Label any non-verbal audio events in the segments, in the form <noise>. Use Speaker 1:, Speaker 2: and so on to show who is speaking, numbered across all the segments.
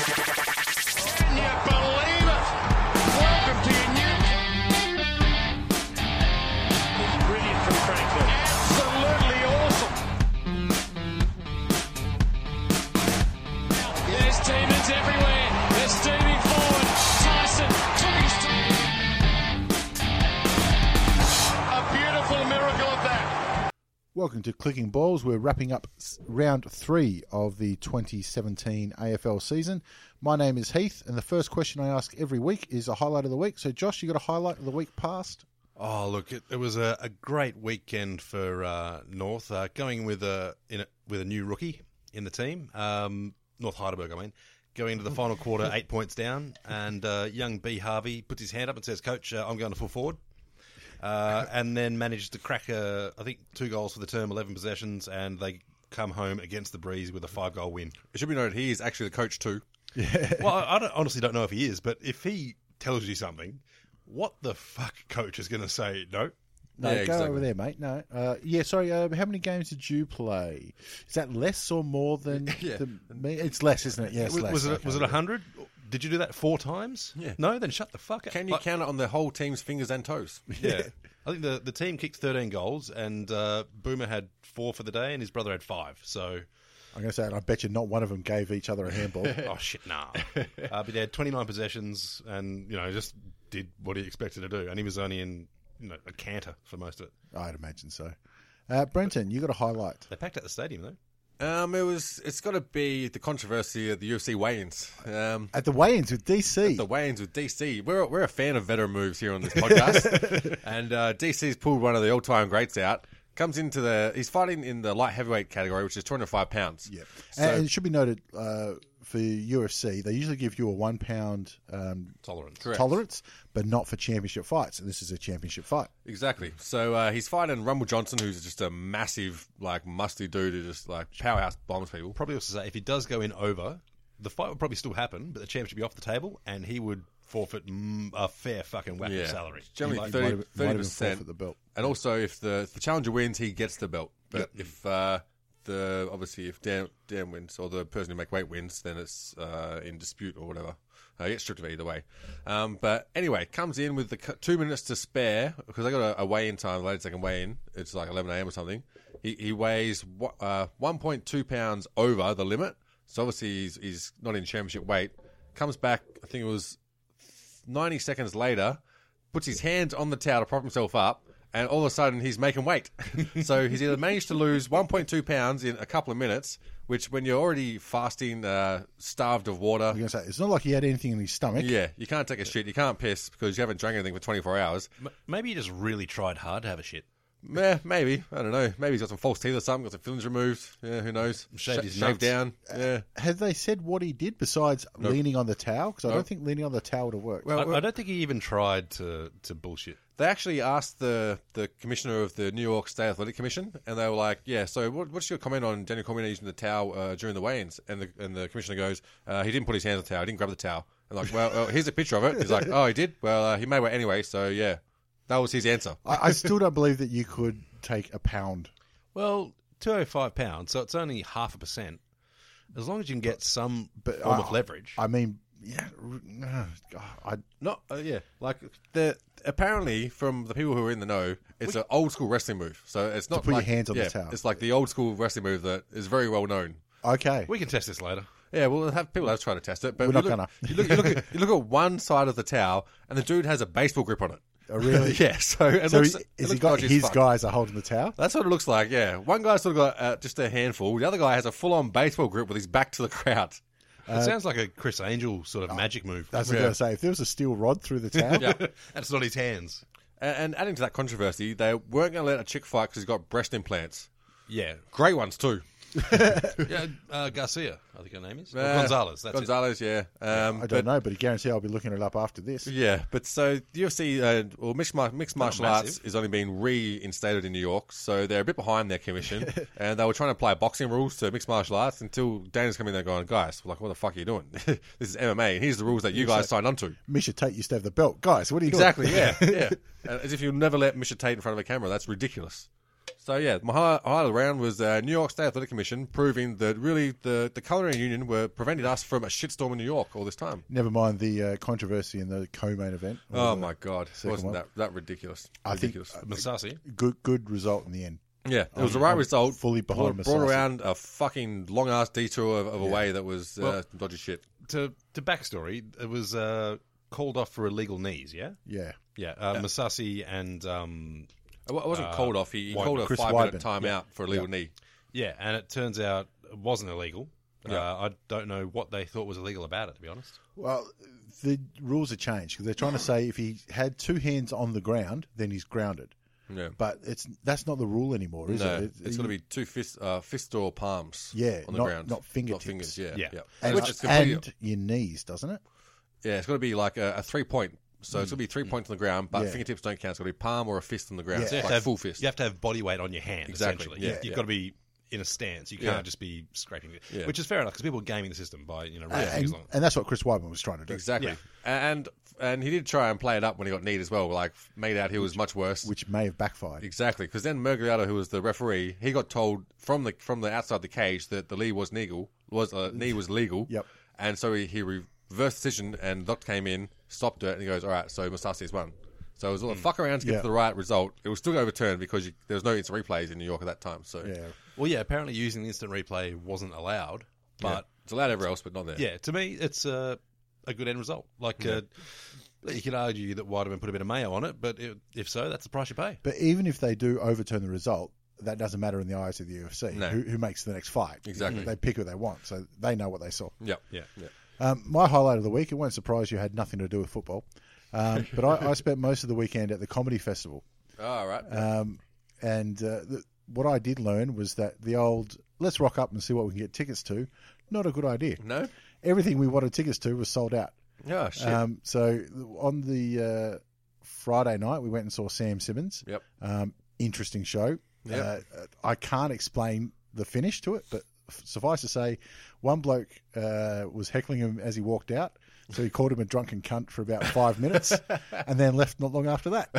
Speaker 1: Can you believe it? Welcome to your new. Brilliant from Franklin. Absolutely awesome. There's Stevens everywhere. There's Stevie forward. Tyson took his. A beautiful miracle of that.
Speaker 2: Welcome to Clicking Balls. We're wrapping up s- round three of the 2017 AFL season. My name is Heath, and the first question I ask every week is a highlight of the week. So, Josh, you got a highlight of the week past?
Speaker 3: Oh, look, it, it was a, a great weekend for uh, North. Uh, going with a, in a with a new rookie in the team, um, North Heidelberg, I mean. Going into the final quarter, eight points down, and uh, young B Harvey puts his hand up and says, "Coach, uh, I'm going to full forward," uh, and then manages to crack, uh, I think, two goals for the term, eleven possessions, and they come home against the breeze with a five goal win.
Speaker 4: It should be noted he is actually the coach too.
Speaker 3: well, I, I don't, honestly don't know if he is, but if he tells you something, what the fuck, coach is going to say no?
Speaker 2: No,
Speaker 4: Yeah,
Speaker 2: go
Speaker 4: exactly.
Speaker 2: over there, mate. No. Uh, yeah, sorry. Uh, how many games did you play? Is that less or more than
Speaker 4: Yeah.
Speaker 2: the, me? It's less, isn't it? Yes,
Speaker 3: was,
Speaker 2: less.
Speaker 3: was it
Speaker 2: Okay.
Speaker 3: was it hundred? Did you do that four times?
Speaker 4: Yeah.
Speaker 3: No, then shut the fuck up.
Speaker 4: Can you
Speaker 3: Like,
Speaker 4: count it on the whole team's fingers and toes?
Speaker 3: <laughs> Yeah. I think the the team kicked thirteen goals, and uh, Boomer had four for the day, and his brother had five. So,
Speaker 2: I'm going to say, it, I bet you not one of them gave each other a handball.
Speaker 3: oh shit, nah.
Speaker 4: <laughs>
Speaker 3: uh, but he had twenty nine possessions, and you know just did what he expected to do, and he was only in you know a canter for most of it.
Speaker 2: I'd imagine so. Uh, Brenton, you got a highlight.
Speaker 3: They packed out the stadium though.
Speaker 4: <laughs> Um, it was. It's got to be the controversy of the UFC weigh-ins. Um,
Speaker 2: At the weigh-ins with DC.
Speaker 4: the weigh-ins with DC. We're we're a fan of veteran moves here on this podcast, and uh, DC's pulled one of the all-time greats out. Comes into the. He's fighting in the light heavyweight category, which is 205 pounds.
Speaker 2: Yep.
Speaker 4: So-
Speaker 2: and it should be noted uh, for UFC, they usually give you a one pound um,
Speaker 3: Tolerance.
Speaker 2: tolerance, but not for championship fights. And this is a championship fight.
Speaker 4: Exactly. So uh, he's fighting Rumble Johnson, who's just a massive, like, musty dude who just like powerhouse bombs people.
Speaker 3: Probably also say if he does go in over, the fight would probably still happen, but the champ should be off the table, and he would forfeit mm, a fair fucking whack
Speaker 4: Yeah.
Speaker 3: of salary.
Speaker 4: Generally
Speaker 2: Might- might
Speaker 4: thirty
Speaker 2: have- might have
Speaker 4: thirty
Speaker 2: been
Speaker 4: percent.
Speaker 2: forfeit the belt.
Speaker 4: And also, if the, if the challenger wins, he gets the belt. But if uh, the obviously if Dan Dan wins or the person who make weight wins, then it's uh, in dispute or whatever. Uh, he gets stripped of it either way. Um, but anyway, comes in with the cu- two minutes to spare because I got a, a weigh in time. The latest I can weigh in, it's like eleven a.m. or something. He, he weighs wa- uh, one point two pounds over the limit, so obviously he's, he's not in championship weight. Comes back, I think it was 90 seconds later, puts his hands on the towel to prop himself up, and all of a sudden he's making weight. <laughs> so he's either managed to lose 1.2 pounds in a couple of minutes, which when you're already fasting, uh, starved of water,
Speaker 2: I'm going to say, it's not like he had anything in his stomach.
Speaker 4: yeah, you can't take a shit, you can't piss because you haven't drank anything for 24 hours.
Speaker 3: M- Maybe he just really tried hard to have a shit.
Speaker 4: Meh, maybe, I don't know. Maybe he's got some false teeth or something, got some fillings removed. Yeah, who knows?
Speaker 3: Shaved his nuts.
Speaker 4: down. Yeah.
Speaker 2: Have they said what he did besides leaning on the towel? Because I don't think leaning on the towel would have worked.
Speaker 3: I, I don't think he even tried to, to bullshit.
Speaker 4: They actually asked the, the commissioner of the New York State Athletic Commission, and they were like, "Yeah, so what, what's your comment on Daniel Cormier using the towel uh, during the weigh-ins?" And the and the commissioner goes, uh, "He didn't put his hands on the towel. He didn't grab the towel." And like, well, well, here's a picture of it. He's like, "Oh, he did. Well, uh, he may wear anyway." So yeah, that was his answer.
Speaker 2: I, I still don't believe that you could take a
Speaker 4: <laughs>
Speaker 2: pound.
Speaker 3: Well, 205 pounds, so it's only half a percent. As long as you can get some form
Speaker 2: I-
Speaker 3: of leverage.
Speaker 2: I mean, yeah, r- <sighs> God, I,
Speaker 4: Not uh, yeah, like the apparently from the people who are in the know, it's an old school wrestling move. So it's not
Speaker 2: put your
Speaker 4: like-
Speaker 2: hands on the
Speaker 4: yeah,
Speaker 2: towel.
Speaker 4: It's like the old school wrestling move that is very well known.
Speaker 2: okay.
Speaker 3: we can test this later.
Speaker 4: Yeah, well, have, people have tried to test it, but
Speaker 2: We're
Speaker 4: you
Speaker 2: not
Speaker 4: look,
Speaker 2: gonna.
Speaker 4: You look, you, look
Speaker 2: <laughs>
Speaker 4: at, you look at one side of the towel, and the dude has a baseball grip on it.
Speaker 2: Oh, <laughs> really?
Speaker 4: <laughs> yeah, so it
Speaker 2: so
Speaker 4: looks,
Speaker 2: he, has
Speaker 4: it
Speaker 2: he
Speaker 4: looks
Speaker 2: got
Speaker 4: dodgy as
Speaker 2: his
Speaker 4: fuck.
Speaker 2: guys are holding the towel?
Speaker 4: That's what it looks like. Yeah, one guy's sort of got uh, just a handful. The other guy has a full-on baseball grip with his back to the crowd.
Speaker 3: it sounds like a Chris Angel sort of magic move.
Speaker 2: That's what I was going to say. If there was a steel rod through the
Speaker 4: <laughs>
Speaker 2: towel,
Speaker 3: <laughs> That's not his hands.
Speaker 4: And, and adding to that controversy, they weren't going to let a chick fight because he's got breast implants.
Speaker 3: Yeah.
Speaker 4: Great ones too.
Speaker 3: Yeah, uh, Garcia, I think her name is. Or
Speaker 4: Uh,
Speaker 3: Gonzalez, that's it.
Speaker 4: Gonzalez, yeah. Um,
Speaker 2: I
Speaker 4: but-
Speaker 2: don't know, but I guarantee I'll be looking it up after this.
Speaker 4: Yeah, but so the UFC uh, or mixed, mar- mixed martial arts
Speaker 3: massive.
Speaker 4: is only being reinstated in New York, so they're a bit behind
Speaker 2: <laughs>
Speaker 4: their commission, and they were trying to apply boxing rules to mixed martial arts until Dana's coming there going, guys, like what the fuck are you doing? <laughs> this is MMA, and here's the rules that you guys signed on to.
Speaker 2: Misha Tate used to have the belt. Guys, what are you
Speaker 4: Exactly,
Speaker 2: doing?
Speaker 4: yeah, yeah. Uh, As if you'll never let Misha Tate in front of a camera. That's ridiculous. So yeah, my hi- highlight round was uh, New York State Athletic Commission proving that really the the culinary union were preventing us from a shitstorm in New York all this time.
Speaker 2: <laughs> Never mind the uh, controversy in the co-main event.
Speaker 4: Oh my god, wasn't
Speaker 2: one.
Speaker 4: that that ridiculous?
Speaker 2: I think
Speaker 4: ridiculous.
Speaker 3: Masasi.
Speaker 2: Good, good result in the end.
Speaker 4: Yeah, it was the right result.
Speaker 2: fully behind
Speaker 4: brought, brought
Speaker 2: Masasi.
Speaker 4: around a fucking long ass detour of, of a way that was uh,
Speaker 3: Well-
Speaker 4: dodgy shit.
Speaker 3: To, to backstory, it was uh, called off for illegal knees, yeah?
Speaker 2: Yeah,
Speaker 3: Yeah, uh, Masasi and um,
Speaker 4: It wa- it wasn't called off. He, he
Speaker 3: Weidman.
Speaker 4: called a
Speaker 2: Chris
Speaker 4: five
Speaker 2: Weidman.
Speaker 4: minute timeout for a legal knee.
Speaker 3: yeah, and it turns out it wasn't illegal. Uh, I don't know what they thought was illegal about it, to be honest.
Speaker 2: Well, the rules are changed because they're trying to say if he had two hands on the ground, then he's grounded.
Speaker 4: Yeah.
Speaker 2: But it's that's not the rule anymore, is
Speaker 4: No,
Speaker 2: it?
Speaker 4: it's going to be two fist, uh, fist or palms.
Speaker 2: Yeah,
Speaker 4: on the
Speaker 2: not-
Speaker 4: ground,
Speaker 2: not fingertips.
Speaker 4: fingers. Yeah,
Speaker 3: Yeah.
Speaker 4: yeah.
Speaker 2: and,
Speaker 4: Which is completely-
Speaker 2: and your knees, doesn't it?
Speaker 4: yeah, it's going to be like a, a three point. So it's going to be three points on the ground, but
Speaker 2: Mm. Yeah.
Speaker 4: fingertips don't count. It's going to be palm or a fist on the ground,
Speaker 2: Yeah.
Speaker 4: It's
Speaker 3: You have
Speaker 4: like
Speaker 3: to have-
Speaker 4: full fist.
Speaker 3: You have to have body weight on your hand.
Speaker 4: Exactly,
Speaker 3: Essentially,
Speaker 4: yeah,
Speaker 3: You- you've
Speaker 4: yeah.
Speaker 3: got to be in a stance. You can't
Speaker 4: Yeah.
Speaker 3: just be scraping it,
Speaker 4: Yeah.
Speaker 3: which is fair enough because people are gaming the system by you know raising as
Speaker 2: And,
Speaker 3: long.
Speaker 2: and that's what Chris Weidman was trying to do,
Speaker 4: Exactly.
Speaker 3: Yeah.
Speaker 4: And and he did try and play it up when he got kneed as well. Like made out he was much worse.
Speaker 2: which may have backfired.
Speaker 4: Exactly, because then Mergliato, who was the referee, he got told from the from the outside the cage that the knee was legal, was uh, knee was legal.
Speaker 2: Yep.
Speaker 4: And so he, he reversed the decision, and Doc came in, stopped it, and he goes, "All right, so Masasi's won." So it was all the fuck around to get
Speaker 2: Hmm. Yeah.
Speaker 4: to the right result. It was still overturned because you, there was no instant replays in New York at that time. So
Speaker 2: Yeah,
Speaker 3: Well, yeah. Apparently, using the instant replay wasn't allowed, but
Speaker 4: it's allowed everywhere else, but not there.
Speaker 3: yeah, to me, it's a a good end result. Like. Uh, you could argue that Weideman put a bit of mayo on it, but it, if so, that's the price you pay.
Speaker 2: but even if they do overturn the result, that doesn't matter in the eyes of the UFC.
Speaker 4: No.
Speaker 2: Who, who makes the next fight?
Speaker 4: Exactly.
Speaker 2: They pick who they want, so they know what they saw.
Speaker 4: Yep.
Speaker 3: Yeah.
Speaker 2: Um, my highlight of the week, it won't surprise you, had nothing to do with football. Um, but I, I spent most of the weekend at the comedy festival.
Speaker 4: All right.
Speaker 2: Uh, And uh, the, what I did learn was that the old let's rock up and see what we can get tickets to, not a good idea.
Speaker 4: no.
Speaker 2: Everything we wanted tickets to was sold out.
Speaker 4: Yeah. Shit.
Speaker 3: Uh,
Speaker 2: Um, so on the uh, Friday night, we went and saw Sam Simmons.
Speaker 4: yep.
Speaker 2: Um, interesting show.
Speaker 4: Yep.
Speaker 2: Uh, I can't explain the finish to it, but f- suffice to say, one bloke uh, was heckling him as he walked out. So he called him a drunken cunt for about five
Speaker 4: <laughs>
Speaker 2: minutes and then left not long after that.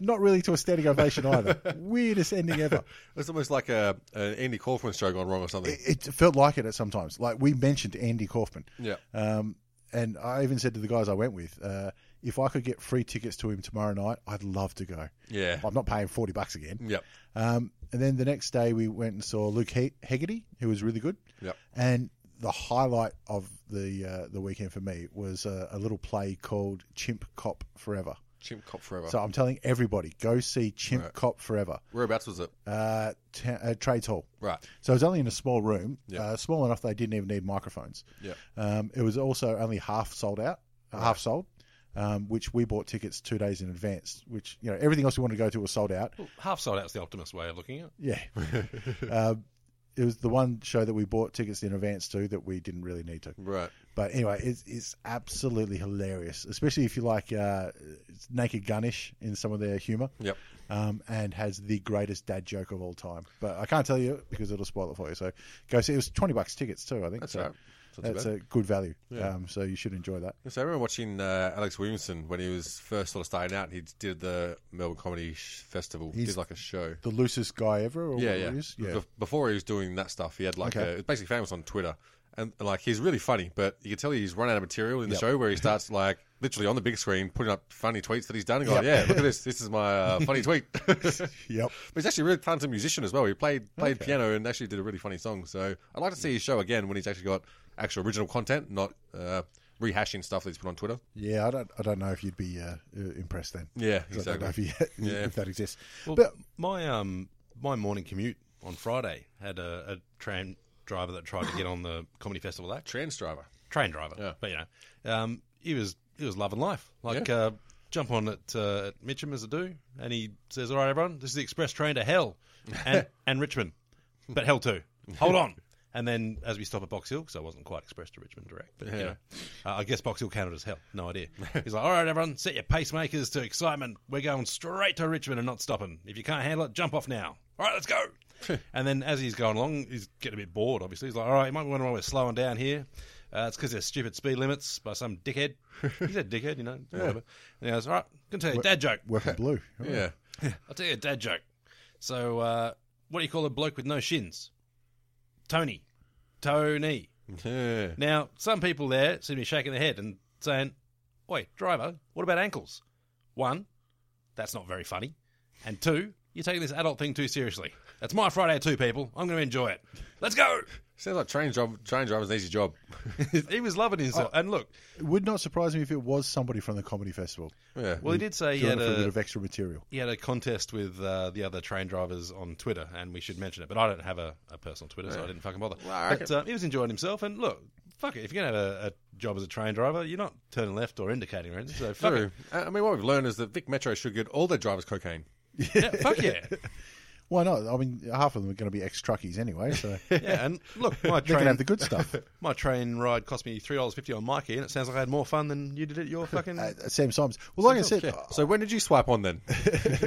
Speaker 2: Not really to a standing ovation either. Weirdest ending ever.
Speaker 4: It was almost like a an Andy Kaufman show gone wrong or something.
Speaker 2: It, it felt like it at sometimes. Like we mentioned Andy Kaufman.
Speaker 4: yeah.
Speaker 2: Um, and I even said to the guys I went with, uh, if I could get free tickets to him tomorrow night, I'd love to go.
Speaker 4: Yeah.
Speaker 2: I'm not paying 40 bucks again.
Speaker 4: Yep.
Speaker 2: Um, and then the next day we went and saw Luke he- Hegarty, who was really good.
Speaker 4: Yep.
Speaker 2: And the highlight of the uh, the weekend for me was uh, a little play called Chimp Cop Forever.
Speaker 4: Chimp cop forever.
Speaker 2: So I'm telling everybody, go see Chimp Cop Forever.
Speaker 4: Whereabouts was it?
Speaker 2: Uh, t- uh, Trades Hall.
Speaker 4: Right.
Speaker 2: So it was only in a small room,
Speaker 4: Yeah.
Speaker 2: uh, small enough they didn't even need microphones.
Speaker 4: Yeah.
Speaker 2: Um, it was also only half sold out, uh, half sold, um, which we bought tickets two days in advance. Which you know everything else we wanted to go to was sold out.
Speaker 3: Well, half sold out's the optimist way of looking at it.
Speaker 2: Yeah. <laughs> um, it was the one show that we bought tickets in advance to that we didn't really need to.
Speaker 4: Right.
Speaker 2: But anyway, it's, it's absolutely hilarious, especially if you like uh, it's Naked Gunnish in some of their humor.
Speaker 4: Yep.
Speaker 2: Um, and has the greatest dad joke of all time. But I can't tell you because it'll spoil it for you. So go see. It was 20 bucks tickets too, I think.
Speaker 4: That's
Speaker 2: so
Speaker 4: right. That's not too
Speaker 2: That's
Speaker 4: bad.
Speaker 2: a good value. Um, so you should enjoy that.
Speaker 4: So I remember watching uh, Alex Williamson when he was first sort of starting out. He did the Melbourne Comedy Sh- Festival. He did like a show.
Speaker 2: The loosest guy ever, or
Speaker 4: Yeah,
Speaker 2: whatever
Speaker 4: yeah.
Speaker 2: it is. Yeah.
Speaker 4: Bef- Before he was doing that stuff, he had like
Speaker 2: Okay.
Speaker 4: a, it's basically famous on Twitter, and like he's really funny, but you can tell he's run out of material in the show where he starts like literally on the big screen putting up funny tweets that he's done. And going, yeah,
Speaker 2: <laughs>
Speaker 4: look at this. This is my uh, funny tweet. <laughs> but
Speaker 2: Yep.
Speaker 4: he's actually a really talented musician as well. He played played piano and actually did a really funny song. So I'd like to see his show again when he's actually got actual original content, not uh, rehashing stuff that he's put on Twitter.
Speaker 2: Yeah, I don't, I don't know if you'd be uh, uh, impressed then.
Speaker 4: Yeah,
Speaker 2: 'Cause I don't know if,
Speaker 4: exactly.
Speaker 2: you- <laughs>
Speaker 4: Yeah.
Speaker 2: if that exists.
Speaker 3: Well,
Speaker 2: but
Speaker 3: my um my morning commute on Friday had a, a tram driver that tried to get on the comedy festival act.
Speaker 4: Trans driver.
Speaker 3: train driver.
Speaker 4: Yeah.
Speaker 3: But you know, um, he was he was loving life. Like uh, jump on at, uh, at Mitcham as I do, and he says, "All right, everyone, this is the express train to hell and, and Richmond." but hell to. Hold on. And then as we stop at Box Hill, because I wasn't quite expressed to Richmond Direct, but you know, uh, I guess Box Hill counted as hell. No idea. He's like, all right, everyone, set your pacemakers to excitement. We're going straight to Richmond and not stopping. If you can't handle it, jump off now. All right, let's go. and then as he's going along, he's getting a bit bored, obviously. He's like, all right, you might be wondering why we're slowing down here. Uh, it's because there's stupid speed limits by some dickhead. He's a dickhead, you know, whatever. And he goes, all right, can tell you, a dad joke.
Speaker 2: Working blue. All right.
Speaker 4: Yeah.
Speaker 3: I'll tell you a dad joke. So, uh, what do you call a bloke with no shins? Tony. Tony.
Speaker 4: Yeah.
Speaker 3: Now, some people there seem to be shaking their head and saying, Oi, driver, what about ankles? One, that's not very funny. And two, you're taking this adult thing too seriously. That's my Friday too, people. I'm going to enjoy it.
Speaker 2: <laughs>
Speaker 3: Let's go.
Speaker 4: Sounds like train job. Train driver's an easy job.
Speaker 3: he was loving
Speaker 2: Oh.
Speaker 3: himself. and look,
Speaker 2: It would not surprise me if it was somebody from the comedy festival.
Speaker 4: Yeah.
Speaker 3: well, he did say he
Speaker 2: Yeah,
Speaker 3: had
Speaker 2: for a bit
Speaker 3: a,
Speaker 2: of extra material.
Speaker 3: he had a contest with uh, the other train drivers on Twitter, and we should mention it. But I don't have a, a personal Twitter, so I didn't fucking bother. but uh, he was enjoying himself, and look, fuck it. If you're gonna have a, a job as a train driver, you're not turning left or indicating or anything. So fuck
Speaker 4: True. Uh, I I mean, what we've learned is that Vic Metro should get all their drivers cocaine.
Speaker 3: it. Yeah, fuck yeah.
Speaker 2: <laughs> Why not? I mean, half of them are going to be ex truckies anyway,
Speaker 3: <laughs>
Speaker 2: so they
Speaker 3: Yeah, and
Speaker 2: <laughs>
Speaker 3: look, my
Speaker 2: can
Speaker 3: train
Speaker 2: have the good stuff.
Speaker 3: <laughs>
Speaker 2: Uh,
Speaker 3: my train ride cost me three dollars fifty on Mikey, and it sounds like I had more fun than you did
Speaker 2: <laughs>
Speaker 3: at your fucking.
Speaker 2: Uh, Sam Symes. Well, like I said,
Speaker 4: Yeah. So when did you swipe on then?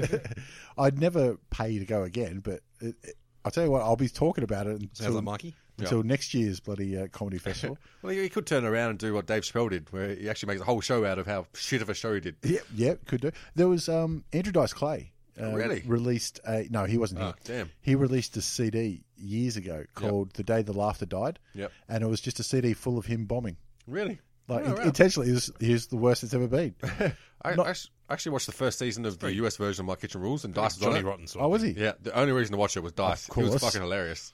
Speaker 2: <laughs> I'd never pay to go again, but it, it, I'll tell you what, I'll be talking about it
Speaker 3: sounds
Speaker 2: until,
Speaker 3: like Mikey.
Speaker 2: until next year's bloody uh, comedy festival.
Speaker 4: <laughs> Well, he could turn around and do what Dave Chappelle did, where he actually makes a whole show out of how shit of a show he did.
Speaker 2: yeah, yeah, could do. There was um, Andrew Dice Clay. Uh,
Speaker 4: Oh, really? Oh,
Speaker 2: Released a no, he wasn't here.
Speaker 4: damn.
Speaker 2: He released a CD years ago called "The Day the Laughter Died,"
Speaker 4: Yep.
Speaker 2: and it was just a CD full of him bombing,
Speaker 4: Really?
Speaker 2: like
Speaker 4: Oh,
Speaker 2: in-
Speaker 4: wow.
Speaker 2: intentionally. He was, he was the worst it's ever
Speaker 4: <laughs>
Speaker 2: been.
Speaker 4: I, I s- actually watched the first season of the US version of My Kitchen Rules, and Dice was on
Speaker 3: Johnny
Speaker 4: it.
Speaker 3: Rotten. sort
Speaker 2: oh,
Speaker 3: of
Speaker 2: was he?
Speaker 4: Yeah, the only reason to watch it was Dice.
Speaker 2: Of
Speaker 4: It was
Speaker 2: course.
Speaker 4: fucking hilarious.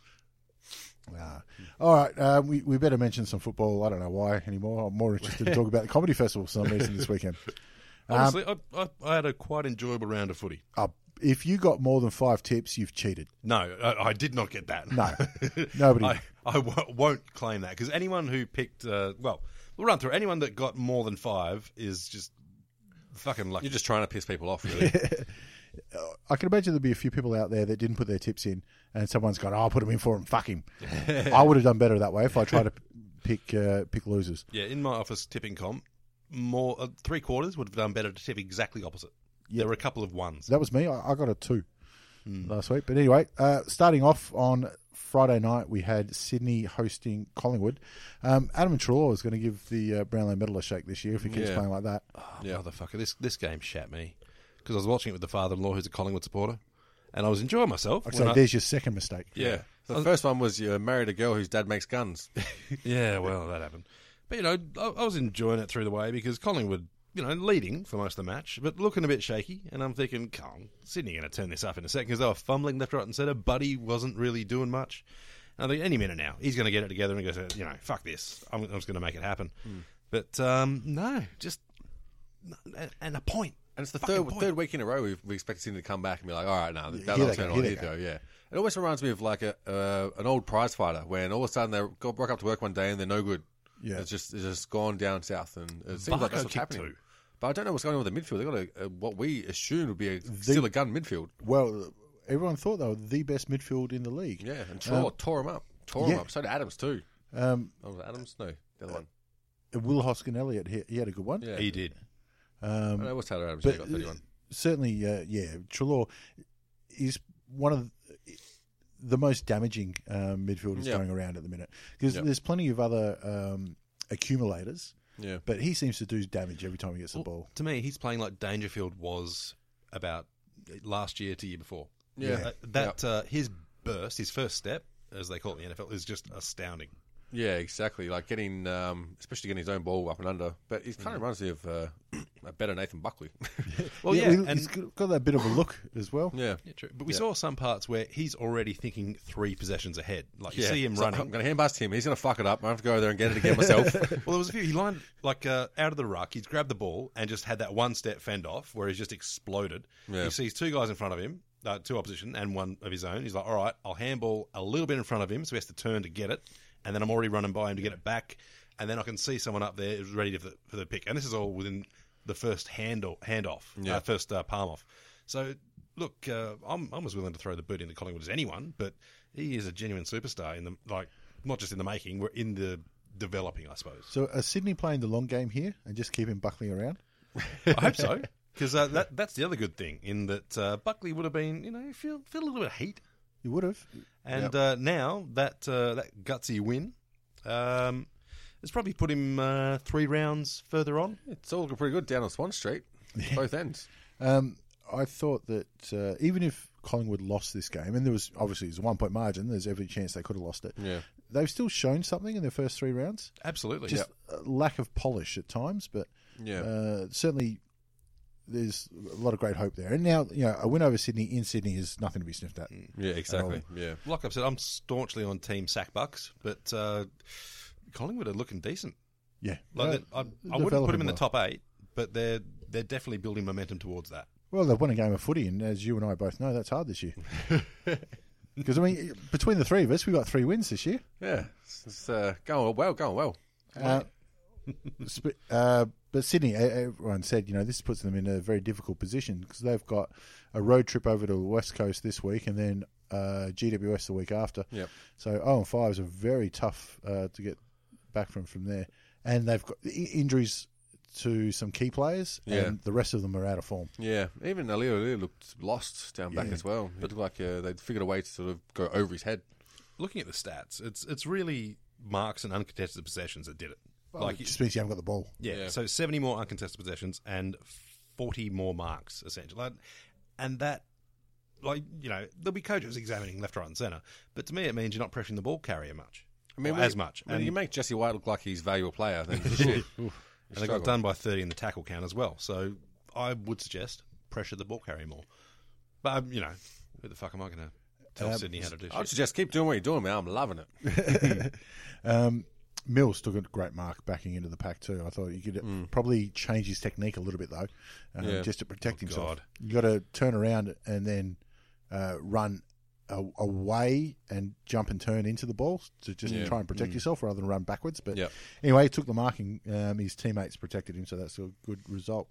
Speaker 2: Nah. All right, uh, we, we better mention some football. I don't know why anymore. I'm more
Speaker 4: <laughs>
Speaker 2: interested to talk about the comedy festival for some reason this weekend. um,
Speaker 3: Honestly, I, I, I had a quite enjoyable round of footy.
Speaker 2: Uh, if you got more than five tips, you've cheated.
Speaker 3: No, I, I did not get that.
Speaker 4: <laughs>
Speaker 2: No,
Speaker 3: <laughs>
Speaker 2: nobody.
Speaker 3: I, I w- won't claim that because anyone who picked, uh, well, we'll run through. it. Anyone that got more than five is just fucking lucky.
Speaker 4: You're just trying to piss people off, <laughs> really.
Speaker 2: I can imagine there'd be a few people out there that didn't put their tips in, and someone's gone, oh, "I'll put him in for him. Fuck
Speaker 4: <laughs>
Speaker 2: him." I would have done better that way if I tried to pick uh, pick losers.
Speaker 3: yeah, in my office tipping comp, more uh, three quarters would have done better to tip exactly opposite. There were a couple of ones.
Speaker 2: That was me. I, I got a two
Speaker 4: Hmm.
Speaker 2: last week. But anyway, uh, starting off on Friday night, we had Sydney hosting Collingwood. Um, Adam Trelaw is going to give the uh, Brownlow medal a shake this year if he keeps
Speaker 4: Yeah. Ah,
Speaker 2: playing like that.
Speaker 3: yeah. motherfucker, this this game shat me because I was watching it with the father-in-law who's a Collingwood supporter, and I was enjoying myself.
Speaker 2: So
Speaker 3: when I-
Speaker 2: there's your second mistake.
Speaker 4: yeah. The first one was you married a girl whose dad makes <laughs> guns.
Speaker 3: Yeah, well, that happened. But, you know, I, I was enjoying it through the way because Collingwood, you know, leading for most of the match, but looking a bit shaky. And I'm thinking, come on, Sydney going to turn this up in a second because they were fumbling left, right, and centre. Buddy wasn't really doing much. And I think any minute now, he's going to get it together and he goes, you know, fuck this. I'm, I'm just going to make it happen. But um, no, just and a point.
Speaker 4: And it's the
Speaker 3: Fucking
Speaker 4: third
Speaker 3: point.
Speaker 4: third week in a row we've, we expected Sydney to come back and be like, all right, now that,
Speaker 2: here
Speaker 4: that'll
Speaker 2: they
Speaker 4: turn
Speaker 2: go,
Speaker 4: on
Speaker 2: here
Speaker 4: here,
Speaker 2: they
Speaker 4: though, yeah. It always reminds me of like a uh, an old prize fighter when all of a sudden they got broke up to work one day and they're no good.
Speaker 2: Yeah.
Speaker 4: it's just it's just gone down south and it seems like
Speaker 3: Barco
Speaker 4: that's what's
Speaker 3: kicked
Speaker 4: happening.
Speaker 3: two.
Speaker 4: But I don't know what's going on with the midfield. They got a, a, what we assumed would be a, still a gun midfield.
Speaker 2: Well, everyone thought they were the best midfield in the league.
Speaker 4: Yeah, and Trelaw tore him up, tore
Speaker 2: Um,
Speaker 4: him
Speaker 2: yeah.
Speaker 4: up. So did Adams too.
Speaker 2: Um,
Speaker 4: Oh, was it Adams, no, the other one.
Speaker 2: And Will Hoskin Elliott, he, he had a good one.
Speaker 4: Yeah,
Speaker 3: He did.
Speaker 4: I
Speaker 2: Um,
Speaker 4: know what's Taylor Adams.
Speaker 2: but
Speaker 4: he got thirty-one.
Speaker 2: certainly, uh, yeah, Trelaw is one of the most damaging um, midfielders
Speaker 4: Yeah.
Speaker 2: going around at the minute because
Speaker 4: Yeah.
Speaker 2: there's plenty of other um, accumulators,
Speaker 4: Yeah,
Speaker 2: but he seems to do damage every time he gets the ball.
Speaker 3: To me, he's playing like Dangerfield was about last year to year before.
Speaker 4: Yeah.
Speaker 3: Uh, that uh, his burst, his first step, as they call it in the NFL, is just astounding.
Speaker 4: Yeah, exactly. Like getting, um, especially getting his own ball up and under. But he
Speaker 3: Mm.
Speaker 4: kind of reminds me of uh, <clears throat> a better Nathan Buckley. <laughs>
Speaker 3: Well, yeah,
Speaker 2: he-
Speaker 3: and
Speaker 2: he's got got that bit of a look as well.
Speaker 4: yeah.
Speaker 3: Yeah, true. But we saw some parts where he's already thinking three possessions ahead. Like you see him
Speaker 4: So um,
Speaker 3: running.
Speaker 4: I'm going to hand pass to him. He's going to fuck it up. I have to go over there and get it again myself.
Speaker 3: <laughs>
Speaker 4: <laughs>
Speaker 3: well, there was a few. He lined like uh, out of the ruck. He's grabbed the ball and just had that one step fend off where he's just exploded.
Speaker 4: Yeah.
Speaker 3: He sees two guys in front of him, uh, two opposition and one of his own. He's like, "All right, I'll handball a little bit in front of him, so he has to turn to get it, and then I'm already running by him to get it back, and then I can see someone up there who's ready for the, for the pick." And this is all within the first handle handoff, uh, first uh, palm off. So look, uh, I'm, I'm as willing to throw the boot into Collingwood as anyone, but he is a genuine superstar in the like not just in the making, we're in the developing, I suppose.
Speaker 2: So are Sydney playing the long game here and just keeping Buckley around?
Speaker 3: <laughs> I hope so. Because uh, that, that's the other good thing in that uh, Buckley would have been, you know, feel, feel a little bit of heat.
Speaker 2: You would have.
Speaker 3: And uh, now that uh, that gutsy win um, has probably put him uh, three rounds further on.
Speaker 4: It's all looking pretty good down on Swan Street, both ends.
Speaker 2: Um, I thought that uh, even if Collingwood lost this game, and there was obviously it's a one point margin, there's every chance they could have lost it.
Speaker 4: Yeah.
Speaker 2: They've still shown something in their first three rounds.
Speaker 3: Absolutely.
Speaker 2: Just uh lack of polish at times, but
Speaker 4: Yeah.
Speaker 2: uh, certainly there's a lot of great hope there. And now, you know, a win over Sydney in Sydney is nothing to be sniffed at.
Speaker 4: Yeah, exactly. Yeah.
Speaker 3: Like I've said, I'm staunchly on Team Sack Bucks, but uh, Collingwood are looking decent.
Speaker 2: Yeah.
Speaker 3: Like
Speaker 2: Uh,
Speaker 3: they- I, I wouldn't put them
Speaker 2: developing
Speaker 3: in the
Speaker 2: well.
Speaker 3: top eight, but they're they're definitely building momentum towards that.
Speaker 2: Well, they've won a game of footy, and as you and I both know, that's hard this
Speaker 3: <laughs>
Speaker 2: year. Because I mean, between the three of us, we got three wins this year.
Speaker 4: Yeah. It's, it's, uh, going well, going well.
Speaker 2: Uh, sp- uh, but Sydney, e- everyone said, you know, this puts them in a very difficult position because they've got a road trip over to the West Coast this week, and then uh, GWS the week after.
Speaker 4: Yep.
Speaker 2: So zero and five is a very tough uh, to get back from from there, and they've got i- injuries to some key players,
Speaker 4: Yeah.
Speaker 2: and the rest of them are out of form.
Speaker 4: Yeah. Even Alio Alio looked lost down back as well. It looked like uh, they'd figured a way to sort of go over his head.
Speaker 3: Looking at the stats, it's it's really marks and uncontested possessions that did it.
Speaker 2: Like, it just means you haven't got the ball.
Speaker 3: Yeah. So 70 more uncontested possessions and 40 more marks, essentially. Like, and that, like, you know, there'll be coaches examining left, right, and centre. But to me, it means you're not pressuring the ball carrier much. I mean,
Speaker 4: when
Speaker 3: as
Speaker 4: you-
Speaker 3: much.
Speaker 4: When
Speaker 3: and
Speaker 4: you make Jesse White look like he's a valuable player,
Speaker 3: <laughs>
Speaker 4: then shit.
Speaker 3: and they got done by 30 in the tackle count as well. So I would suggest pressure the ball carrier more. But, um, you know, who the fuck am I going to tell Sydney how to do
Speaker 4: I'd
Speaker 3: shit?
Speaker 4: suggest keep doing what you're doing, man. I'm loving it.
Speaker 2: Um, Mills took a great mark backing into the pack too. I thought you could probably change his technique a little bit though, um,
Speaker 4: Mm. Yeah. Oh,
Speaker 2: just to protect himself.
Speaker 3: God.
Speaker 2: You got to turn around and then uh, run a- away and jump and turn into the ball to just
Speaker 4: Yeah. Mm.
Speaker 2: try and protect yourself rather than run backwards. But
Speaker 4: Yep.
Speaker 2: anyway, he took the marking. Um, his teammates protected him, so that's a good result.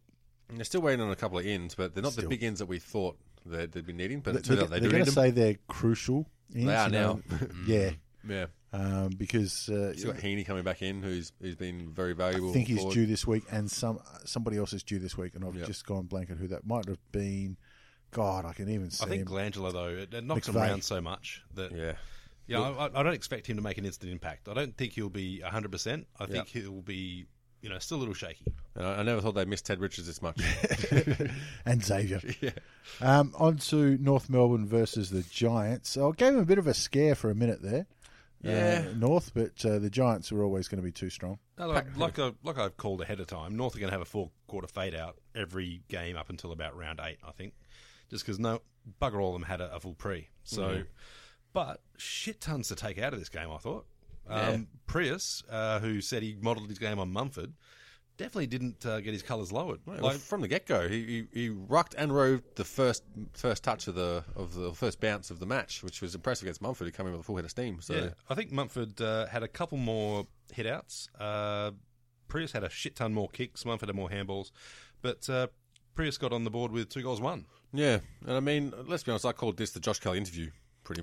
Speaker 4: And They're still waiting on a couple of ins, but they're not the
Speaker 2: Still.
Speaker 4: big ins that we thought that they'd be needing. But
Speaker 2: They,
Speaker 4: it turns
Speaker 2: are
Speaker 4: out they do
Speaker 2: going
Speaker 4: need
Speaker 2: to
Speaker 4: them.
Speaker 2: say they're crucial. innings,
Speaker 4: are Mm.
Speaker 2: you know. <laughs> yeah,
Speaker 4: <laughs> yeah,
Speaker 2: um, because uh,
Speaker 4: he's got Heaney coming back in, who's who's been very
Speaker 2: I
Speaker 4: valuable.
Speaker 2: think he's
Speaker 4: forward.
Speaker 2: due this week, and some somebody else is due this week, and I've
Speaker 4: Yeah.
Speaker 2: just gone blank on who that might have been. God, I can even see
Speaker 3: I think
Speaker 2: him.
Speaker 3: Glangelo, though, it, it knocks him
Speaker 2: McVeigh.
Speaker 3: around so much that.
Speaker 4: Yeah,
Speaker 3: Yeah, I, I- I don't expect him to make an instant impact. I don't think he'll be 100%. I think he'll be, you know, still a little shaky.
Speaker 4: and I, I never thought they missed Ted Richards
Speaker 2: <laughs>
Speaker 4: this much. Uh,
Speaker 2: and
Speaker 4: <laughs>
Speaker 2: Xavier. Um, on to North Melbourne versus the Giants. So I gave him a bit of a scare for a minute there.
Speaker 4: Yeah.
Speaker 2: uh, North, but uh, the Giants were always going to be too strong.
Speaker 3: No, like, like, I, like I've called ahead of time, North are going to have a four quarter fade out every game up until about round eight, I think, just because no bugger all of them had a, a full pre. So, but shit tons to take out of this game. I thought um, Prius, uh, who said he modelled his game on Mumford, definitely didn't uh, get his colours lowered.
Speaker 4: Like from the get go, he, he he rucked and roved the first first touch of the of the first bounce of the match, which was impressive against Mumford, who came in with a full head of steam. So
Speaker 3: Yeah, I think Mumford uh, had a couple more hit outs. Uh, Prius had a shit ton more kicks. Mumford had more handballs. But uh, Prius got on the board with two goals, one.
Speaker 4: yeah, and I mean, let's be honest, I called this the Josh Kelly interview, pretty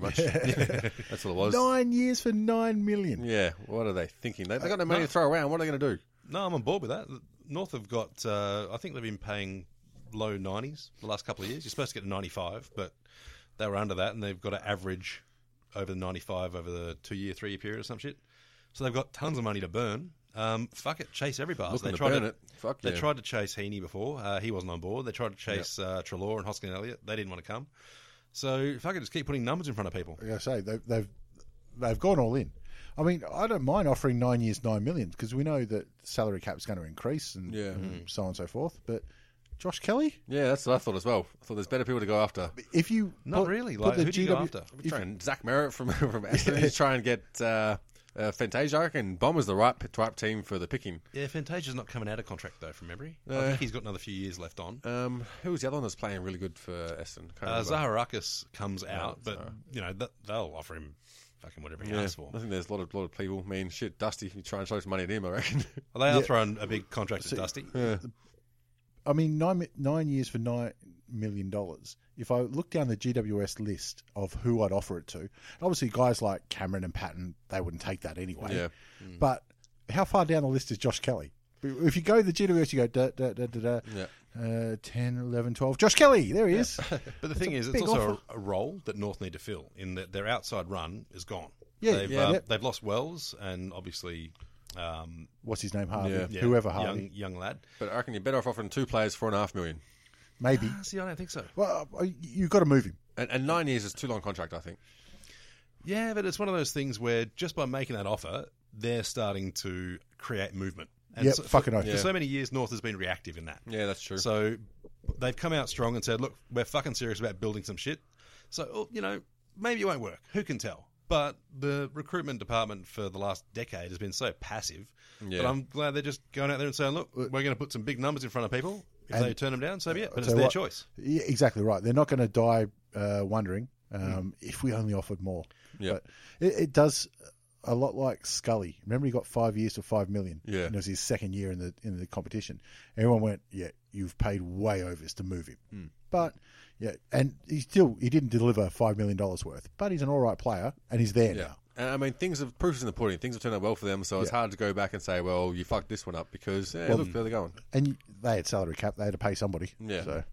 Speaker 2: <laughs>
Speaker 4: much. <laughs> That's what it was.
Speaker 2: Nine years for nine million.
Speaker 4: Yeah, what are they thinking?
Speaker 2: Uh,
Speaker 4: They they got no money to throw around. What are they going to do?
Speaker 3: No, I'm on board with that. North have got, uh, I think they've been paying low 90s the last couple of years. You're supposed to get to 95, but they were under that, and they've got to average over the 95 over the two year, three year period or some shit. So they've got tons of money to burn. Um, fuck it, chase every bar.
Speaker 4: Looking
Speaker 3: they
Speaker 4: to
Speaker 3: tried
Speaker 4: burn it. Fuck
Speaker 3: They
Speaker 4: yeah.
Speaker 3: tried to chase Heaney before. Uh, he wasn't on board. They tried to chase uh, Trelaw and Hoskin Elliott. They didn't want to come. So fuck it, just keep putting numbers in front of people.
Speaker 2: Like I say, they, they've they've gone all in. I mean, I don't mind offering nine years, nine million, because we know that salary cap's going to increase and
Speaker 4: Yeah. Mm.
Speaker 2: and so on and so forth. But Josh Kelly,
Speaker 4: Yeah, that's what I thought as well. I thought there's better people to go after.
Speaker 2: if you
Speaker 3: Not
Speaker 2: put-
Speaker 3: really.
Speaker 2: put
Speaker 3: Like,
Speaker 2: the
Speaker 3: who do you go
Speaker 2: GW
Speaker 3: after?
Speaker 4: We're trying Zach Merritt from <laughs> from Aston. He's trying to get uh, uh, Fantasia. I reckon Bomber's the right right team for the picking.
Speaker 3: Yeah, Fantasia's not coming out of contract though, from memory. I think he's got another few years left on.
Speaker 4: Um, who was the other one that's playing really good for Aston? Can't
Speaker 3: Uh,
Speaker 4: remember.
Speaker 3: Zaharakis comes out, but you know th- they'll offer him fucking whatever he
Speaker 4: Yeah,
Speaker 3: asks for.
Speaker 4: I think there's a lot of lot of people. I mean, shit, Dusty, you try and throw some money at him. I reckon.
Speaker 3: They are throwing a big contract at Dusty.
Speaker 2: I mean, nine mi- nine years for nine million dollars. If I look down the GWS list of who I'd offer it to, obviously guys like Cameron and Patton, they wouldn't take that anyway.
Speaker 4: Yeah.
Speaker 3: Mm.
Speaker 2: But how far down the list is Josh Kelly? If you go to the GWS, you go da da da da da.
Speaker 4: Yeah.
Speaker 2: Uh, 10, 11, 12. Josh Kelly, there he
Speaker 3: <laughs>
Speaker 2: is.
Speaker 3: But the thing is, it's
Speaker 2: big
Speaker 3: also
Speaker 2: offer.
Speaker 3: a, a role that North need to fill in that their outside run is gone.
Speaker 2: Yeah,
Speaker 3: they've,
Speaker 2: yeah,
Speaker 3: uh,
Speaker 2: that-
Speaker 3: they've lost Wells and obviously um,
Speaker 2: What's his name? Harvey.
Speaker 4: Yeah.
Speaker 3: yeah,
Speaker 2: Whoever Harvey.
Speaker 3: young, young lad.
Speaker 4: <laughs> But I reckon you're better off offering two players four and a half million.
Speaker 2: Maybe.
Speaker 3: Uh, See, I don't think so.
Speaker 2: Well, uh, you've got to move him.
Speaker 4: And, and nine years is too long contract, I think.
Speaker 3: Yeah, but it's one of those things where just by making that offer, they're starting to create movement.
Speaker 2: Yep,
Speaker 3: so,
Speaker 2: fucking
Speaker 3: for,
Speaker 2: oath.
Speaker 3: for
Speaker 2: Yeah.
Speaker 3: so many years, North has been reactive in that.
Speaker 4: Yeah, that's true.
Speaker 3: So they've come out strong and said, "Look, we're fucking serious about building some shit." So oh, you know, maybe it won't work. Who can tell? But the recruitment department for the last decade has been so passive. But
Speaker 4: Yeah.
Speaker 3: I'm glad they're just going out there and saying, "Look, we're going to put some big numbers in front of people. If
Speaker 2: And-
Speaker 3: they turn them down, so be it." But
Speaker 2: So
Speaker 3: it's their
Speaker 2: what-
Speaker 3: choice.
Speaker 2: Yeah, exactly right. They're not going to die uh, wondering um, if we only offered more.
Speaker 4: Mm. Yeah.
Speaker 2: But it, it does a lot like Scully. Remember, he got five years to five million.
Speaker 4: Yeah.
Speaker 2: and it was his second year in the in the competition. Everyone went, "Yeah, you've paid way overs to move him."
Speaker 4: Mm.
Speaker 2: But yeah, and he still he didn't deliver five million dollars worth. But he's an all right player, and he's there
Speaker 4: yeah.
Speaker 2: now.
Speaker 4: And I mean, things have proofs in the pudding. Things have turned out well for them, so it's hard to go back and say, "Well, you fucked this one up," because yeah, look where they're going.
Speaker 2: And they had salary cap; they had to pay somebody.
Speaker 4: Yeah.
Speaker 2: So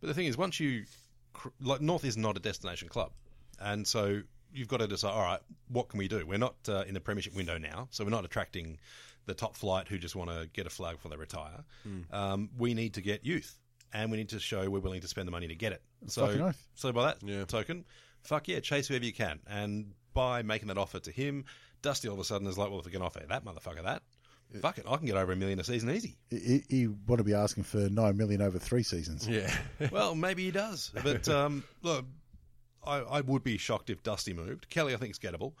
Speaker 3: But the thing is, once you cr- like North is not a destination club, and so you've got to decide. All right, what can we do? We're not uh, in the premiership window now, so we're not attracting the top flight who just want to get a flag before they retire. Um, we need to get youth, and we need to show we're willing to spend the money to get it.
Speaker 2: Fucking
Speaker 3: So,
Speaker 2: oath.
Speaker 3: so by that
Speaker 4: Yeah.
Speaker 3: token, fuck yeah, chase whoever you can, and by making that offer to him, Dusty all of a sudden is like, well, if we can offer that motherfucker that. Fuck it, I can get over a million a season easy.
Speaker 2: he, he want to be asking for nine million over three seasons.
Speaker 4: Yeah,
Speaker 3: Well, maybe he does. But um, look, I, I would be shocked if Dusty moved. Kelly, I think, is gettable.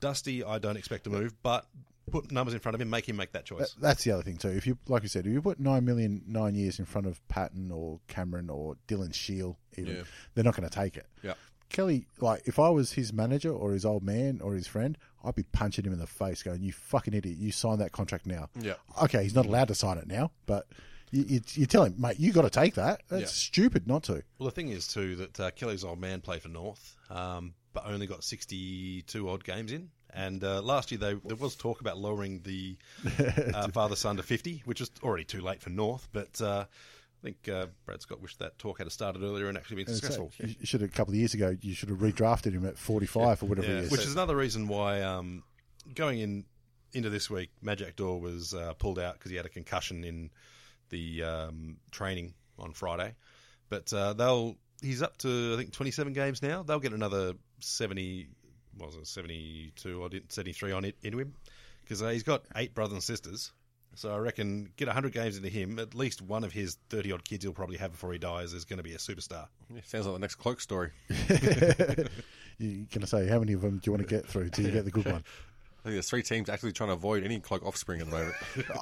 Speaker 3: Dusty, I don't expect to move, but put numbers in front of him, make him make that choice.
Speaker 2: That- That's the other thing too. If you, like you said, if you put nine million nine years in front of Patton or Cameron or Dylan Shield, even
Speaker 4: Yeah.
Speaker 2: they're not going to take it.
Speaker 4: yeah,
Speaker 2: Kelly, like if I was his manager or his old man or his friend, I'd be punching him in the face, going, "You fucking idiot! You signed that contract now."
Speaker 4: <laughs> Yeah.
Speaker 2: Okay, he's not allowed to sign it now, but you, you, you tell him, mate, you got to take that. That's
Speaker 4: Yeah.
Speaker 2: stupid not to.
Speaker 3: Well, the thing is, too, that uh, Kelly's old man played for North, um, but only got 62 odd games in. And uh, last year, they, there was talk about lowering the uh, father son to 50, which is already too late for North. But uh, I think uh, Brad Scott wished that talk had started earlier and actually been successful.
Speaker 2: You should have a couple of years ago. You should have redrafted him at forty-five or whatever
Speaker 3: Yeah,
Speaker 2: it is.
Speaker 3: which is another reason why um, going in into this week, Magic Door was uh, pulled out because he had a concussion in the um, training on Friday. But uh, they'll he's up to I think 27 games now. They'll get another 70, what was it 72 or 73 on it into him because uh, he's got eight brothers and sisters. So I reckon get 100 games into him. At least one of his 30 odd kids he'll probably have before he dies is going to be a superstar.
Speaker 4: sounds like the next cloak story. I
Speaker 2: You're going to say, how many of them do you want to get through till you get the good
Speaker 4: <laughs>
Speaker 2: one?
Speaker 4: think there's three teams actually trying to avoid any cloak offspring at the moment.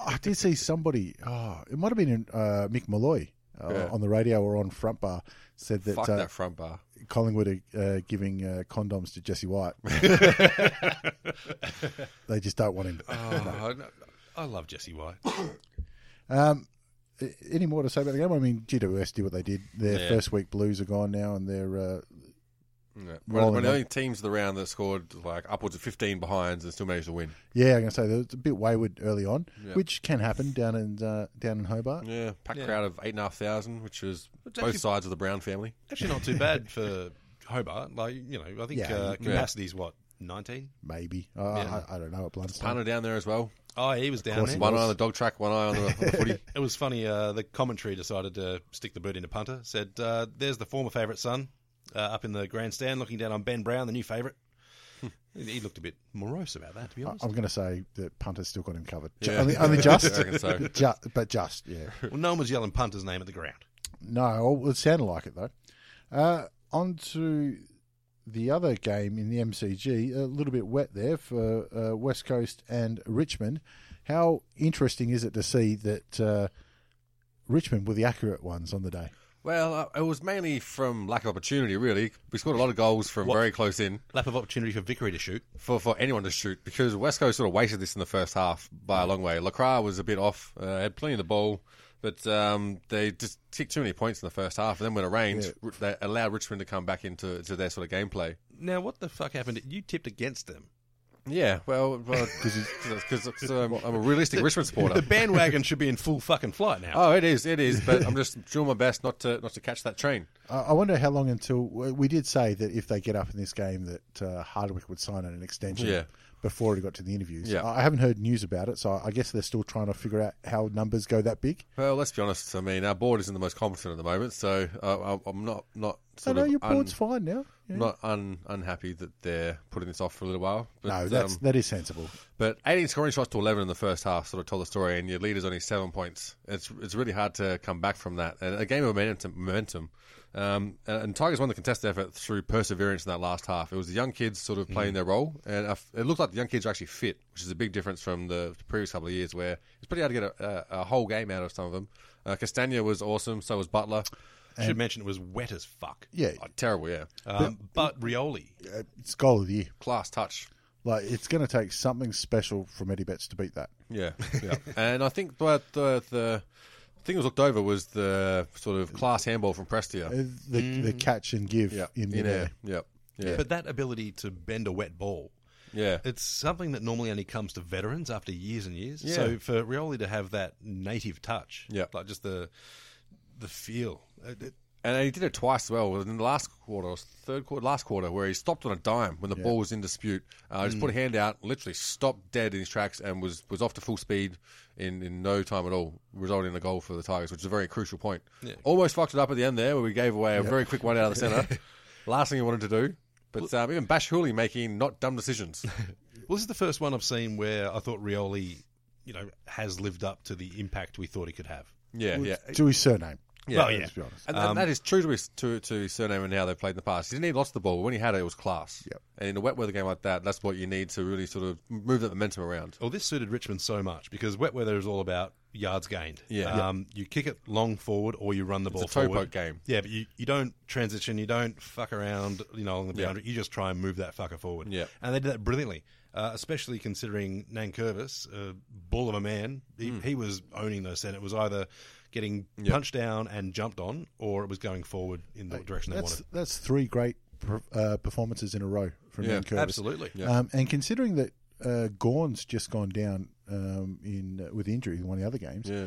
Speaker 2: I did see somebody. Oh, it might have been uh, Mick Malloy uh,
Speaker 4: Yeah.
Speaker 2: on the radio or on Front Bar said <laughs> that,
Speaker 4: Fuck
Speaker 2: uh,
Speaker 4: that
Speaker 2: <laughs>
Speaker 4: front bar.
Speaker 2: Collingwood are uh, giving uh, condoms to Jesse
Speaker 4: <laughs>
Speaker 2: White. they just don't want him.
Speaker 3: Oh, I I love Jesse White.
Speaker 2: Um, a- any more to say about the game? I mean, GWS did what they did. Their first week Blues are gone now, and they're uh,
Speaker 4: Yeah. One,
Speaker 2: Rolling
Speaker 4: of- one of the
Speaker 2: on.
Speaker 4: only teams of the round that scored like upwards of 15 behinds and still managed to win.
Speaker 2: yeah, I'm going to say they're a bit wayward early on,
Speaker 4: Yeah.
Speaker 2: which can happen down in uh, down in Hobart.
Speaker 4: Yeah, packed
Speaker 3: Yeah.
Speaker 4: crowd of eight and a half thousand, which was
Speaker 3: It's
Speaker 4: both
Speaker 3: actually-
Speaker 4: sides of the Brown family.
Speaker 3: actually not too bad for Hobart. Like you know, I think
Speaker 2: Yeah.
Speaker 3: uh,
Speaker 4: Yeah.
Speaker 3: capacity's what nineteen.
Speaker 2: Maybe I
Speaker 3: Yeah.
Speaker 2: I, I don't know at Blundstone.
Speaker 4: Punter down there as well.
Speaker 3: Oh, he was down there.
Speaker 4: One eye on the dog track, one eye on the, on the footy.
Speaker 3: It was funny. Uh, the commentary decided to stick the boot into punter. Said, uh, "There's the former favourite son uh, up in the grandstand, looking down on Ben Brown, the new favourite." <laughs> he he looked a bit morose about that, to be
Speaker 2: I-
Speaker 3: honest.
Speaker 2: I'm going to say that punter's still got him covered. Ju-
Speaker 4: Yeah.
Speaker 2: Only, only just,
Speaker 4: <laughs> I reckon so.
Speaker 2: <laughs> Ju- but just, yeah.
Speaker 3: well, no one was yelling punter's name at the ground.
Speaker 2: No, oh, well, it sounded like it though. Uh, on to the other game in the MCG. A little bit wet there for uh, West Coast and Richmond. How interesting is it to see that uh, Richmond were the accurate ones on the day?
Speaker 4: <laughs> Well, uh, it was mainly from lack of opportunity, really. We scored a lot of goals from very close in
Speaker 3: Lap of opportunity for Vickery to shoot.
Speaker 4: for, for anyone to shoot because West Coast sort of wasted this in the first half by a long way. Lacroix was a bit off, uh, had plenty of the ball. But um, they just kicked too many points in the first half, and then when it rains, r they allow Richmond to come back into to their sort of gameplay.
Speaker 3: Now, what the fuck happened? You tipped against them.
Speaker 4: Yeah, well, because I'm, um, I'm a realistic Richmond supporter.
Speaker 3: The bandwagon should be in full fucking flight now.
Speaker 4: Oh, it is, it is. But I'm just doing my best not to not to catch that train.
Speaker 2: I I wonder how long until we we did say that if they get up in this game, that uh, Hardwick would sign an extension
Speaker 4: Yeah.
Speaker 2: before it got to the interviews.
Speaker 4: Yeah.
Speaker 2: I I haven't heard news about it, so I guess they're still trying to figure out how numbers go that big.
Speaker 4: Well, let's be honest. I mean, our board isn't the most competent at the moment, so uh, I- I'm not not
Speaker 2: So
Speaker 4: sort
Speaker 2: no,
Speaker 4: of
Speaker 2: your
Speaker 4: un-
Speaker 2: board's fine now. Yeah.
Speaker 4: not un, unhappy that they're putting this off for a little while. But,
Speaker 2: no, that's
Speaker 4: um,
Speaker 2: that is sensible.
Speaker 4: but 18 scoring shots to 11 in the first half sort of told the story, and your leader's only seven points. It's it's really hard to come back from that. And a game of momentum. momentum. Um, and, and Tigers won the contested effort through perseverance in that last half. It was the young kids sort
Speaker 2: Mm-hmm.
Speaker 4: of playing their role, and I f- it looked like the young kids are actually fit, which is a big difference from the previous couple of years where it's pretty hard to get a, a, a whole game out of some of them. Uh, Castagna was awesome, so was Butler.
Speaker 3: should mention it was wet as fuck.
Speaker 2: Yeah, uh,
Speaker 4: Oh, terrible, yeah.
Speaker 3: Um, but Rioli,
Speaker 2: it's goal of the year.
Speaker 4: Class touch.
Speaker 2: Like it's going to take something special from Eddie Betts to beat that.
Speaker 4: <laughs> Yeah, yeah. and I think the, the the thing that was looked over was the sort of class handball from
Speaker 2: Uh,
Speaker 4: Prestia.
Speaker 2: The the catch and give in
Speaker 4: Mm. in
Speaker 2: midair.
Speaker 4: air. Yep. Yeah.
Speaker 3: but that ability to bend a wet ball,
Speaker 4: yeah.
Speaker 3: it's something that normally only comes to veterans after years and years.
Speaker 4: Yeah.
Speaker 3: So for Rioli to have that native touch,
Speaker 4: Yeah.
Speaker 3: like just the the feel. Uh, It- it-
Speaker 4: And he did it twice as well in the last quarter, or third quarter, last quarter, where he stopped on a dime when the ball was in dispute. Uh, just put a hand out, literally stopped dead in his tracks, and was, was off to full speed in, in no time at all, resulting in a goal for the Tigers, which is a very crucial point. Almost fucked it up at the end there, where we gave away a very quick one out of the <laughs> centre. last thing he wanted to do. But um, even Bash Hooley making not dumb decisions.
Speaker 3: well, this is the first one I've seen where I thought Rioli, you know, has lived up to the impact we thought he could have.
Speaker 4: Yeah, yeah.
Speaker 2: To his surname.
Speaker 4: Yeah. Well,
Speaker 3: yeah. Um,
Speaker 2: Let's be honest.
Speaker 4: And, and that is true to his to, to his surname and how they played in the past. He didn't need lots of the ball. When he had it, it was class.
Speaker 2: Yep.
Speaker 4: And in a wet weather game like that, that's what you need to really sort of move that momentum around.
Speaker 3: Well, Oh, this suited Richmond so much because wet weather is all about yards gained.
Speaker 4: Yeah.
Speaker 3: Um, you kick it long forward or you run the ball
Speaker 4: a toe
Speaker 3: forward.
Speaker 4: poke game.
Speaker 3: Yeah, but you, you don't transition, you don't fuck around, you know, along the
Speaker 4: Yeah.
Speaker 3: boundary. You just try and move that fucker forward.
Speaker 4: Yeah.
Speaker 3: And they did that brilliantly, uh, especially considering Nankervis, a bull of a man, he,
Speaker 4: Hmm.
Speaker 3: he was owning those and it was either getting punched down and jumped on or it was going forward in the direction they
Speaker 2: That's
Speaker 3: wanted.
Speaker 2: that's three great per- uh, performances in a row from
Speaker 4: Yeah,
Speaker 2: Ian Curtis.
Speaker 3: Absolutely.
Speaker 2: Um, and considering that uh, Gorn's just gone down um, in uh, with injury in one of the other games,
Speaker 4: Yeah.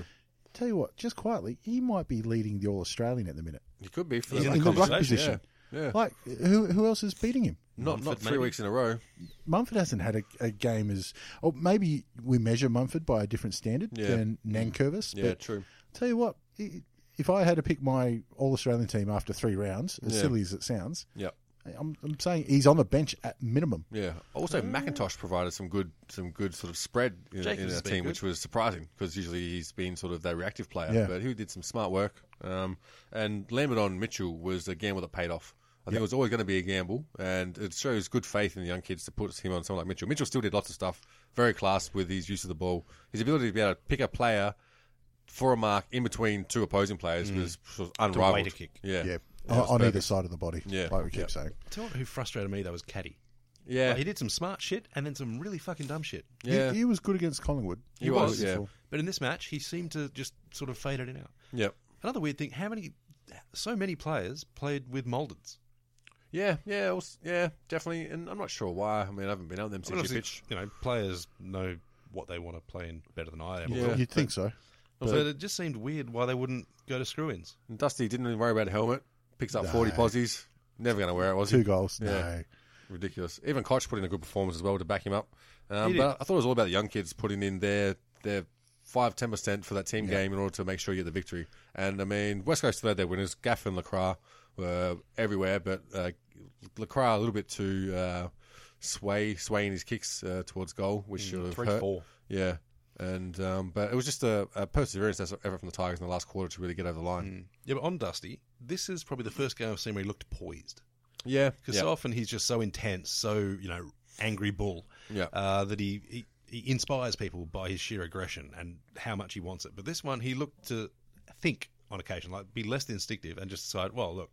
Speaker 2: tell you what, just quietly, he might be leading the All Australian at the minute
Speaker 4: He could be for
Speaker 3: He's
Speaker 4: the,
Speaker 3: in
Speaker 2: in the
Speaker 3: conversation,
Speaker 2: ruck position.
Speaker 4: Yeah. yeah.
Speaker 2: Like who who else is beating him?
Speaker 4: Not, not
Speaker 3: Mumford,
Speaker 4: three
Speaker 3: maybe.
Speaker 4: weeks in a row.
Speaker 2: Mumford hasn't had a, a game as, or maybe we measure Mumford by a different standard
Speaker 4: Yeah. Mm.
Speaker 2: than Nankervis.
Speaker 4: Yeah,
Speaker 2: but
Speaker 4: true.
Speaker 2: Tell you what, i- if I had to pick my All Australian team after three rounds, as
Speaker 4: Yeah.
Speaker 2: silly as it sounds,
Speaker 4: Yep.
Speaker 2: I'm, I'm saying he's on the bench at minimum.
Speaker 4: Yeah. Also, McIntosh provided some good, some good sort of spread in, in
Speaker 3: Jacobs
Speaker 4: our
Speaker 3: has been
Speaker 4: team,
Speaker 3: good.
Speaker 4: which was surprising because usually he's been sort of that reactive player.
Speaker 2: Yeah.
Speaker 4: But he did some smart work. Um, and Lambert on Mitchell was a gamble that paid off. I think it was always going to be a gamble, and it shows good faith in the young kids to put him on someone like Mitchell. Mitchell still did lots of stuff, very class with his use of the ball, his ability to be able to pick a player for a mark in between two opposing players
Speaker 3: Mm.
Speaker 4: was sort of unrivaled.
Speaker 3: a kick.
Speaker 4: Yeah,
Speaker 2: Yeah,
Speaker 4: it
Speaker 2: on,
Speaker 4: was
Speaker 2: on either
Speaker 4: perfect.
Speaker 2: side of the body,
Speaker 4: Yeah.
Speaker 2: like we keep
Speaker 4: Yeah.
Speaker 2: saying.
Speaker 3: Tell you what, who frustrated me, though, was Caddy.
Speaker 4: Yeah,
Speaker 3: Like, he did some smart shit and then some really fucking dumb shit.
Speaker 4: yeah,
Speaker 2: He, he was good against Collingwood.
Speaker 4: He was, yeah.
Speaker 3: But in this match, he seemed to just sort of fade it out.
Speaker 4: yep.
Speaker 3: Another weird thing: how many, so many players played with Maldens?
Speaker 4: Yeah, yeah, it was- yeah, definitely. And I'm not sure why. I mean, I haven't been out them
Speaker 3: I mean,
Speaker 4: since you
Speaker 3: obviously,
Speaker 4: pitch.
Speaker 3: you know, players know what they want to play in better than I ever
Speaker 4: Yeah.
Speaker 3: will.
Speaker 2: You'd think so.
Speaker 3: But, it just seemed weird why they wouldn't go to screw-ins.
Speaker 4: And Dusty didn't even worry about a helmet. Picks up 40 posies. Never going to wear it, was he?
Speaker 2: Two goals. No.
Speaker 4: Ridiculous. Even Koch put in a good performance as well to back him up. Um,
Speaker 3: He
Speaker 4: but
Speaker 3: did.
Speaker 4: I thought it was all about the young kids putting in their their five ten percent for that team game in order to make sure you get the victory. And I mean, West Coast still had their winners. Gaff and Lacroix were everywhere, but uh, Lacroix a little bit too uh, sway swaying his kicks uh, towards goal, which should have
Speaker 3: Mm, three,
Speaker 4: hurt.
Speaker 3: four.
Speaker 4: Yeah. And um, but it was just a, a perseverance effort from the Tigers in the last quarter to really get over the line.
Speaker 3: Yeah, but on Dusty, this is probably the first game I've seen where he looked poised.
Speaker 4: Yeah,
Speaker 3: Because so often he's just so intense, so you know, angry bull,
Speaker 4: Yeah.
Speaker 3: uh, that he, he he inspires people by his sheer aggression and how much he wants it. But this one, he looked to think on occasion, like be less instinctive and just decide, well, look,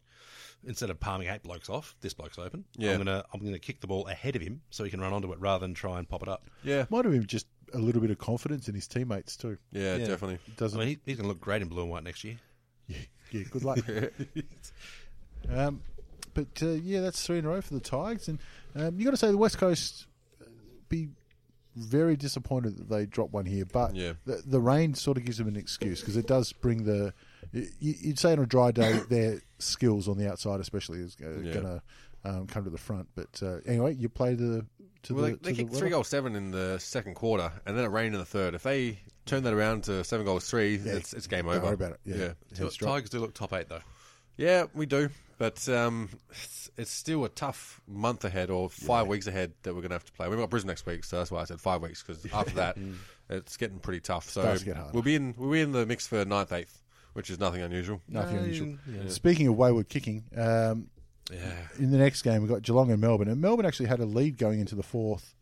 Speaker 3: instead of palming eight blokes off, this bloke's open.
Speaker 4: Yeah.
Speaker 3: I'm gonna I'm gonna kick the ball ahead of him so he can run onto it rather than try and pop it up.
Speaker 4: yeah.
Speaker 2: Might have been just a little bit of confidence in his teammates too.
Speaker 4: Yeah, definitely.
Speaker 3: I
Speaker 2: Doesn't
Speaker 3: mean, he, he's going to look great in blue and white next year.
Speaker 2: Yeah, good
Speaker 4: <laughs>
Speaker 2: luck. um, but uh, yeah, that's three in a row for the Tigers, and um, you got to say the West Coast uh, be very disappointed that they dropped one here. But
Speaker 4: Yeah.
Speaker 2: the, the rain sort of gives them an excuse because it does bring the. y- y- You'd say on a dry day, <coughs> their skills on the outside, especially, is going
Speaker 4: Yeah.
Speaker 2: to um, come to the front. But uh, anyway, you play the to
Speaker 4: Well,
Speaker 2: the
Speaker 4: they, they
Speaker 2: to the
Speaker 4: kicked three
Speaker 2: weather.
Speaker 4: goals seven in the second quarter, and then it rained in the third. If they turn that around to seven goals three, it's, it's game
Speaker 2: Don't
Speaker 4: over.
Speaker 2: worry about it. Yeah,
Speaker 4: yeah,
Speaker 3: Look, Tigers do look top eight though.
Speaker 4: Yeah, we do. But um, it's, it's still a tough month ahead or five weeks ahead that we're going to have to play. We've got Brisbane next week, so that's why I said five weeks
Speaker 2: <laughs>
Speaker 4: because after that, it's getting pretty tough. So
Speaker 2: Mm. Starts to get harder.
Speaker 4: we'll be in we'll be in the mix for ninth, eighth, which is nothing unusual.
Speaker 2: nothing unusual. Speaking of wayward kicking, um, in the next game we've got Geelong and Melbourne, and Melbourne actually had a lead going into the fourth,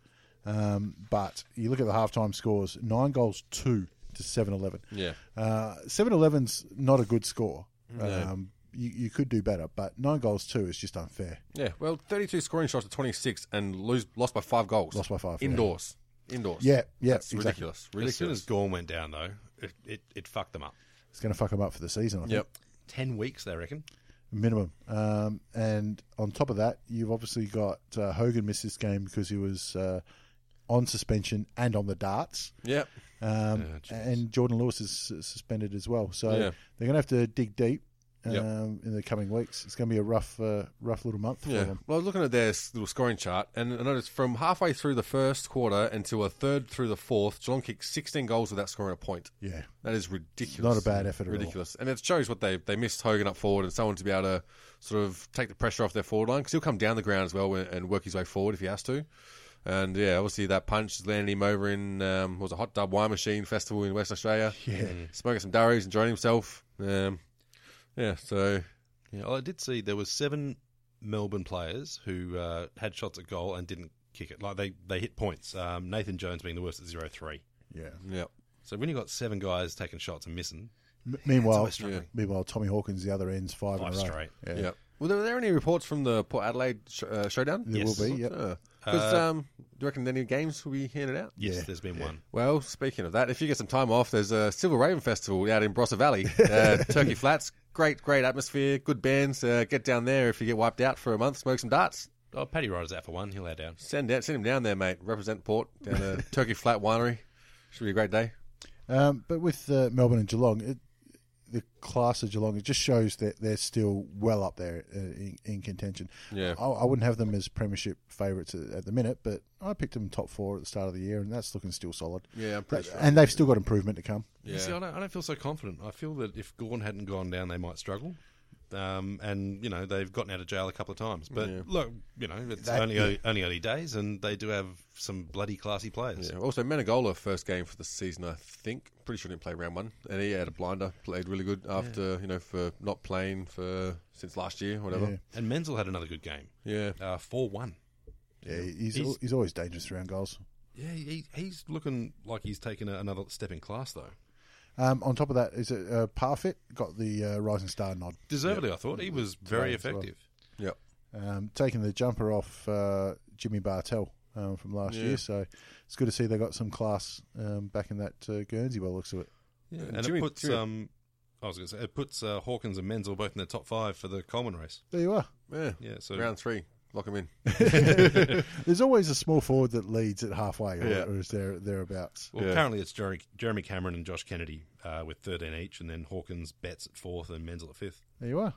Speaker 2: um, but you look at the halftime scores: nine goals, two to seven eleven. Uh,
Speaker 4: Yeah,
Speaker 2: Seven eleven's not a good score. Um, you, you could do better, but nine goals two is just unfair.
Speaker 4: yeah. Well, thirty-two scoring shots to twenty-six and lose lost by five goals.
Speaker 2: Lost by five, yeah.
Speaker 4: indoors. Indoors.
Speaker 2: Yeah, yeah,
Speaker 4: That's
Speaker 2: exactly.
Speaker 4: ridiculous.
Speaker 3: As soon
Speaker 4: Ridiculous.
Speaker 3: as Gorn went down though, it, it, it fucked them up.
Speaker 2: It's going to fuck them up for the season. I think.
Speaker 4: Yep.
Speaker 3: Ten weeks, they reckon.
Speaker 2: minimum. Um, and on top of that, you've obviously got uh, Hogan missed this game because he was uh, on suspension and on the darts.
Speaker 4: Yep.
Speaker 2: Um, and Jordan Lewis is su- suspended as well. So
Speaker 4: Yeah.
Speaker 2: they're going to have to dig deep um,
Speaker 4: Yep.
Speaker 2: in the coming weeks. It's going to be a rough, uh, rough little month for
Speaker 4: Yeah.
Speaker 2: them.
Speaker 4: Well, I was looking at their s- little scoring chart, and I noticed from halfway through the first quarter until a third through the fourth, Geelong kicked 16 goals without scoring a point.
Speaker 2: Yeah.
Speaker 4: That is ridiculous.
Speaker 2: Not a bad effort at all.
Speaker 4: Ridiculous. And it shows what they they missed Hogan up forward and someone to be able to sort of take the pressure off their forward line because he'll come down the ground as well and- and work his way forward if he has to. And yeah, obviously that punch is landing him over in um, what was a hot dub wine machine festival in West Australia. Yeah, smoking some durries, enjoying himself. Um, yeah, so
Speaker 3: Yeah, well, I did see there was seven Melbourne players who uh, had shots at goal and didn't kick it. Like they, they hit points. Um, Nathan Jones being the worst at zero three.
Speaker 2: Yeah.
Speaker 4: yeah,
Speaker 3: So when you got seven guys taking shots and missing,
Speaker 2: M- meanwhile,
Speaker 3: always struggling.
Speaker 2: meanwhile, Tommy Hawkins the other end's five,
Speaker 3: Five
Speaker 2: in a row.
Speaker 3: straight.
Speaker 2: Yeah.
Speaker 4: Yeah. Well, were there any reports from the Port Adelaide sh- uh, showdown?
Speaker 2: There
Speaker 3: Yes.
Speaker 2: will be. Yep. Uh,
Speaker 4: Because um, do you reckon any games will be handed out?
Speaker 3: yes,
Speaker 2: Yeah.
Speaker 3: there's been one.
Speaker 4: Well, speaking of that, if you get some time off, there's a Silver Raven Festival out in
Speaker 2: <laughs>
Speaker 4: Brossa Valley, uh, Turkey Flats. Great, great atmosphere, good bands. Uh, get down there if you get wiped out for a month, smoke some darts.
Speaker 3: Oh, Paddy Ryder's out for one. He'll head down.
Speaker 4: Send out, send him down there, mate. Represent Port down the Turkey Flat Winery. Should be a great day.
Speaker 2: Um, but with uh, Melbourne and Geelong, it, the class of Geelong, it just shows that they're still well up there uh, in, in contention.
Speaker 4: Yeah.
Speaker 2: I, I wouldn't have them as premiership favourites at, at the minute, but I picked them top four at the start of the year, and that's looking still solid.
Speaker 4: Yeah, I'm pretty
Speaker 2: But-
Speaker 4: sure.
Speaker 2: And they've still got improvement to come.
Speaker 3: You see, I don't, I don't feel so confident. I feel that if Gorn hadn't gone down, they might struggle. Um, and you know they've gotten out of jail a couple of times, but look, you know it's only early, only early days, and they do have some bloody classy players.
Speaker 4: Yeah. Also, Menegola first game for the season, I think. Pretty sure he didn't play round one, and he had a blinder. Played really good after you know for not playing for since last year, whatever.
Speaker 3: And Menzel had another good game,
Speaker 4: Yeah,
Speaker 3: uh, four one.
Speaker 2: Yeah, he's,
Speaker 3: He's-
Speaker 2: he's, always dangerous around goals.
Speaker 3: Yeah, he, he's looking like he's taken a, another step in class, though.
Speaker 2: Um, on top of that, is it uh, Parfit got the uh, Rising Star nod,
Speaker 3: Deservedly, I thought he was very
Speaker 2: as well.
Speaker 3: effective.
Speaker 4: yeah.
Speaker 2: um, taking the jumper off uh, Jimmy Bartell um, from last year. So it's good to see they got some class um, back in that uh, Guernsey by the looks of it.
Speaker 3: Yeah,
Speaker 4: And
Speaker 3: and
Speaker 4: Jimmy-
Speaker 3: it puts
Speaker 4: Jimmy-
Speaker 3: um, I was going to say it puts uh, Hawkins and Menzel both in the top five for the Coleman race.
Speaker 2: There you are.
Speaker 4: yeah,
Speaker 3: Yeah, so-
Speaker 4: round three, lock him in.
Speaker 2: There's always a small forward that leads at halfway, or,
Speaker 4: Yeah.
Speaker 2: or is there thereabouts?
Speaker 3: Well,
Speaker 4: Yeah.
Speaker 3: currently it's Jeremy, Jeremy Cameron and Josh Kennedy uh, with 13 each, and then Hawkins bets at fourth and Menzel at fifth.
Speaker 2: There you are.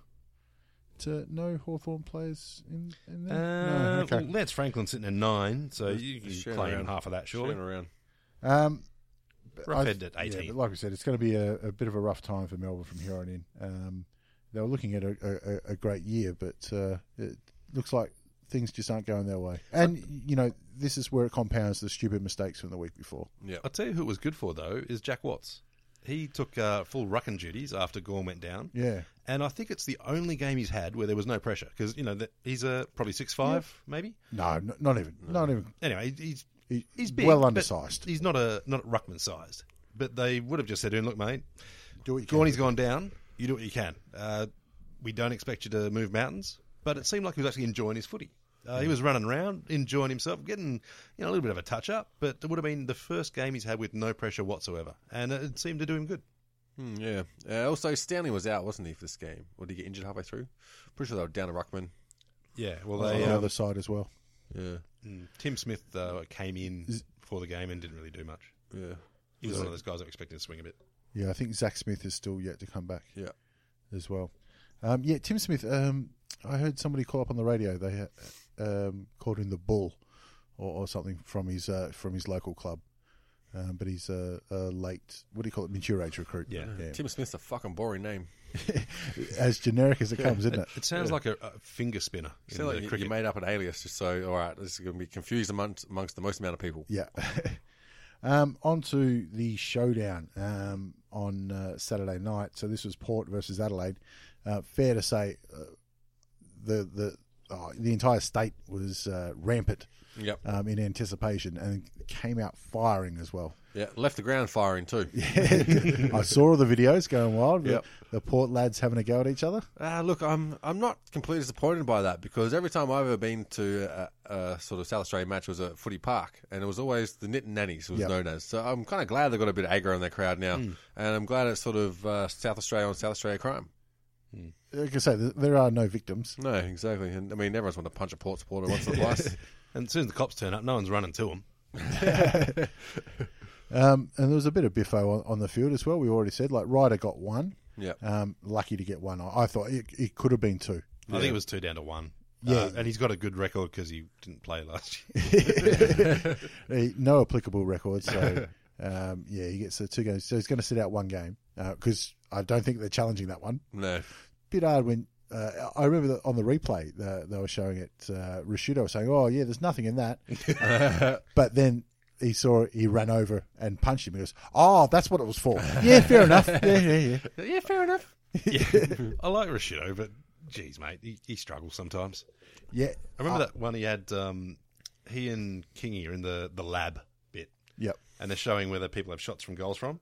Speaker 2: To no Hawthorn players in, in there.
Speaker 3: Uh,
Speaker 2: no, Mm. Oh, okay.
Speaker 3: well, Lance Franklin sitting at nine, so you can
Speaker 4: Sharing
Speaker 3: play around
Speaker 4: around.
Speaker 3: half of that, surely.
Speaker 4: Sharing around.
Speaker 2: Um,
Speaker 3: Rough
Speaker 2: I-
Speaker 3: end at
Speaker 2: yeah,
Speaker 3: 18.
Speaker 2: but like we said, it's going to be a, a bit of a rough time for Melbourne from here on in. Um, they were looking at a, a- a, a great year, but uh, it looks like things just aren't going their way. And you know, this is where it compounds the stupid mistakes from the week before.
Speaker 4: Yeah,
Speaker 3: I'll tell you who it was good for, though, is Jack Watts. He took uh, full rucking duties after Gorn went down.
Speaker 2: Yeah,
Speaker 3: And I think it's the only game he's had where there was no pressure because you know that he's uh, probably six five maybe.
Speaker 2: no, n- not even, not even.
Speaker 3: Anyway, he's
Speaker 2: He-
Speaker 3: he's big,
Speaker 2: well
Speaker 3: but
Speaker 2: undersized.
Speaker 3: He's not a not ruckman sized, but they would have just said to him, "Look, mate,
Speaker 2: Do what you can.
Speaker 3: Gorney's gone down. You do what you can. Uh, we don't expect you to move mountains." But it seemed like he was actually enjoying his footy. Uh, he was running around, enjoying himself, getting you know a little bit of a touch up, but it would have been the first game he's had with no pressure whatsoever, and it- it seemed to do him good.
Speaker 4: Hmm, yeah. Uh, also, Stanley was out, wasn't he, for this game? Or did he get injured halfway through? Pretty sure they were down a ruckman.
Speaker 3: Yeah, well,
Speaker 2: on
Speaker 3: they,
Speaker 2: the
Speaker 3: um,
Speaker 2: other side as well.
Speaker 4: Yeah.
Speaker 3: mm, Tim Smith uh, came in for the game and didn't really do much.
Speaker 4: Yeah.
Speaker 3: He was one of those guys I'm expecting to swing a bit.
Speaker 2: Yeah, I think Zach Smith is still yet to come back
Speaker 4: Yeah.
Speaker 2: as well. Um, yeah, Tim Smith. Um, I heard somebody call up on the radio. They uh, um, called him the Bull or, or something from his uh, from his local club. Um, but he's a, a late, what do you call it, mature age recruit.
Speaker 3: Yeah.
Speaker 4: Tim Smith's a fucking boring name.
Speaker 2: as generic as it comes, isn't it?
Speaker 3: It sounds like a, a finger spinner in
Speaker 4: Sound
Speaker 3: the
Speaker 4: like you- you,
Speaker 3: cricket.
Speaker 4: made up an alias just so, all right, this is going to be confused amongst, amongst the most amount of people.
Speaker 2: Yeah. <laughs> um, on to the showdown um, on uh, Saturday night. So this was Port versus Adelaide. Uh, fair to say, uh, the the oh, the entire state was uh, rampant
Speaker 4: Yep.
Speaker 2: um, in anticipation and came out firing as well. <laughs>
Speaker 4: Yeah. Left the ground firing, too.
Speaker 2: I saw all the videos going wild.
Speaker 4: Yep.
Speaker 2: The, the Port lads having a go at each other.
Speaker 4: Ah, look, I'm I'm not completely disappointed by that because every time I've ever been to a, a sort of South Australian match was at Footy Park, and it was always the Knit and Nannies was
Speaker 2: Yeah. Mm.
Speaker 4: known as. So I'm kind of glad they got a bit of aggro in their crowd now, and I'm glad it's sort of uh, South Australia on South Australia crime.
Speaker 2: Like I say, th- there are no victims.
Speaker 4: No, exactly. And I mean, everyone's want to punch a port supporter once
Speaker 2: <laughs>
Speaker 4: or twice.
Speaker 3: And as soon as the cops turn up, no one's running to him.
Speaker 2: Um, and there was a bit of biffo on, on the field as well. We already said, like Ryder got one.
Speaker 4: Yeah,
Speaker 2: Um, lucky to get one. I, I thought it, it could have been two.
Speaker 3: I think it was two down to one.
Speaker 2: Yeah.
Speaker 3: Uh, and he's got a good record because he didn't play last <laughs> year.
Speaker 2: Uh, no applicable record. So, um, yeah, he gets the two games. So he's going to sit out one game because I don't think they're challenging that one.
Speaker 4: no,
Speaker 2: Bit hard when uh, I remember that on the replay uh, they were showing it. Uh, Rashido was saying, "Oh yeah, there's nothing in that," but then. He saw he ran over and punched him. He goes, "Oh, that's what it was for." Yeah, fair enough. Yeah, yeah, yeah.
Speaker 4: yeah, fair enough.
Speaker 3: <laughs> yeah. I like Rashido, but geez, mate, he, he struggles sometimes.
Speaker 2: Yeah,
Speaker 3: I remember
Speaker 4: Uh,
Speaker 3: that one he had. Um, he and Kingy are in the, the lab bit,
Speaker 2: yep.
Speaker 3: and they're showing where the people have shots from goals from.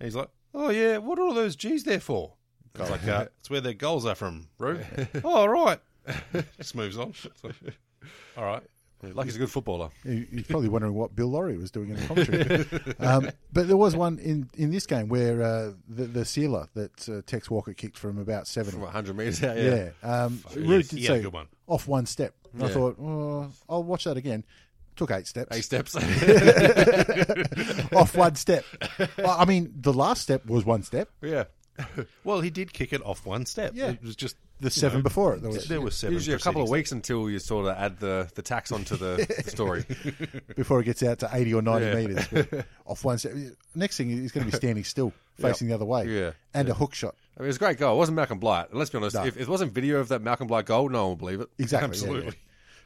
Speaker 3: And he's like, "Oh yeah, what are all those G's there for?" I was like, uh,
Speaker 4: <laughs>
Speaker 3: "It's where their goals are from, Roo." oh right, <laughs> just moves on. It's like, all right,
Speaker 4: Like he's a good footballer.
Speaker 2: He- He's probably wondering what Bill Laurie was doing in the commentary. um, but there was one in, in this game where uh, the, the sealer that uh, Tex Walker kicked from about 70.
Speaker 4: From 100 metres out, yeah.
Speaker 2: Yeah. Um, Rude
Speaker 3: yes,
Speaker 2: did
Speaker 3: he had a
Speaker 2: say
Speaker 3: good one.
Speaker 2: off one step. And I
Speaker 4: Yeah.
Speaker 2: thought, oh, I'll watch that again. Took eight steps. <laughs>
Speaker 4: Eight steps.
Speaker 2: off one step. <laughs> Well, I mean, the last step was one step.
Speaker 4: yeah.
Speaker 3: <laughs> Well, he did kick it off one step.
Speaker 2: Yeah.
Speaker 3: It was just
Speaker 2: The seven before it. There was,
Speaker 3: <laughs> there were seven.
Speaker 4: Usually a couple of
Speaker 3: proceedings.
Speaker 4: weeks until you sort of add the, the tax onto the,
Speaker 2: <laughs>
Speaker 4: the story.
Speaker 2: before it gets out to 80 or 90
Speaker 4: Yeah.
Speaker 2: metres.
Speaker 3: <laughs>
Speaker 2: But off one step. Next thing, he's going to be standing still, facing the other way.
Speaker 4: Yeah.
Speaker 2: And a hook shot.
Speaker 4: I mean, it was a great goal. It wasn't Malcolm Blight. And let's be honest,
Speaker 2: No.
Speaker 4: if if it wasn't video of that Malcolm Blight goal, no one would believe it. <laughs>
Speaker 2: Exactly. yeah,
Speaker 3: Absolutely.
Speaker 2: yeah.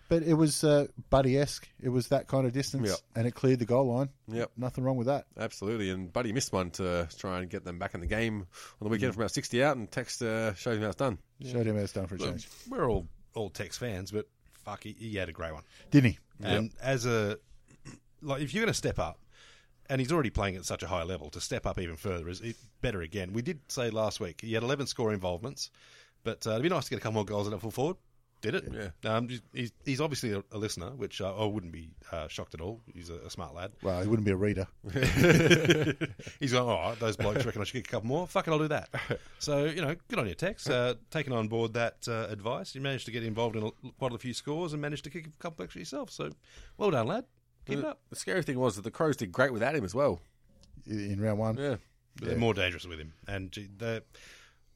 Speaker 2: But it was uh, Buddy esque. It was that kind of distance,
Speaker 4: Yep.
Speaker 2: and it cleared the goal line.
Speaker 4: Yep.
Speaker 2: Nothing wrong with that.
Speaker 4: Absolutely. And Buddy missed one to try and get them back in the game on the weekend from about 60 out, and text uh, shows him how it's done.
Speaker 2: Showed him how it's done for a change,
Speaker 3: We're all all Tex fans, but fuck, he, he had a great one.
Speaker 2: didn't he?
Speaker 3: And as a like, if you're going to step up, and he's already playing at such a high level, to step up even further is is better. Again, we did say last week he had 11 score involvements, but uh, it'd be nice to get a couple more goals in at full forward. Did it? Yeah. Um, he's, he's obviously a, a listener, which I, I wouldn't be uh, shocked at all. He's a, a smart lad.
Speaker 2: Well, he wouldn't be a reader.
Speaker 3: <laughs> He's going, all right, those blokes reckon I should get a couple more. Fucking, I'll do that. So, you know, good on your Tex. Uh, taking on board that uh, advice, you managed to get involved in a, quite a few scores and managed to kick a couple extra yourself. So, well done, lad. Keep it up.
Speaker 4: The scary thing was that the Crows did great without him as well.
Speaker 2: In round one,
Speaker 4: Yeah.
Speaker 3: But They're more dangerous with him. And gee, they're,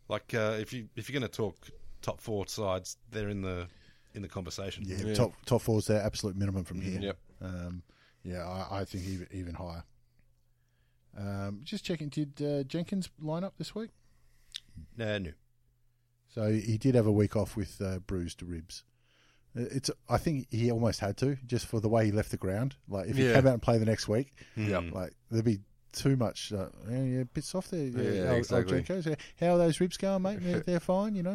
Speaker 3: like, uh, if, you, if you're going to talk top four sides, they're in the in the conversation.
Speaker 2: yeah, top top four is their absolute minimum from here.
Speaker 4: Yep.
Speaker 2: Um, yeah, I, I think even even higher. Um, just checking, did uh, Jenkins line up this week?
Speaker 3: Uh, no.
Speaker 2: So he did have a week off with uh, bruised ribs. It's I think he almost had to just for the way he left the ground. Like if he
Speaker 4: Yeah.
Speaker 2: came out and played the next week,
Speaker 4: Yep.
Speaker 2: like there'd be too much. Uh, yeah, yeah, bit soft there. Yeah,
Speaker 4: Yeah,
Speaker 2: old- old
Speaker 4: exactly.
Speaker 2: Jenko's. Yeah, How are those ribs going, mate? They're, they're fine, you know.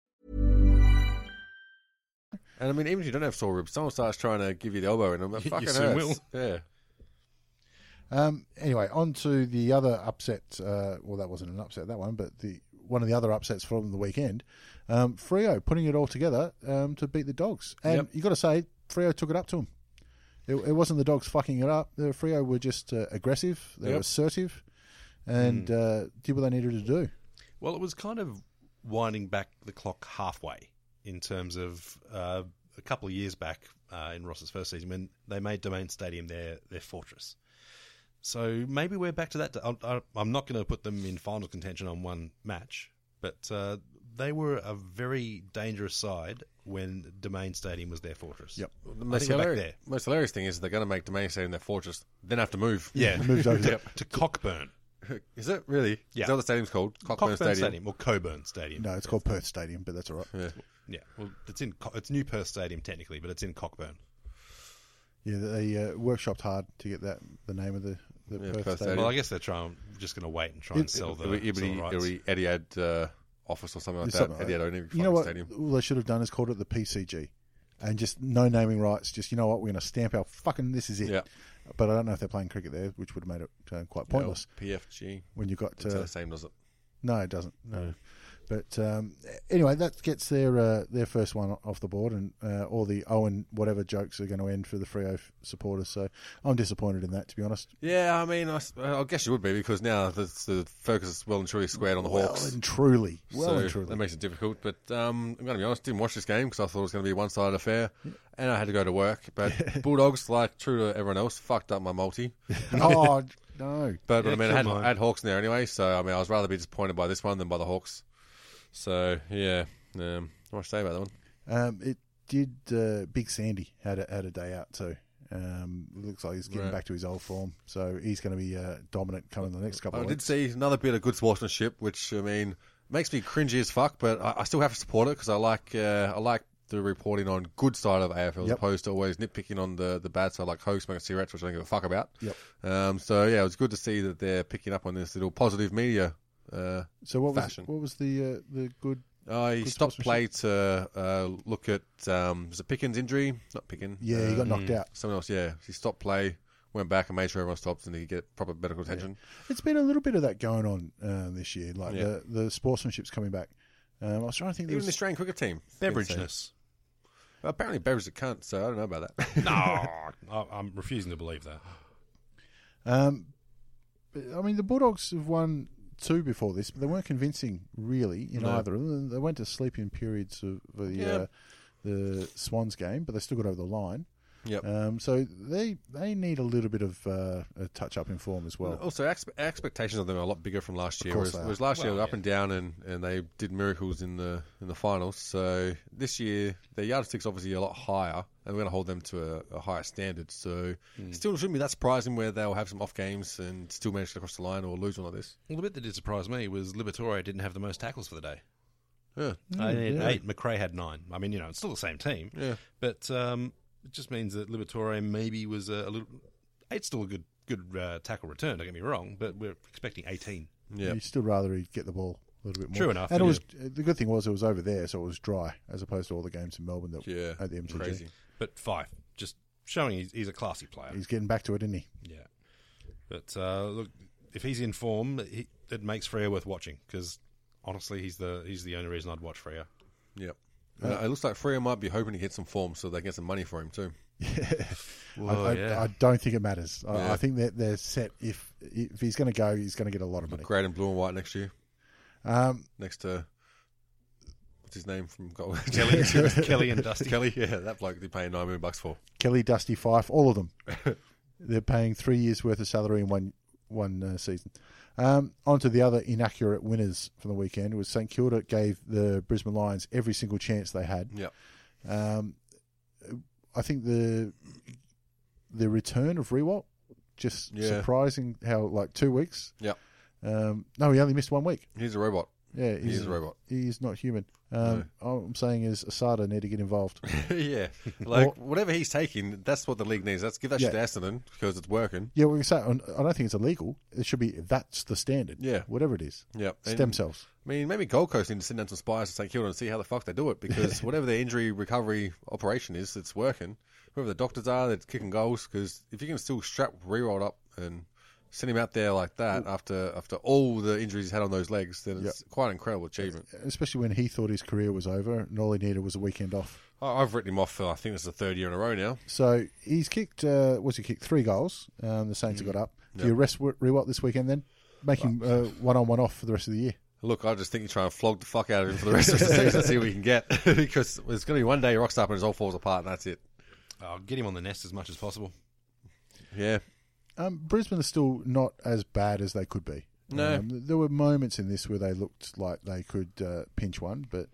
Speaker 4: And I mean, even if you don't have sore ribs, someone starts trying to give you the elbow, and I'm like,
Speaker 3: You- you
Speaker 4: fucking
Speaker 3: soon
Speaker 4: hurts. Yeah.
Speaker 2: Um, anyway, on to the other upset. Uh, well, that wasn't an upset that one, but the one of the other upsets from the weekend. Um, Frio putting it all together um, to beat the dogs, and
Speaker 4: Yep.
Speaker 2: you got to say Frio took it up to them. It, it wasn't the dogs fucking it up. The Frio were just uh, aggressive. They were
Speaker 4: Yep. Hmm.
Speaker 2: assertive, and uh, did what they needed to do.
Speaker 3: Well, it was kind of winding back the clock halfway in terms of uh, a couple of years back uh, in Ross's first season when they made Domain Stadium their their fortress. So maybe we're back to that. I'm- I'm I'm not going to put them in final contention on one match, but uh, they were a very dangerous side when Domain Stadium was their fortress.
Speaker 2: Yep.
Speaker 4: The
Speaker 3: I
Speaker 4: most,
Speaker 3: think we're back
Speaker 4: hilarious,
Speaker 3: there.
Speaker 4: most hilarious thing is they're going to make Domain Stadium their fortress, then have to move.
Speaker 3: Yeah,
Speaker 2: Moved over.
Speaker 3: <laughs> to Cockburn.
Speaker 4: <laughs> Is it really?
Speaker 3: Yeah.
Speaker 4: Is that what the stadium's called? Cockburn,
Speaker 3: Cockburn
Speaker 4: Stadium.
Speaker 3: Stadium. or Coburn Stadium.
Speaker 2: No, it's called Perth Stadium, but that's all right.
Speaker 3: Yeah, well, it's in Co- it's New Perth Stadium technically, but it's in Cockburn.
Speaker 2: Yeah, they uh, workshopped hard to get that the name of the, the
Speaker 4: Yeah,
Speaker 2: Perth,
Speaker 4: Perth
Speaker 2: Stadium.
Speaker 3: Well, I guess they're trying, just going to wait and try and
Speaker 2: It's-
Speaker 3: sell the,
Speaker 4: It'll be,
Speaker 3: sell the
Speaker 4: it'll be,
Speaker 3: rights.
Speaker 4: it'll be Etihad uh, office or something like
Speaker 2: There's something
Speaker 4: that. Etihad
Speaker 2: like
Speaker 4: owning
Speaker 2: that. You know what?
Speaker 4: Stadium.
Speaker 2: All they should have done is called it the PCG, and just no naming rights. Just you know what? We're going to stamp our fucking this is it.
Speaker 4: Yeah.
Speaker 2: But I don't know if they're playing cricket there, which would have made it uh, quite pointless
Speaker 4: PFG.
Speaker 2: when you got.
Speaker 4: It's Mm. not
Speaker 2: Uh,
Speaker 4: the same, does it?
Speaker 2: no, it doesn't. No. But um, anyway, that gets their uh, their first one off the board, and uh, all the Owen whatever jokes are going to end for the Frio f- supporters. So I'm disappointed in that, to be honest.
Speaker 4: Yeah, I mean, I, s- uh, I guess you would be because now the, the focus is well and truly squared on the
Speaker 2: Well
Speaker 4: Hawks.
Speaker 2: and truly, well
Speaker 4: so
Speaker 2: and truly.
Speaker 4: that makes it difficult. But um, I'm going to be honest, didn't watch this game because I thought it was going to be a one-sided affair, and I had to go to work.
Speaker 2: <laughs>
Speaker 4: But Bulldogs, like true to everyone else, fucked up my multi. <laughs>
Speaker 2: oh no!
Speaker 4: But I mean, I had,
Speaker 3: come on.
Speaker 4: I had Hawks in there anyway, so I mean, I was rather be disappointed by this one than by the Hawks. So yeah, um, not much to say about that one.
Speaker 2: Um, it did. Uh, Big Sandy had a, had a day out too. Um, it looks like he's getting
Speaker 4: Right.
Speaker 2: back to his old form, so he's going to be uh, dominant coming the next couple.
Speaker 4: I
Speaker 2: of
Speaker 4: did
Speaker 2: weeks.
Speaker 4: see another bit of good sportsmanship, which I mean makes me cringy as fuck, but I, I still have to support it because I like uh, I like the reporting on good side of AFL as
Speaker 2: Yep.
Speaker 4: opposed to always nitpicking on the, the bad side, like hoax smoking cigarettes, which I don't give a fuck about.
Speaker 2: Yep.
Speaker 4: Um, so yeah, it was good to see that they're picking up on this little positive media. Uh,
Speaker 2: So what was
Speaker 4: fashion.
Speaker 2: what was the uh, the good?
Speaker 4: I
Speaker 2: Good
Speaker 4: stopped
Speaker 2: sportsmanship.
Speaker 4: play to uh, look at um, was it Pickens' injury? Not Pickens. Uh,
Speaker 2: Yeah, he got knocked out.
Speaker 4: Someone else. Yeah, he stopped play, went back and made sure everyone stopped and he could get proper medical attention.
Speaker 2: It's been a little bit of that going on uh, this year. Like
Speaker 4: Yeah.
Speaker 2: the the sportsmanship's coming back. Um, I was trying to think. There
Speaker 4: Even the
Speaker 2: was,
Speaker 4: Australian cricket team.
Speaker 3: Beverageness.
Speaker 4: Apparently, Beverage a cunt, so I don't know about
Speaker 2: <laughs>
Speaker 4: that.
Speaker 3: No, I- I'm refusing to believe that.
Speaker 2: um, but, I mean, the Bulldogs have won two before this, but they weren't convincing really in
Speaker 4: No.
Speaker 2: either of them. They went to sleep in periods of the
Speaker 4: Yeah.
Speaker 2: uh, the Swans game, but they still got over the line.
Speaker 4: yep.
Speaker 2: Um, so they they need a little bit of uh, a touch up in form as well.
Speaker 4: also, ex- expectations of them are a lot bigger from last year.
Speaker 2: course
Speaker 4: Whereas,
Speaker 2: they are.
Speaker 4: whereas last year they were up and down, and, and they did miracles in the in the finals. So this year their yardsticks obviously a lot higher, and we're going to hold them to a, a higher standard. So
Speaker 2: Hmm.
Speaker 4: still shouldn't be that surprising where they'll have some off games and still manage to cross the line or lose one like this.
Speaker 3: Well, the bit that did surprise me was Liberatore didn't have the most tackles for the day.
Speaker 4: Yeah.
Speaker 3: I had
Speaker 2: yeah.
Speaker 3: eight. McRae had nine. I mean, you know, it's still the same team.
Speaker 4: Yeah.
Speaker 3: But um, it just means that Liberatore maybe was a, a little. Eight's still a good good uh, tackle return. Don't get me wrong, but we're expecting eighteen.
Speaker 4: Yeah.
Speaker 2: You'd still rather he'd get the ball a little bit more.
Speaker 3: True enough,
Speaker 2: And it
Speaker 3: yeah.
Speaker 2: was the good thing was it was over there, so it was dry as opposed to all the games in Melbourne that
Speaker 4: Yeah.
Speaker 2: at the MCG.
Speaker 4: Crazy.
Speaker 3: But five, just showing he's, he's a classy player.
Speaker 2: He's getting back to it, isn't he?
Speaker 3: Yeah. But uh, look, if he's in form, he, it makes Freya worth watching because honestly, he's the he's the only reason I'd watch Freya.
Speaker 4: Yep.
Speaker 2: Uh,
Speaker 4: And it looks like Freo might be hoping to get some form so they can get some money for him too.
Speaker 2: I, I, I don't think it matters. I,
Speaker 4: Oh, Yeah.
Speaker 2: I think that they're set. If if he's going to go, he's going to get a lot of money.
Speaker 4: Great in blue and white next year.
Speaker 2: Um,
Speaker 4: Next to what's his name from
Speaker 3: <laughs>
Speaker 4: Got
Speaker 3: Kelly, Kelly and Dusty.
Speaker 4: Kelly, yeah, that bloke they pay nine million bucks for.
Speaker 2: Kelly, Dusty, Fife, all
Speaker 4: <laughs>
Speaker 2: of them. They're paying three years' worth of salary in one one uh, season. Um, on to the other inaccurate winners from the weekend was St Kilda gave the Brisbane Lions every single chance they had.
Speaker 4: Yeah,
Speaker 2: Um, I think the the return of Rewalt just
Speaker 4: Yeah.
Speaker 2: surprising how like two weeks.
Speaker 4: yeah.
Speaker 2: Um, no, he only missed one week.
Speaker 4: He's
Speaker 3: <laughs>
Speaker 4: a robot.
Speaker 2: Yeah,
Speaker 4: He is a robot.
Speaker 2: He's not human. Um, All I'm saying is Asada need to get involved.
Speaker 4: yeah, like whatever he's taking, that's what the league needs. Let's give that shit to
Speaker 2: Yeah.
Speaker 4: Essendon because it's working.
Speaker 2: yeah, we can say I don't think it's illegal. It should be that's the standard.
Speaker 4: Yeah.
Speaker 2: whatever it is.
Speaker 4: Yeah, and-
Speaker 2: stem cells.
Speaker 4: I mean, maybe Gold Coast need to send down some spies to St Kilda and see how the fuck they do it
Speaker 3: <laughs>
Speaker 4: because whatever their injury recovery operation is, it's working. Whoever the doctors are, they're kicking goals because if you can still strap Reroll up and send him out there like that after after all the injuries he's had on those legs, then it's quite an incredible achievement.
Speaker 2: Especially when he thought his career was over and all he needed was a weekend off.
Speaker 4: I- I've written him off for I think this is the third year in a row now.
Speaker 2: So he's kicked. Uh, what's he kicked? Three goals. Um, the Saints
Speaker 4: Mm.
Speaker 2: have got up. Do you rest Rewalt this weekend then? Make him uh, one on one off for the rest of the year.
Speaker 4: Look, I just think you try and flog the fuck out of him for the rest of the season and see what we
Speaker 3: <laughs>
Speaker 4: can get <laughs> because it's going to be one day he rocks up and it all falls apart and that's it.
Speaker 3: I'll get him on the nest as much as possible.
Speaker 4: Yeah.
Speaker 2: Um, Brisbane are still not as bad as they could be.
Speaker 4: No.
Speaker 2: Um, there were moments in this where they looked like they could uh, pinch one, but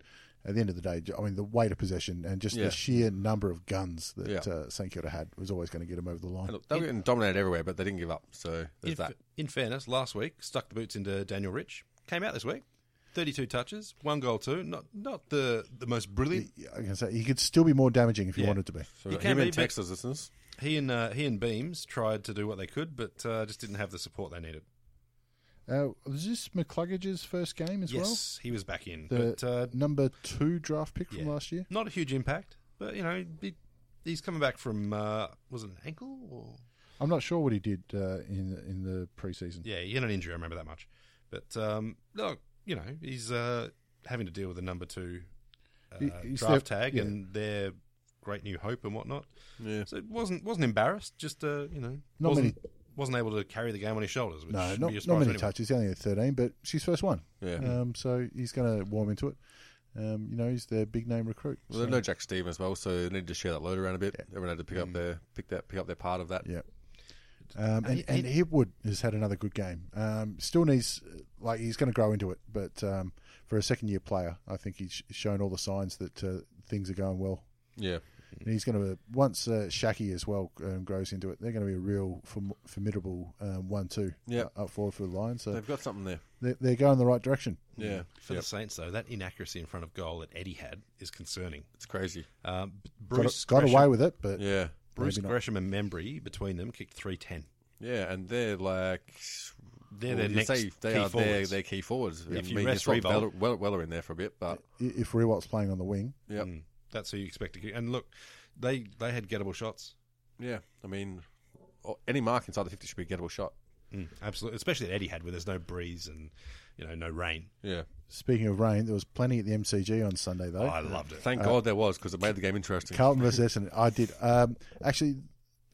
Speaker 2: at the end of the day, I mean, the weight of possession and just
Speaker 4: Yeah.
Speaker 2: the sheer number of guns that
Speaker 4: Yeah.
Speaker 2: uh, St Kilda had was always going to get them over the line.
Speaker 4: And look, they were getting dominated everywhere, but they didn't give up. So there's
Speaker 3: In,
Speaker 4: that.
Speaker 3: in fairness, last week stuck the boots into Daniel Rich. Came out this week, thirty-two touches, one goal, two. Not not the the most brilliant.
Speaker 2: I can say he could still be more damaging if he
Speaker 3: Yeah.
Speaker 2: wanted to be.
Speaker 4: So
Speaker 3: You
Speaker 4: we've got
Speaker 3: can
Speaker 4: him
Speaker 3: be,
Speaker 4: in
Speaker 3: but-
Speaker 4: Texas, listeners.
Speaker 3: He and uh, he and Beams tried to do what they could, but uh, just didn't have the support they needed.
Speaker 2: Uh, was this McCluggage's first game as
Speaker 3: yes, he was back in,
Speaker 2: well? The
Speaker 3: but uh,
Speaker 2: number two draft pick
Speaker 3: yeah.
Speaker 2: from last year.
Speaker 3: not a huge impact. But you know, he, he's coming back from uh, was it an ankle or
Speaker 2: I'm not sure what he did uh, in in the preseason.
Speaker 3: yeah, he had an injury. I remember that much. But um, look, you know, he's uh, having to deal with the number two uh,
Speaker 2: He- he's
Speaker 3: draft
Speaker 2: their-
Speaker 3: tag
Speaker 2: yeah.
Speaker 3: and their great new hope and whatnot.
Speaker 4: Yeah.
Speaker 3: So it wasn't wasn't embarrassed. Just uh, you know,
Speaker 2: Not
Speaker 3: wasn't, wasn't able to carry the game on his shoulders. Which
Speaker 2: No,
Speaker 3: should
Speaker 2: not,
Speaker 3: be a
Speaker 2: not
Speaker 3: surprise
Speaker 2: many
Speaker 3: to anyone.
Speaker 2: touches. He only had 13, but she's first one.
Speaker 4: Yeah.
Speaker 2: Um, so he's going to warm into it. Um, you know, he's their big name recruit.
Speaker 4: Well,
Speaker 2: so-
Speaker 4: they know Jack Steven as well, so they need to share that load around a bit. Everyone had to
Speaker 3: Mm.
Speaker 4: pick up their pick that pick up their part of that.
Speaker 2: Yeah. Um, and, and Hipwood has had another good game. Um, still needs, like, he's going to grow into it. But um, for a second year player, I think he's shown all the signs that uh, things are going well.
Speaker 4: Yeah.
Speaker 2: And he's going to, once uh, Shaki as well um, grows into it, they're going to be a real form- formidable um, 1 2
Speaker 4: Yeah.
Speaker 2: up forward for the line. So
Speaker 4: They've got something there.
Speaker 2: they're, they're going the right direction.
Speaker 4: Yeah.
Speaker 3: For the Saints, though, that inaccuracy in front of goal that Eddie had is concerning.
Speaker 4: It's crazy.
Speaker 3: Um, B-
Speaker 2: Got-
Speaker 3: Bruce
Speaker 2: got,
Speaker 3: Gresham,
Speaker 2: away with it, but
Speaker 4: Yeah.
Speaker 3: Bruce
Speaker 2: maybe not.
Speaker 3: Gresham and Membry between them kicked three ten.
Speaker 4: Yeah, and they're like
Speaker 3: They're
Speaker 4: well,
Speaker 3: their
Speaker 4: you
Speaker 3: next
Speaker 4: say they
Speaker 3: key
Speaker 4: are their,
Speaker 3: forwards.
Speaker 4: their key forwards.
Speaker 3: If you
Speaker 4: I mean,
Speaker 3: rest
Speaker 4: swapped
Speaker 3: Revolt-
Speaker 4: Weller, Weller- Weller in there for a bit, but
Speaker 2: if Rewalt's playing on the wing,
Speaker 4: yeah,
Speaker 3: Mm. That's who you expect to. kick. And look, they they had gettable shots.
Speaker 4: yeah. I mean, o- any mark inside the fifty should be a gettable shot.
Speaker 3: Mm, absolutely, especially that Eddie had, where there's no breeze and you know no rain.
Speaker 4: Yeah,
Speaker 2: Speaking of rain, there was plenty at the MCG on Sunday though.
Speaker 3: I loved it.
Speaker 4: thank God there was because it made the game interesting.
Speaker 2: Carlton versus Essendon. I did um, actually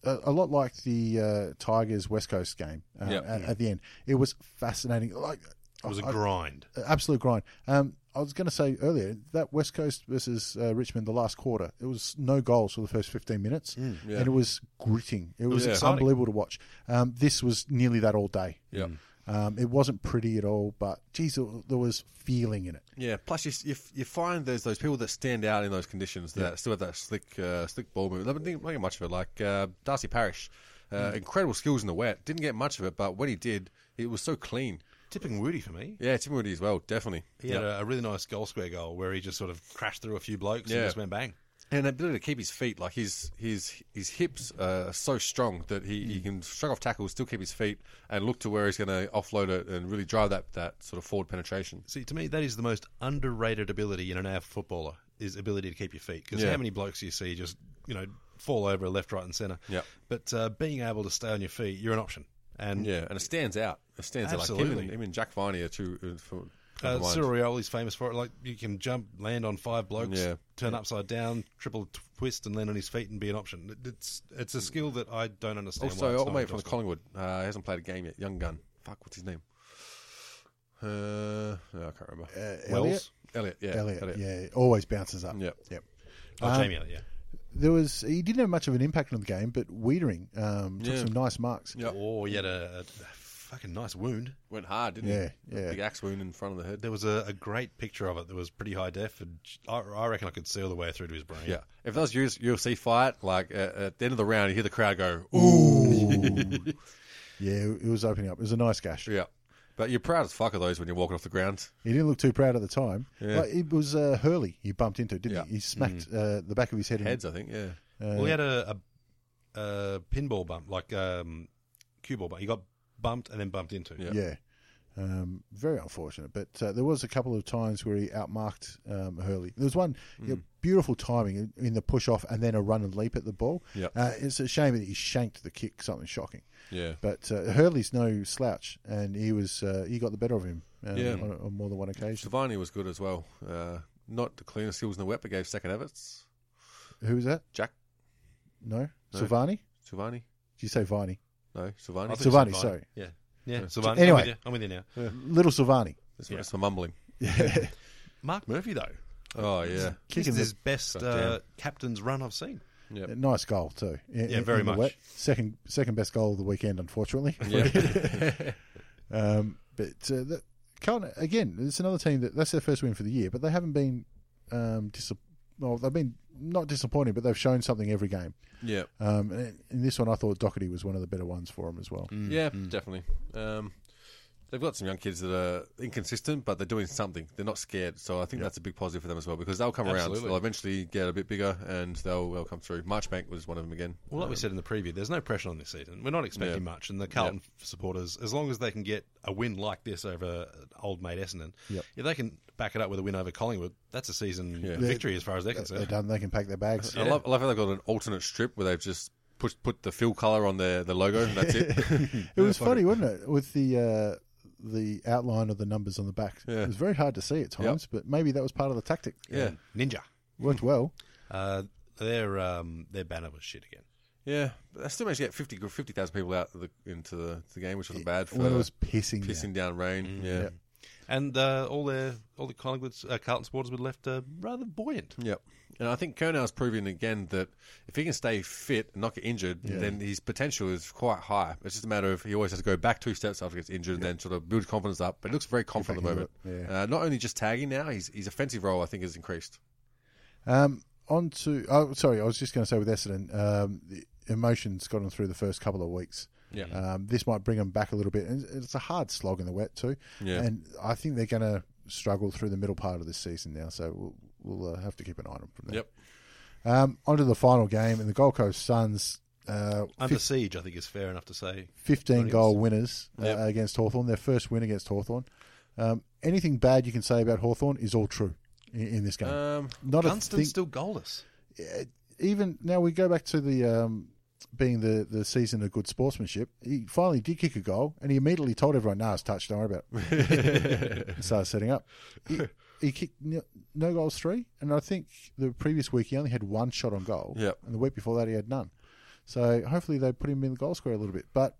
Speaker 2: a, a lot like the uh, Tigers West Coast game uh,
Speaker 4: Yeah.
Speaker 2: at, at the end. It was fascinating. Like
Speaker 3: It was a
Speaker 2: I-
Speaker 3: grind.
Speaker 2: absolute grind. Um, I was going to say earlier that West Coast versus uh, Richmond, the last quarter, it was no goals for the first 15 minutes,
Speaker 4: yeah.
Speaker 2: and it was gritting. It was
Speaker 4: Yeah.
Speaker 3: exciting.
Speaker 2: unbelievable to watch. Um, this was nearly that all day.
Speaker 4: Yeah.
Speaker 2: Um, it wasn't pretty at all, but geez, there- there was feeling in it.
Speaker 4: Yeah. Plus, you, s- you f- you find there's those people that stand out in those conditions that still have that slick uh, slick ball movement. I didn't think- not get much of it. Like uh, Darcy Parish, uh,
Speaker 3: Mm.
Speaker 4: incredible skills in the wet. Didn't get much of it, but when he did, it was so clean.
Speaker 3: Tipping Woody for me.
Speaker 4: Yeah, Tim Woody as well, definitely.
Speaker 3: He had a, a really nice goal square goal where he just sort of crashed through a few blokes
Speaker 4: Yeah.
Speaker 3: and just went bang.
Speaker 4: and the ability to keep his feet like his his his hips uh, are so strong that he, he can shrug off tackles, still keep his feet, and look to where he's going to offload it and really drive that that sort of forward penetration.
Speaker 3: See, to me, that is the most underrated ability in an AF footballer is ability to keep your feet. Because
Speaker 4: Yeah.
Speaker 3: how many blokes do you see just you know fall over left, right, and centre?
Speaker 4: Yeah.
Speaker 3: But uh, being able to stay on your feet, you're an option. And
Speaker 4: Yeah, and it stands out. It stands out. Like him
Speaker 3: Mm. Absolutely.
Speaker 4: and, him and Jack Viney are two. uh, For,
Speaker 3: Uh,
Speaker 4: combined.
Speaker 3: Cyril Rioli's famous for it. Like you can jump, land on five blokes,
Speaker 4: Yeah.
Speaker 3: turn upside down, triple t- twist, and land on his feet and be an option. It- It's it's a skill that I don't understand. why
Speaker 4: also,
Speaker 3: it's
Speaker 4: old
Speaker 3: not
Speaker 4: mate from
Speaker 3: endorsed.
Speaker 4: Collingwood uh, he hasn't played a game yet. Young gun. Fuck, what's his name? Uh, no, I can't remember.
Speaker 2: Elliot?
Speaker 4: Elliot, yeah.
Speaker 2: Eh, Elliot, yeah, always bounces up.
Speaker 4: Yep.
Speaker 2: Yep.
Speaker 3: Oh,
Speaker 2: Um,
Speaker 3: Jamie Elliott, yeah.
Speaker 2: There was he didn't have much of an impact on the game, but Wiedering um, took
Speaker 4: Yeah.
Speaker 2: some nice marks.
Speaker 4: Yep.
Speaker 3: Oh, he had a, a fucking nice wound.
Speaker 4: Went hard, didn't
Speaker 2: Yeah,
Speaker 4: he?
Speaker 2: yeah.
Speaker 4: Big axe wound in front of the head.
Speaker 3: There was a, a great picture of it that was pretty high def, and I, I reckon I could see all the way through to his brain.
Speaker 4: Yeah. If that was US, UFC fight, like uh, at the end of the round, you hear the crowd go, ooh.
Speaker 2: Yeah, it was opening up. It was a nice gash.
Speaker 4: yeah. But you're proud as fuck of those when you're walking off the ground.
Speaker 2: He didn't look too proud at the time. But it was uh, Hurley he bumped into, didn't he? He smacked uh, the back of his head. in-
Speaker 4: Mm. Heads, I think, yeah.
Speaker 3: Well, he had a, a, a pinball bump, like um, cue ball bump. He got bumped and then bumped into.
Speaker 4: Yeah.
Speaker 2: Yeah. Um, very unfortunate. But uh, there was a couple of times where he outmarked um, Hurley. There was one
Speaker 4: Mm.
Speaker 2: yeah, beautiful timing in, in the push off and then a run and leap at the ball.
Speaker 4: Yeah.
Speaker 2: Uh, it's a shame that he shanked the kick, something shocking.
Speaker 4: Yeah.
Speaker 2: But uh, Hurley's no slouch, and he was uh, he got the better of him um,
Speaker 4: Yeah.
Speaker 2: on, on more than one occasion.
Speaker 4: Savani was good as well. Uh, not the cleanest skills in the wet, but gave second efforts.
Speaker 2: Who was that?
Speaker 4: Jack
Speaker 2: No,
Speaker 4: No.
Speaker 2: Silvani.
Speaker 4: Silvani?
Speaker 2: Did you say Viney?
Speaker 4: No,
Speaker 3: I
Speaker 4: Silvani.
Speaker 3: think
Speaker 2: Silvani,
Speaker 3: Silvani.
Speaker 2: sorry.
Speaker 3: Yeah. Yeah,
Speaker 4: Yeah.
Speaker 3: Silvani.
Speaker 2: Anyway.
Speaker 3: I'm with you, I'm with you now.
Speaker 2: Little Silvani.
Speaker 4: That's
Speaker 3: Yeah.
Speaker 4: that's the mumbling.
Speaker 2: <laughs>
Speaker 3: Mark Murphy, though.
Speaker 4: Oh yeah,
Speaker 3: This
Speaker 2: Kicking
Speaker 3: is
Speaker 2: the-
Speaker 3: his best uh,
Speaker 4: Goddamn.
Speaker 3: captain's run I've seen.
Speaker 4: Yep.
Speaker 2: A Nice goal too. In-
Speaker 3: Yeah,
Speaker 2: in-
Speaker 3: very
Speaker 2: in the
Speaker 3: much.
Speaker 2: wet. Second, second best goal of the weekend,
Speaker 3: <laughs>
Speaker 2: unfortunately. <laughs> um, but uh, the, Carlton again. It's another team that that's their first win for the year, but they haven't been um, disap- Well, they've been not disappointing, but they've shown something every game.
Speaker 4: yeah,
Speaker 2: Um, and in this one, I thought Doherty was one of the better ones for them as well.
Speaker 4: yeah,
Speaker 2: mm.
Speaker 4: definitely. Um, they've got some young kids that are inconsistent, but they're doing something. They're not scared, so I think that's a big positive for them as well because they'll come around.
Speaker 3: Absolutely.
Speaker 4: They'll eventually get a bit bigger, and they'll they'll come through. Marchbank was one of them again.
Speaker 3: Well, like we said in the preview, there's no pressure on this season. We're not expecting
Speaker 4: Um, Yeah.
Speaker 3: much, and the Carlton supporters, as long as they can get a win like this over uh, old mate Essendon,
Speaker 2: Yep.
Speaker 3: if they can back it up with a win over Collingwood, that's a season
Speaker 4: Yeah.
Speaker 3: victory as far as they're
Speaker 2: They're
Speaker 3: concerned.
Speaker 2: done. They can pack their bags.
Speaker 4: I, love, I love how they've got an alternate strip where they've just put put the fill color on their the logo. And that's
Speaker 2: <laughs>
Speaker 4: it.
Speaker 2: It was funny, wasn't it, with the uh, the outline of the numbers on the back? It was very hard to see at times, but maybe that was part of the tactic.
Speaker 4: yeah,
Speaker 3: Ninja.
Speaker 2: worked well.
Speaker 3: Uh, their um, their banner was shit again.
Speaker 4: yeah. But that still managed to get 50 50,000 people out of the, into the, the game, which wasn't bad for
Speaker 2: When it was Mm, pissing, down.
Speaker 4: pissing down rain. yeah.
Speaker 3: And uh, all their all the Collingwood uh, Carlton supporters were left uh, rather buoyant.
Speaker 4: Yep. And I think Kurnow's proving again that if he can stay fit and not get injured, then his potential is quite high. It's just a matter of he always has to go back two steps after he gets injured and then sort of build confidence up. But he looks very confident at the
Speaker 2: back
Speaker 4: moment.
Speaker 2: into it,
Speaker 4: Uh, not only just tagging now, his, his offensive role, I think, has increased.
Speaker 2: Um, on to oh, sorry, I was just going to say with Essendon, um, the emotions got them through the first couple of weeks.
Speaker 4: Yeah.
Speaker 2: Um, this might bring them back a little bit, and it's a hard slog in the wet too.
Speaker 4: Yeah.
Speaker 2: And I think they're going to struggle through the middle part of this season now, so we'll, we'll uh, have to keep an eye on them from there.
Speaker 4: Yep.
Speaker 2: Um, on to the final game, and the Gold Coast Suns. Uh,
Speaker 3: Under siege, I think is fair enough to say.
Speaker 2: 15 goal winners uh, against Hawthorn. their first win against Hawthorn. Um, anything bad you can say about Hawthorn is all true in, in this game.
Speaker 4: Um,
Speaker 2: Not a
Speaker 3: Gunston's
Speaker 2: thing,
Speaker 3: still goalless.
Speaker 2: even now we go back to the um, being the, the season of good sportsmanship. He finally did kick a goal, and he immediately told everyone, "No, it's touched. Don't worry about it." and started setting up. He, he kicked no, no goals three, and I think the previous week he only had one shot on goal.
Speaker 4: Yep.
Speaker 2: and the week before that he had none. So hopefully they put him in the goal square a little bit. But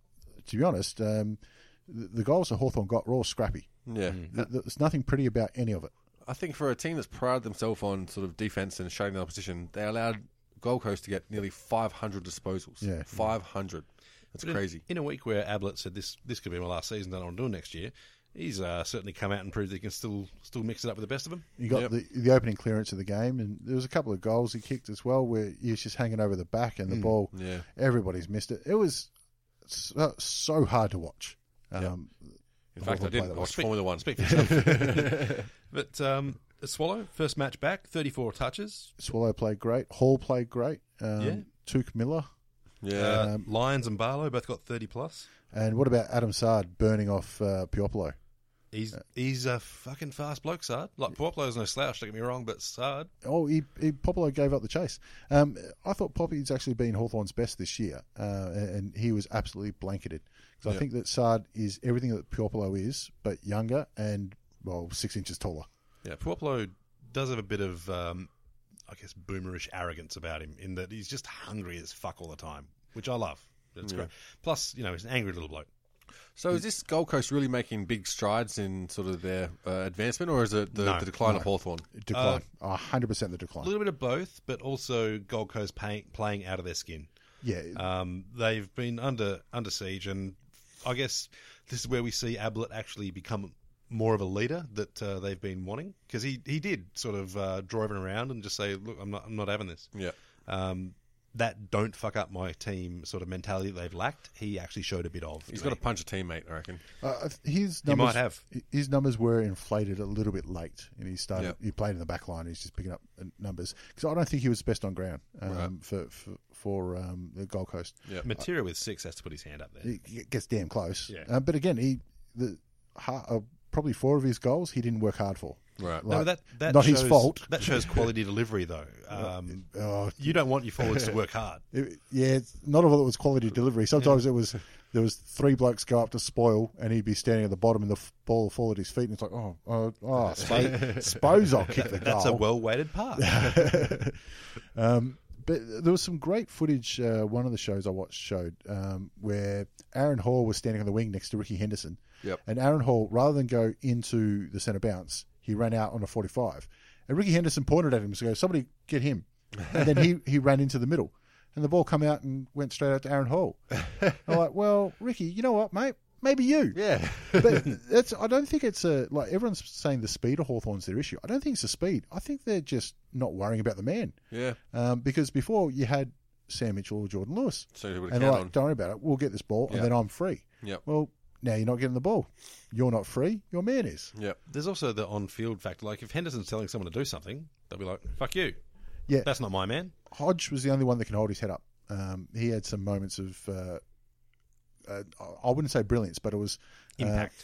Speaker 2: to be honest, um, the, the goals that Hawthorn got were all scrappy.
Speaker 4: yeah.
Speaker 2: Th- There's nothing pretty about any of it.
Speaker 4: I think for a team that's prided themselves on sort of defense and shutting down opposition, they allowed Gold Coast to get nearly 500 disposals.
Speaker 2: Yeah.
Speaker 4: 500. That's
Speaker 3: But in-
Speaker 4: crazy.
Speaker 3: In, a week where Ablett said this this could be my last season, I don't want to do it next year. He's uh, certainly come out and proved that he can still still mix it up with the best of them.
Speaker 2: He got
Speaker 4: Yep.
Speaker 2: the, the opening clearance of the game, and there was a couple of goals he kicked as well, where he was just hanging over the back and the ball.
Speaker 4: Hmm. yeah.
Speaker 2: everybody's missed it. It was so, so hard to watch. Um,
Speaker 4: In fact, I didn't watch Formula One.
Speaker 3: Speak for yourself. <laughs> but um, Swallow first match back, thirty four touches.
Speaker 2: Swallow played great. Hall played great. Um,
Speaker 3: Yeah.
Speaker 2: Took Miller.
Speaker 4: Yeah.
Speaker 3: Uh, Lyons and Barlow both got thirty plus.
Speaker 2: And what about Adam Sard burning off uh, Piopolo?
Speaker 3: He's he's a fucking fast bloke, Sard. Like Puoplo's no slouch. Don't get me wrong, but Sard
Speaker 2: Oh, he, he Popolo gave up the chase. Um, I thought Poppy's actually been Hawthorn's best this year, uh, and and he was absolutely blanketed. Because I think that Sard is everything that Piopolo is, but younger and, well, six inches taller.
Speaker 3: Yeah, Puoplo does have a bit of, um, I guess, boomerish arrogance about him in that he's just hungry as fuck all the time, which I love. That's great. Plus, you know, he's an angry little bloke.
Speaker 4: So is this Gold Coast really making big strides in sort of their uh, advancement, or is it the,
Speaker 3: No,
Speaker 4: the decline of Hawthorn?
Speaker 2: Decline. A 100% the decline.
Speaker 3: A Um, little bit of both, but also Gold Coast pay, playing out of their skin.
Speaker 2: yeah.
Speaker 3: Um, they've been under under siege, and I guess this is where we see Ablett actually become more of a leader that uh, they've been wanting because he, he did sort of uh, drive it around and just say, "Look, I'm not I'm not having this."
Speaker 4: Yeah.
Speaker 3: Um, that don't fuck up my team sort of mentality that they've lacked. He actually showed a bit of.
Speaker 4: He's
Speaker 3: to
Speaker 4: got to
Speaker 3: me.
Speaker 4: punch a teammate, I reckon.
Speaker 2: Uh, his
Speaker 3: He
Speaker 2: numbers,
Speaker 3: might have.
Speaker 2: his numbers were inflated a little bit late, and he started.
Speaker 4: Yep.
Speaker 2: He played in the back line. He's just picking up uh, numbers because I don't think he was best on ground um, for for, for um, the Gold Coast.
Speaker 3: Matera with six has to put his hand up there.
Speaker 2: He g- gets damn close.
Speaker 3: Yeah.
Speaker 2: Uh, but again, he the ha- uh, probably four of his goals he didn't work hard for.
Speaker 4: Right.
Speaker 3: No, but that, that
Speaker 2: not
Speaker 3: shows,
Speaker 2: his fault.
Speaker 3: That shows quality
Speaker 2: <laughs>
Speaker 3: delivery, though. Um,
Speaker 2: Oh,
Speaker 3: you don't want your forwards to
Speaker 2: <laughs>
Speaker 3: work hard.
Speaker 2: It, yeah, it's- not all it was quality delivery. Sometimes it was there was three blokes go up to spoil, and he'd be standing at the bottom, and the f- ball would fall at his feet, and it's like, oh, oh, oh Spo-
Speaker 3: <laughs>
Speaker 2: Spozo kicked the goal.
Speaker 3: That's a well
Speaker 2: <laughs>
Speaker 3: weighted pass.
Speaker 2: but there was some great footage. Uh, one of the shows I watched showed um, where Aaron Hall was standing on the wing next to Ricky Henderson.
Speaker 4: Yep.
Speaker 2: And Aaron Hall, rather than go into the centre bounce, he ran out on a 45. And Ricky Henderson pointed at him and said, Somebody get him. And then
Speaker 4: <laughs>
Speaker 2: he, he ran into the middle. And the ball come out and went straight out to Aaron
Speaker 4: <laughs>
Speaker 2: Hall. I'm like, Well, Ricky, you know what, mate? Maybe you.
Speaker 4: Yeah.
Speaker 2: but that's I don't think it's a like everyone's saying the speed of Hawthorn's their issue. I don't think it's the speed. I think they're just not worrying about the man.
Speaker 4: Yeah.
Speaker 2: Um, because before you had Sam Mitchell or Jordan Lewis.
Speaker 4: <laughs> So who would
Speaker 2: and
Speaker 4: count
Speaker 2: like,
Speaker 4: on?
Speaker 2: don't worry about it. We'll get this ball,
Speaker 4: Yeah.
Speaker 2: and then I'm free.
Speaker 4: Yep.
Speaker 2: Well, now you're not getting the ball. You're not free. Your man is.
Speaker 4: Yep.
Speaker 3: There's also the on field factor. Like, if Henderson's telling someone to do something, they'll be like, fuck you.
Speaker 2: Yeah.
Speaker 3: That's not my man.
Speaker 2: Hodge was the only one that can hold his head up. Um, he had some moments of, uh, uh, I wouldn't say brilliance, but it was uh,
Speaker 3: Impact.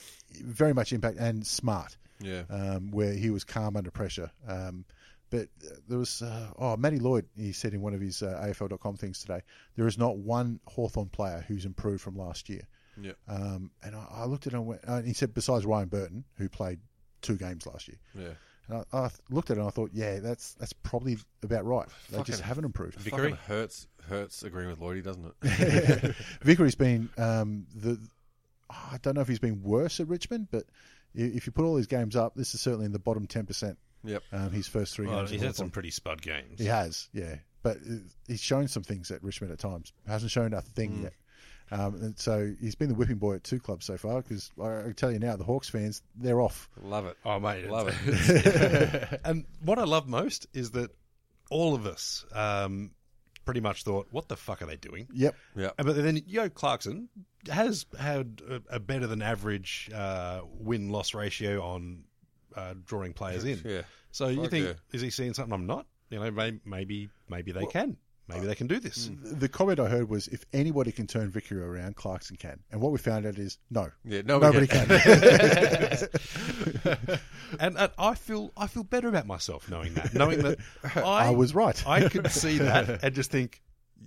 Speaker 2: very much impact and smart.
Speaker 4: Yeah.
Speaker 2: um, where he was calm under pressure. Um, but uh, there was, uh, oh, Matty Lloyd, he said in one of his uh, AFL.com things today, there is not one Hawthorn player who's improved from last year.
Speaker 4: Yeah.
Speaker 2: Um, and I, I looked at him, and went- and he said, besides Ryan Burton, who played two games last year.
Speaker 4: Yeah.
Speaker 2: And I, I th- looked at it and I thought, yeah, that's that's probably about right. They just
Speaker 4: Fucking-
Speaker 2: haven't improved.
Speaker 3: Vickery?
Speaker 4: Fucking hurts hurts agreeing with Lloydie,
Speaker 3: <laughs>
Speaker 4: doesn't it?
Speaker 2: Vickery's been um, the. I don't know if he's been worse at Richmond, but i- if you put all his games up, this is certainly in the bottom ten percent.
Speaker 4: yep.
Speaker 2: Um, his first three
Speaker 3: Well,
Speaker 2: games. at
Speaker 3: he's had
Speaker 2: Hawthorn.
Speaker 3: some pretty spud games.
Speaker 2: He has, yeah. But uh, he's shown some things at Richmond at times. Hasn't shown a thing
Speaker 3: Hmm.
Speaker 2: yet. Um, and so he's been the whipping boy at two clubs so far. Because I, I can tell you now, the Hawks fans they're off.
Speaker 4: Love it.
Speaker 3: Oh, mate.
Speaker 4: Love it.
Speaker 3: <laughs> and what I love most is that all of us um, pretty much thought, what the fuck are they doing?
Speaker 2: Yep.
Speaker 4: Yeah.
Speaker 3: Uh, But then Yo Clarkson has had a, a better than average uh, win loss ratio on uh, drawing players in.
Speaker 4: Yeah.
Speaker 3: So you
Speaker 4: Fuck
Speaker 3: think
Speaker 4: yeah.
Speaker 3: is he seeing something I'm not? You know, may- maybe maybe they can.
Speaker 4: uh,
Speaker 3: Maybe they can do this.
Speaker 4: hmm.
Speaker 2: The comment I heard was, if anybody can turn Vicky around, Clarkson can. And what we found out is, no,
Speaker 4: Yeah. No.
Speaker 2: nobody can.
Speaker 3: <laughs> And, and I feel I feel better about myself knowing that. Knowing that
Speaker 2: <laughs>
Speaker 3: I,
Speaker 2: I was right.
Speaker 3: <laughs> I could see that and just think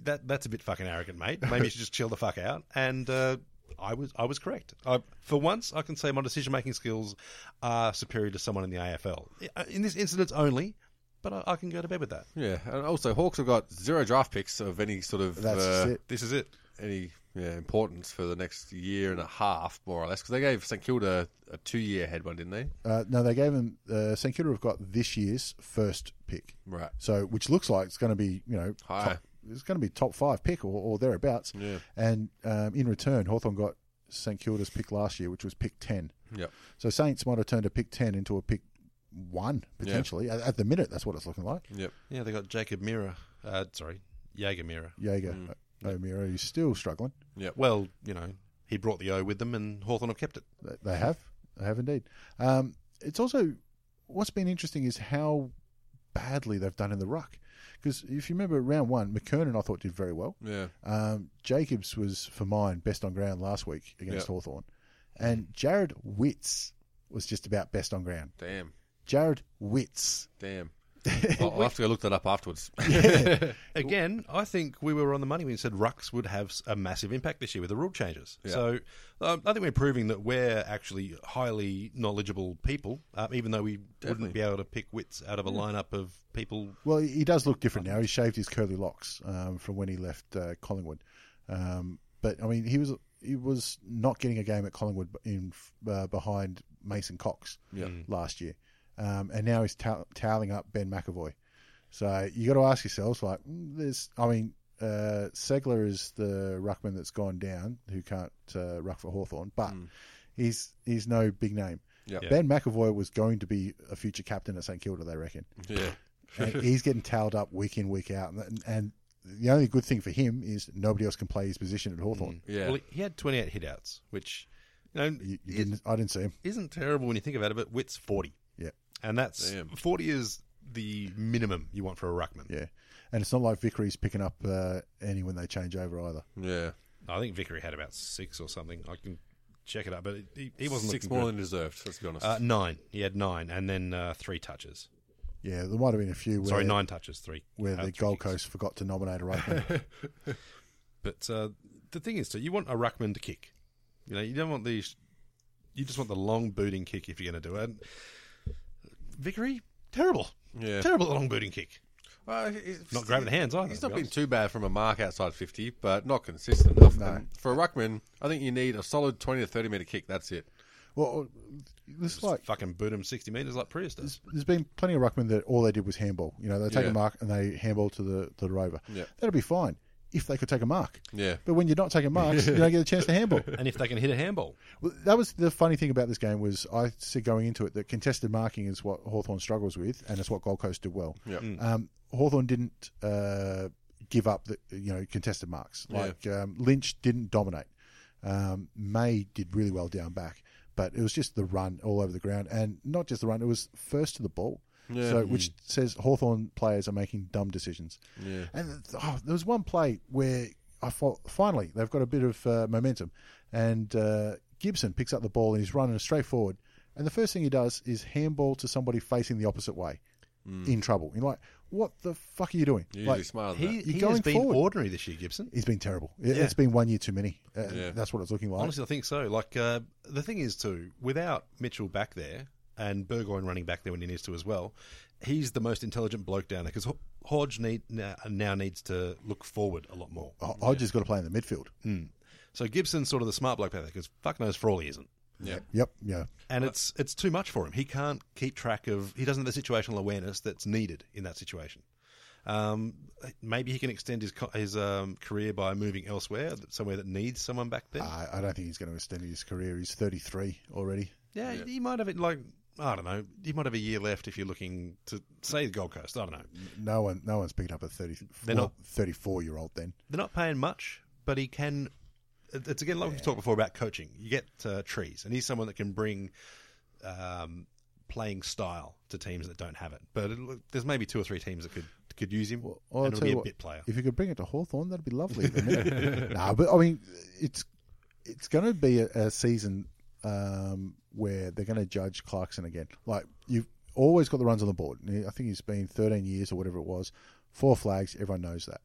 Speaker 3: that that's a bit fucking arrogant, mate. Maybe you should just chill the fuck out. And uh, I was I was correct. I, for once, I can say my decision making skills are superior to someone in the AFL. In this incident only, but I, I can go to bed with that.
Speaker 4: <laughs> Yeah. And also, Hawks have got zero draft picks of any sort of
Speaker 2: That's
Speaker 4: uh,
Speaker 2: it.
Speaker 3: This is it.
Speaker 4: any yeah, importance for the next year and a half, more or less, because they gave St Kilda a two-year head one, didn't they?
Speaker 2: <laughs> Uh, no, they gave him. Uh, St Kilda have got this year's first pick.
Speaker 4: Right.
Speaker 2: So, which looks like it's going to be, you know,
Speaker 4: High.
Speaker 2: top- it's going to be top five pick or, or thereabouts.
Speaker 4: Yeah.
Speaker 2: And um, in return, Hawthorn got St Kilda's pick last year, which was pick 10.
Speaker 4: Yep.
Speaker 2: So Saints might have turned a pick 10 into a pick one, potentially. At, at the minute, that's what it's looking like.
Speaker 4: Yep.
Speaker 3: Yeah, they got Jacob Mira. Uh, sorry, Jaeger Mira.
Speaker 2: Jaeger,
Speaker 4: Mm.
Speaker 2: uh, O'Meara, he's still struggling.
Speaker 4: Yep.
Speaker 3: Well, you know, he brought the O with them, and Hawthorn have kept it.
Speaker 2: They- They have. They have indeed. Um, it's also what's been interesting is how badly they've done in the ruck. Because if you remember round one, McKernan I thought did very well.
Speaker 4: Yeah.
Speaker 2: Um, Jacobs was, for mine, best on ground last week against
Speaker 4: Yeah.
Speaker 2: Hawthorn, And Jared Witz was just about best on ground.
Speaker 4: Damn.
Speaker 2: Jared Witz. <laughs>
Speaker 4: Damn. I'll, I'll have to go look that up afterwards. <laughs>
Speaker 3: Again, I think we were on the money when we said rucks would have a massive impact this year with the rule changes. So um, I think we're proving that we're actually highly knowledgeable people, uh, even though we wouldn't be able to pick wits out of a lineup of people.
Speaker 2: Well, he he does look different now. He shaved his curly locks um, from when he left uh, Collingwood. Um, but I mean, he was he was not getting a game at Collingwood in uh, behind Mason Cox last year, um, and now he's tow- toweling up Ben McAvoy. So you got to ask yourselves, like, mm, there's, I mean, uh, Segler is the ruckman that's gone down who can't uh, ruck for Hawthorn, but he's he's no big name.
Speaker 4: Yeah.
Speaker 2: Ben McAvoy was going to be a future captain at St Kilda, they reckon
Speaker 4: Yeah.
Speaker 2: and
Speaker 4: <laughs>
Speaker 2: he's getting towed up week in, week out. And, and the only good thing for him is nobody else can play his position at Hawthorn.
Speaker 4: Yeah.
Speaker 3: Well, he had 28 hitouts, which you know
Speaker 4: Mm.
Speaker 2: You, you
Speaker 3: is-
Speaker 2: didn't, I didn't see him.
Speaker 3: isn't terrible when you think about it. But Witt's 40,
Speaker 2: Yeah,
Speaker 3: and that's
Speaker 4: Damn.
Speaker 3: 40 is the minimum you want for a ruckman.
Speaker 2: yeah. And it's not like Vickery's picking up uh, any when they change over either.
Speaker 4: Yeah.
Speaker 3: I think Vickery had about six or something. I can check it up, but he, he wasn't
Speaker 4: Six
Speaker 3: looking
Speaker 4: more
Speaker 3: good.
Speaker 4: than deserved, let's be honest.
Speaker 3: Uh, nine. He had nine, and then uh, three touches.
Speaker 2: Yeah, there might have been a few where,
Speaker 3: Sorry, nine touches, three.
Speaker 2: where
Speaker 3: uh,
Speaker 2: the
Speaker 3: three
Speaker 2: Gold
Speaker 3: kicks.
Speaker 2: Coast forgot to nominate a
Speaker 4: <laughs>
Speaker 2: ruckman.
Speaker 3: But uh, the thing is, too, you want a ruckman to kick. You know, you don't want these. You just want the long booting kick if you're going to do it. And Vickery, terrible,
Speaker 4: Yeah.
Speaker 3: terrible at the long booting kick.
Speaker 4: Well, he's-
Speaker 3: Not grabbing hands either,
Speaker 4: He's
Speaker 3: to
Speaker 4: not
Speaker 3: be
Speaker 4: been
Speaker 3: honest.
Speaker 4: too bad from a mark outside 50, but not consistent enough. And For a ruckman, I think you need a solid 20 to 30 metre kick. That's it.
Speaker 2: well, this is like
Speaker 3: Fucking boot him sixty meters like Prius does.
Speaker 2: there's been plenty of ruckmen that all they did was handball. You know, they take
Speaker 4: Yeah.
Speaker 2: a mark and they handball to the to the rover.
Speaker 4: Yeah.
Speaker 2: That'd be fine if they could take a mark.
Speaker 4: Yeah.
Speaker 2: But when you're not taking marks, you don't get a chance to handball.
Speaker 4: <laughs>
Speaker 3: And if they can hit a handball,
Speaker 2: Well, that was the funny thing about this game was I said going into it that contested marking is what Hawthorn struggles with, and it's what Gold Coast did well.
Speaker 4: Yeah.
Speaker 2: Um, Hawthorn didn't uh, give up the you know contested marks. Like um, Lynch didn't dominate. Um, May did really well down back, but it was just the run all over the ground, and not just the run; it was first to the ball. So, which says Hawthorn players are making dumb decisions. Yeah. And oh, there was one play where I thought finally they've got a bit of uh, momentum, and uh, Gibson picks up the ball and he's running straight forward. And the first thing he does is handball to somebody facing the opposite way, in trouble. You're like, what the fuck are you doing?
Speaker 4: You're
Speaker 2: like,
Speaker 4: usually smarter than
Speaker 3: he,
Speaker 4: that.
Speaker 2: You're
Speaker 3: he has
Speaker 2: going
Speaker 3: been
Speaker 2: forward.
Speaker 3: ordinary this year, Gibson.
Speaker 2: He's been terrible. It, It's been one year too many. Uh,
Speaker 4: Yeah.
Speaker 2: That's what it's looking like.
Speaker 3: Honestly, I think so. Like uh, the thing is, too, without Mitchell back there and Burgoyne running back there when he needs to as well, he's the most intelligent bloke down there because Hodge need, now, now needs to look forward a lot more.
Speaker 2: I, I just got to play in the midfield.
Speaker 3: So Gibson's sort of the smart bloke down there because fuck knows Frawley isn't,
Speaker 2: Yep. Yeah.
Speaker 3: and it's it's too much for him. He can't keep track of. He doesn't have the situational awareness that's needed in that situation. Um, maybe he can extend his co- his um, career by moving elsewhere, somewhere that needs someone back there.
Speaker 2: I, I don't think he's going to extend his career. He's 33 already.
Speaker 3: Yeah, you might have it like I don't know. You might have a year left if you're looking to say the Gold Coast. I don't know.
Speaker 2: No one, no one's picked up a 30,
Speaker 3: They're
Speaker 2: well,
Speaker 3: not-
Speaker 2: 34 year old then.
Speaker 3: They're not paying much, but he can. it- It's again like we talked before about coaching. You get uh, trees, and he's someone that can bring um, playing style to teams that don't have it. But it, look, there's maybe two or three teams that could could use him,
Speaker 2: I'll
Speaker 3: and
Speaker 2: tell
Speaker 3: it'll be
Speaker 2: you
Speaker 3: a
Speaker 2: what,
Speaker 3: bit player.
Speaker 2: If you could bring it to Hawthorn, that'd be lovely. wouldn't
Speaker 3: <laughs>
Speaker 2: it? <laughs> no, but I mean, it's it's going to be a, a season um, where they're going to judge Clarkson again. Like you've always got the runs on the board. I think he's been 13 years or whatever it was, four flags. Everyone knows that,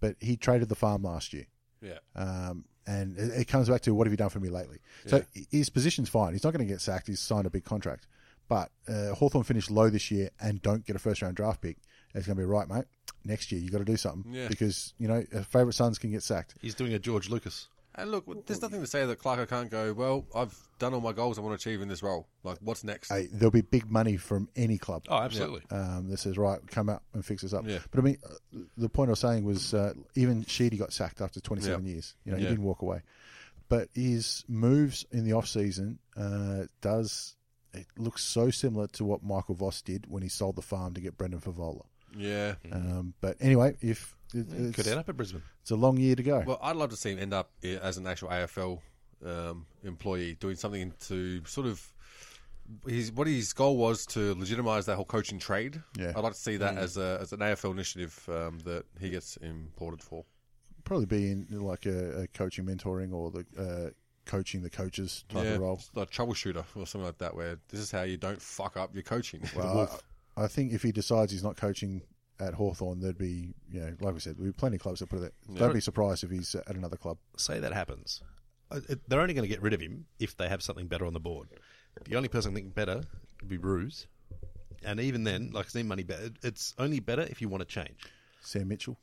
Speaker 2: but he traded the farm last year.
Speaker 4: Yeah.
Speaker 2: Um, and it, it comes back to what have you done for me lately? So his position's fine. He's not going to get sacked. He's signed a big contract. But uh, Hawthorne finished low this year and don't get a first round draft pick. It's going to be right, mate. Next year, you got to do something
Speaker 4: Yeah.
Speaker 2: because, you know, uh, favourite sons can get sacked.
Speaker 3: He's doing a George Lucas.
Speaker 4: And look, there's nothing to say that Clarko can't go, well, I've done all my goals I want to achieve in this role. Like, what's next?
Speaker 2: Hey, there'll be big money from any club
Speaker 3: Oh, absolutely.
Speaker 2: um, that says, right, come up and fix this up.
Speaker 4: Yeah.
Speaker 2: But I mean, uh, the point I was saying was uh, even Sheedy got sacked after 27
Speaker 4: Yeah.
Speaker 2: years. You know,
Speaker 4: Yeah.
Speaker 2: he didn't walk away. But his moves in the off season uh, does it looks so similar to what Michael Voss did when he sold the farm to get Brendan Favola.
Speaker 4: Yeah.
Speaker 2: Um, but anyway, if it,
Speaker 3: Could end
Speaker 2: it's,
Speaker 3: up at Brisbane.
Speaker 2: it's a long year to go.
Speaker 4: Well, I'd love to see him end up i- as an actual AFL um, employee, doing something to sort of his what his goal was to legitimise that whole coaching trade.
Speaker 2: Yeah. Mm.
Speaker 4: I'd like to see that as a as an AFL initiative um, that he gets imported for.
Speaker 2: Probably be in like a, a coaching mentoring or the uh, coaching the coaches type of role.
Speaker 4: like troubleshooter or something like that, where this is how you don't fuck up your coaching.
Speaker 2: Well, I, I think if he decides he's not coaching at Hawthorn, there'd be, you know, like we said, there'd be plenty of clubs that put it there. Don't be surprised if he's at another club.
Speaker 3: say that happens, uh, it- they're only going to get rid of him if they have something better on the board. The only person I think better would be Ruse, and even then, like Steve Money, better. It's only better if you want to change.
Speaker 2: Sam Mitchell.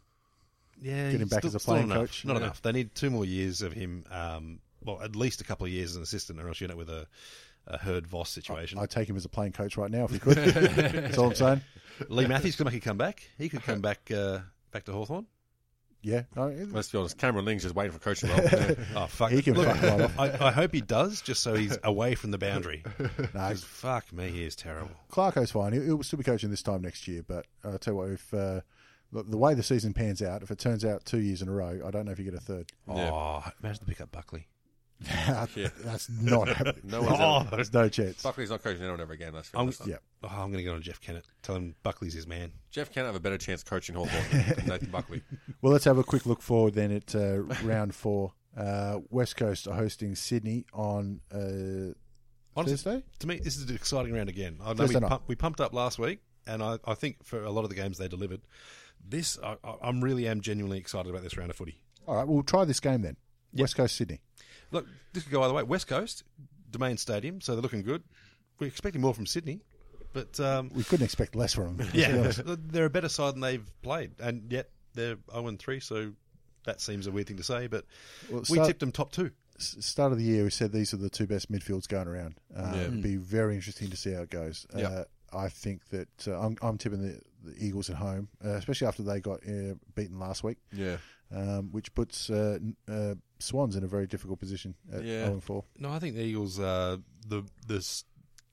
Speaker 3: Yeah,
Speaker 2: Get him
Speaker 3: he's
Speaker 2: back as a playing
Speaker 3: not enough.
Speaker 2: coach.
Speaker 3: Not
Speaker 2: Yeah.
Speaker 3: enough. They need two more years of him um, well, at least a couple of years as an assistant, or else you end up with a, a Herd Voss situation.
Speaker 2: I'd take him as a playing coach right now if we
Speaker 4: <laughs>
Speaker 2: could. That's all I'm saying.
Speaker 3: Lee Matthews could make a comeback. He could come back uh, back
Speaker 2: <laughs>
Speaker 3: to Hawthorn.
Speaker 2: Yeah.
Speaker 4: <laughs>
Speaker 2: No,
Speaker 4: <laughs> Let's be honest, Cameron Ling's just waiting for
Speaker 2: <laughs>
Speaker 4: coach role.
Speaker 3: Oh fuck!
Speaker 2: He can
Speaker 3: Look,
Speaker 2: fuck right off.
Speaker 3: I, I hope he does, just so he's away from
Speaker 2: <laughs>
Speaker 3: the boundary.
Speaker 2: no,
Speaker 3: 'Cause fuck me, he is terrible.
Speaker 2: Clarko's fine. He'll, he'll still be coaching this time next year. But I tell you what, if uh, the, the way the season pans out, if it turns out two years in a row, I don't know if you get a third. <laughs>
Speaker 3: Oh, imagine the up Buckley.
Speaker 2: That's
Speaker 4: <laughs>
Speaker 2: not happening. Oh, <laughs>
Speaker 4: No one's ever-
Speaker 2: There's no chance.
Speaker 4: Buckley's not coaching anyone ever again. That's,
Speaker 3: I'm,
Speaker 4: that's not-
Speaker 2: Yeah.
Speaker 3: oh, I'm going to go on Jeff Kennett. Tell him Buckley's his man.
Speaker 4: Jeff can't have a better chance
Speaker 2: <laughs>
Speaker 4: coaching Hawthorn than Nathan Buckley.
Speaker 2: Well, let's have a quick look forward then at uh, round four. Uh, West Coast are hosting Sydney on uh,
Speaker 3: Honestly,
Speaker 2: Thursday.
Speaker 3: to me, this is an exciting round again. I know we,
Speaker 2: Thursday night.
Speaker 3: pump, we pumped up last week, and I, I think for a lot of the games they delivered, this I, I I'm really am genuinely excited about this round of footy.
Speaker 2: All right, we'll try this game then. West Coast Sydney.
Speaker 3: Look, this could go either way. West Coast, Domain Stadium, so they're looking good. We're expecting more from Sydney, but um,
Speaker 2: We couldn't expect less from them.
Speaker 3: <laughs> yeah, they're a better side than they've played, and yet they're 0 3, so that seems a weird thing to say, but
Speaker 2: Well,
Speaker 3: we
Speaker 2: so-
Speaker 3: tipped them top two.
Speaker 2: S- Start of the year, we said these are the two best midfields going around. Uh,
Speaker 4: Yeah.
Speaker 2: It'd be very interesting to see how it goes. Uh, I think that uh, I'm, I'm tipping the, the Eagles at home, uh, especially after they got uh, beaten last week,
Speaker 4: Yeah.
Speaker 2: um, which puts uh, n- uh, Swans in a very difficult position at
Speaker 4: Yeah.
Speaker 2: 0 4.
Speaker 3: No, I think the Eagles, uh, the the s-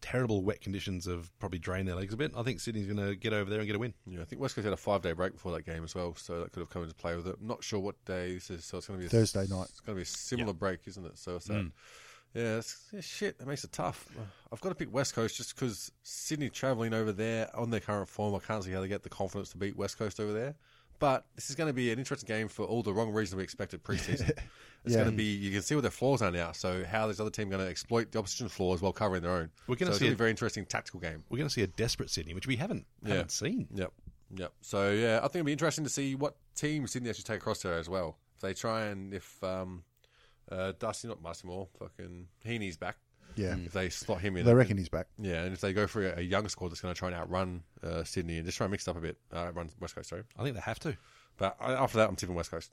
Speaker 3: terrible wet conditions have probably drained their legs a bit. I think Sydney's going to get over there and get a win.
Speaker 4: Yeah, I think West Coast had a five day break before that game as well, so that could have come into play with it. I'm not sure what day this is, so it's going to be a,
Speaker 2: Thursday night. Mm.
Speaker 4: It's going to be a similar break, isn't it? So it's that. Yeah, it's, yeah, shit. It makes it tough. I've got to pick West Coast just because Sydney travelling over there on their current form. I can't see how they get the confidence to beat West Coast over there. But this is going to be an interesting game for all the wrong reasons we expected
Speaker 2: <laughs>
Speaker 4: preseason. It's
Speaker 2: Yeah.
Speaker 4: going to be you can see what their flaws are now. So how this other team going to exploit the opposition's flaws while covering their own?
Speaker 3: We're gonna
Speaker 4: so it's
Speaker 3: see
Speaker 4: gonna be
Speaker 3: it-
Speaker 4: a very interesting tactical game.
Speaker 3: We're going to see a desperate Sydney, which we haven't
Speaker 4: Yeah.
Speaker 3: haven't seen.
Speaker 4: Yep. Yep. So yeah, I think it'd be interesting to see what team Sydney actually take across there as well. If they try and if um uh Dusty not Dusty Moore, fucking Heaney's back.
Speaker 2: Yeah.
Speaker 4: If they slot him in
Speaker 2: They reckon he's back.
Speaker 4: Yeah, and if they go for a, a young squad that's gonna try and outrun uh, Sydney and just try and mix it up a bit. Uh run West Coast, sorry.
Speaker 3: I think they have to.
Speaker 4: But I, after that I'm tipping West Coast.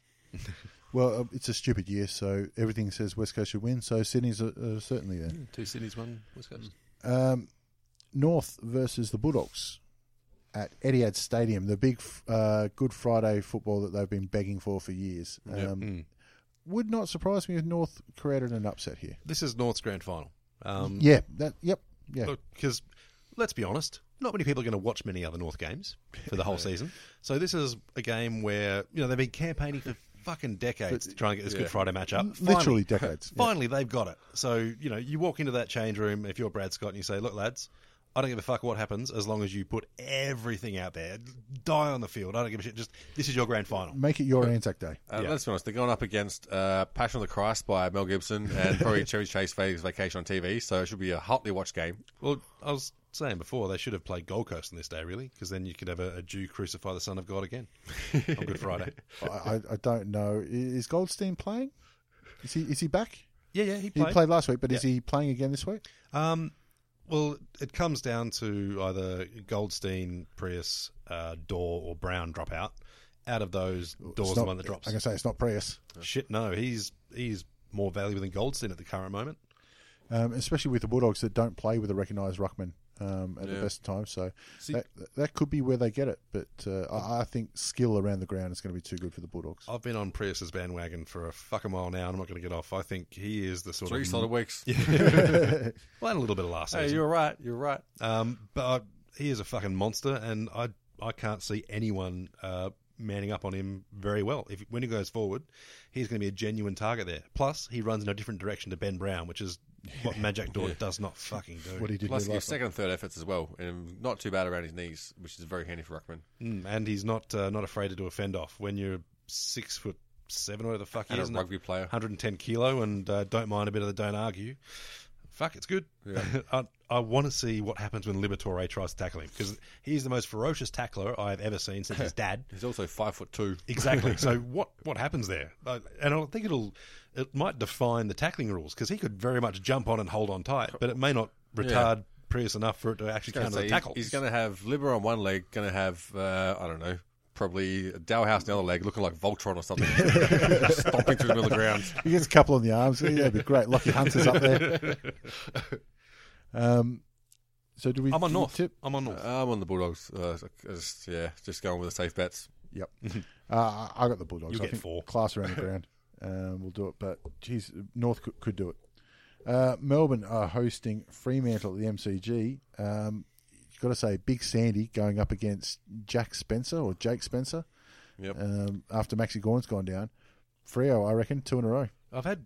Speaker 2: Well, uh, it's a stupid year, so everything says West Coast should win, so Sydney's uh, uh, certainly there.
Speaker 3: Hmm, Two Sydneys, one West Coast.
Speaker 2: Um, North versus the Bulldogs at Etihad Stadium, the big f- uh, Good Friday football that they've been begging for for years. Um,
Speaker 3: Hmm.
Speaker 2: Would not surprise me if North created an upset here.
Speaker 3: This is North's grand final. Um,
Speaker 2: Yeah, that. Yep. Yeah.
Speaker 3: Because let's be honest, not many people are going to watch many other North games for <laughs> the whole season. So this is a game where you know they've been campaigning for fucking decades to try and get this Good Friday match up.
Speaker 2: Literally
Speaker 3: <laughs>
Speaker 2: decades. Yeah.
Speaker 3: Finally, they've got it. So you know, you walk into that change room if you're Brad Scott and you say, "Look, lads." I don't give a fuck what happens as long as you put everything out there. Die on the field. I don't give a shit. Just this is your grand final.
Speaker 2: Make it
Speaker 3: <laughs>
Speaker 2: your Anzac Day.
Speaker 4: Uh, Let's be honest, they're going up against uh, Passion of the Christ by Mel Gibson and probably Chevy Chase Faye's Vacation on TV, so it should be a hotly watched game.
Speaker 3: Well, I was saying before they should have played Gold Coast on this day, really, because then you could have a, a Jew crucify the Son of God again on Good Friday.
Speaker 2: <laughs> I, I, I don't know. I- Is Goldstein playing? Is he is he back?
Speaker 3: Yeah, yeah,
Speaker 2: He played last week, but is he playing again this week?
Speaker 3: Um, well, it comes down to either Goldstein, Prius, uh, Door, or Brown drop out. Out of those, Door's
Speaker 2: It's
Speaker 3: the
Speaker 2: not-
Speaker 3: one that drops.
Speaker 2: I can say it's not Prius,
Speaker 3: Shit, no, he's he's more valuable than Goldstein at the current moment.
Speaker 2: um, especially with the Bulldogs that don't play with a recognised ruckman um, at the best of times. So that, that could be where they get it, but uh, I, I think skill around the ground is going to be too good for the Bulldogs.
Speaker 3: I've been on Prius's bandwagon for a fucking while now, and I'm not going to get off. I think he is the sort
Speaker 4: Three
Speaker 3: of <laughs>
Speaker 4: solid weeks.
Speaker 3: well, and a little bit of last
Speaker 4: Hey,
Speaker 3: season.
Speaker 4: you're right, you're right.
Speaker 3: Um, but he is a fucking monster, and I I can't see anyone uh, manning up on him very well. If when he goes forward, he's going to be a genuine target there. Plus, he runs in a different direction to Ben Brown, which is
Speaker 4: <laughs>
Speaker 3: what Magic Door does not fucking do.
Speaker 2: What he did
Speaker 4: Plus,
Speaker 2: do
Speaker 4: he gives
Speaker 2: last
Speaker 4: second and third efforts as well, and not too bad around his knees, which is very handy for Ruckman.
Speaker 3: Mm, and he's not uh, not afraid to do a fend off when you're six foot seven, whatever the fuck he
Speaker 4: And a
Speaker 3: is,
Speaker 4: rugby player.
Speaker 3: 110 kilo, and uh, don't mind a bit of the don't argue. Fuck, it's good. <laughs> I, I want to see what happens when Liberatore tries to tackle him because he's the most ferocious tackler I've ever seen since his
Speaker 4: <laughs>
Speaker 3: dad.
Speaker 4: He's also five foot two.
Speaker 3: Exactly. so what what happens there? Uh, And I think it'll it might define the tackling rules because he could very much jump on and hold on tight, but it may not retard Prius enough for it to actually
Speaker 4: Gonna
Speaker 3: counter the
Speaker 4: say,
Speaker 3: tackle.
Speaker 4: he's going to have Libra on one leg, going to have uh, I don't know probably Dalhouse the other leg, looking like Voltron
Speaker 3: <laughs>
Speaker 4: or something, stomping through the middle of the ground.
Speaker 2: He gets a couple on the arms. Yeah, that'd
Speaker 3: <laughs>
Speaker 2: be great. Lucky Hunter's up there. Um, so do we?
Speaker 3: I'm on
Speaker 2: do we
Speaker 3: North.
Speaker 2: Tip?
Speaker 3: I'm on North.
Speaker 4: I'm on the Bulldogs. Uh, I just, yeah, just going with the safe bets.
Speaker 2: Yep. uh, I I got the Bulldogs.
Speaker 3: You'll
Speaker 2: I
Speaker 3: get
Speaker 2: think
Speaker 3: four.
Speaker 2: Class around the ground. Um, we'll do it. But, geez, North could, could do it. Uh, Melbourne are hosting Fremantle at the MCG. Um, you've got to say, Big Sandy going up against Jack Spencer or Jake Spencer
Speaker 4: Yep.
Speaker 2: um, after Maxi Gorn's gone down. Frio, I reckon, two in a row.
Speaker 3: I've had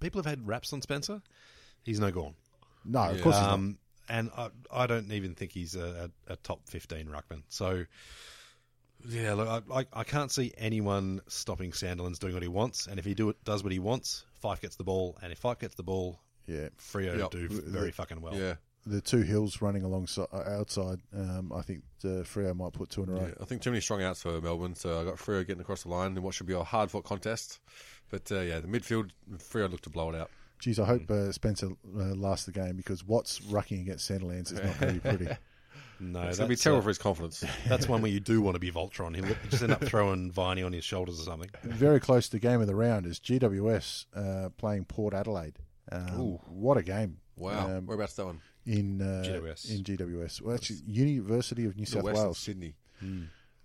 Speaker 3: people have had raps on Spencer. He's no gone.
Speaker 2: No, of course he's not.
Speaker 3: Um, and I, I don't even think he's a, a, a top 15 ruckman. So, yeah, look, I, I, I can't see anyone stopping Sandilands doing what he wants. And if he do it, does what he wants, Fife gets the ball. And if Fife gets the ball,
Speaker 2: Yeah.
Speaker 3: Frio
Speaker 4: Yep.
Speaker 3: do very fucking well.
Speaker 4: Yeah,
Speaker 2: The two hills running alongside uh, outside. Um, I think uh, Frio might put two in a row.
Speaker 4: yeah. I think too many strong outs for Melbourne, so I got Freo getting across the line in what should be a hard fought contest. But uh, yeah, the midfield, Freo looked to blow it out.
Speaker 2: Geez, I
Speaker 4: Hmm.
Speaker 2: hope uh, Spencer uh, lasts the game because Watts rucking against Sandilands is not going to be
Speaker 4: <laughs>
Speaker 2: pretty.
Speaker 3: No, that's,
Speaker 4: It's going to be terrible
Speaker 3: uh,
Speaker 4: for
Speaker 3: <laughs>
Speaker 4: his confidence.
Speaker 3: that's one where you do want to be Voltron. He'll just end up throwing Viney on his shoulders or something.
Speaker 2: Very close to game of the round is GWS uh, playing Port Adelaide. Um, what a game!
Speaker 4: Wow,
Speaker 2: Um,
Speaker 4: whereabouts that one?
Speaker 2: in uh,
Speaker 3: GWS.
Speaker 2: in GWS, well, actually University of New
Speaker 4: The
Speaker 2: South
Speaker 4: West of
Speaker 2: Wales. Hmm. Um,
Speaker 4: Sydney.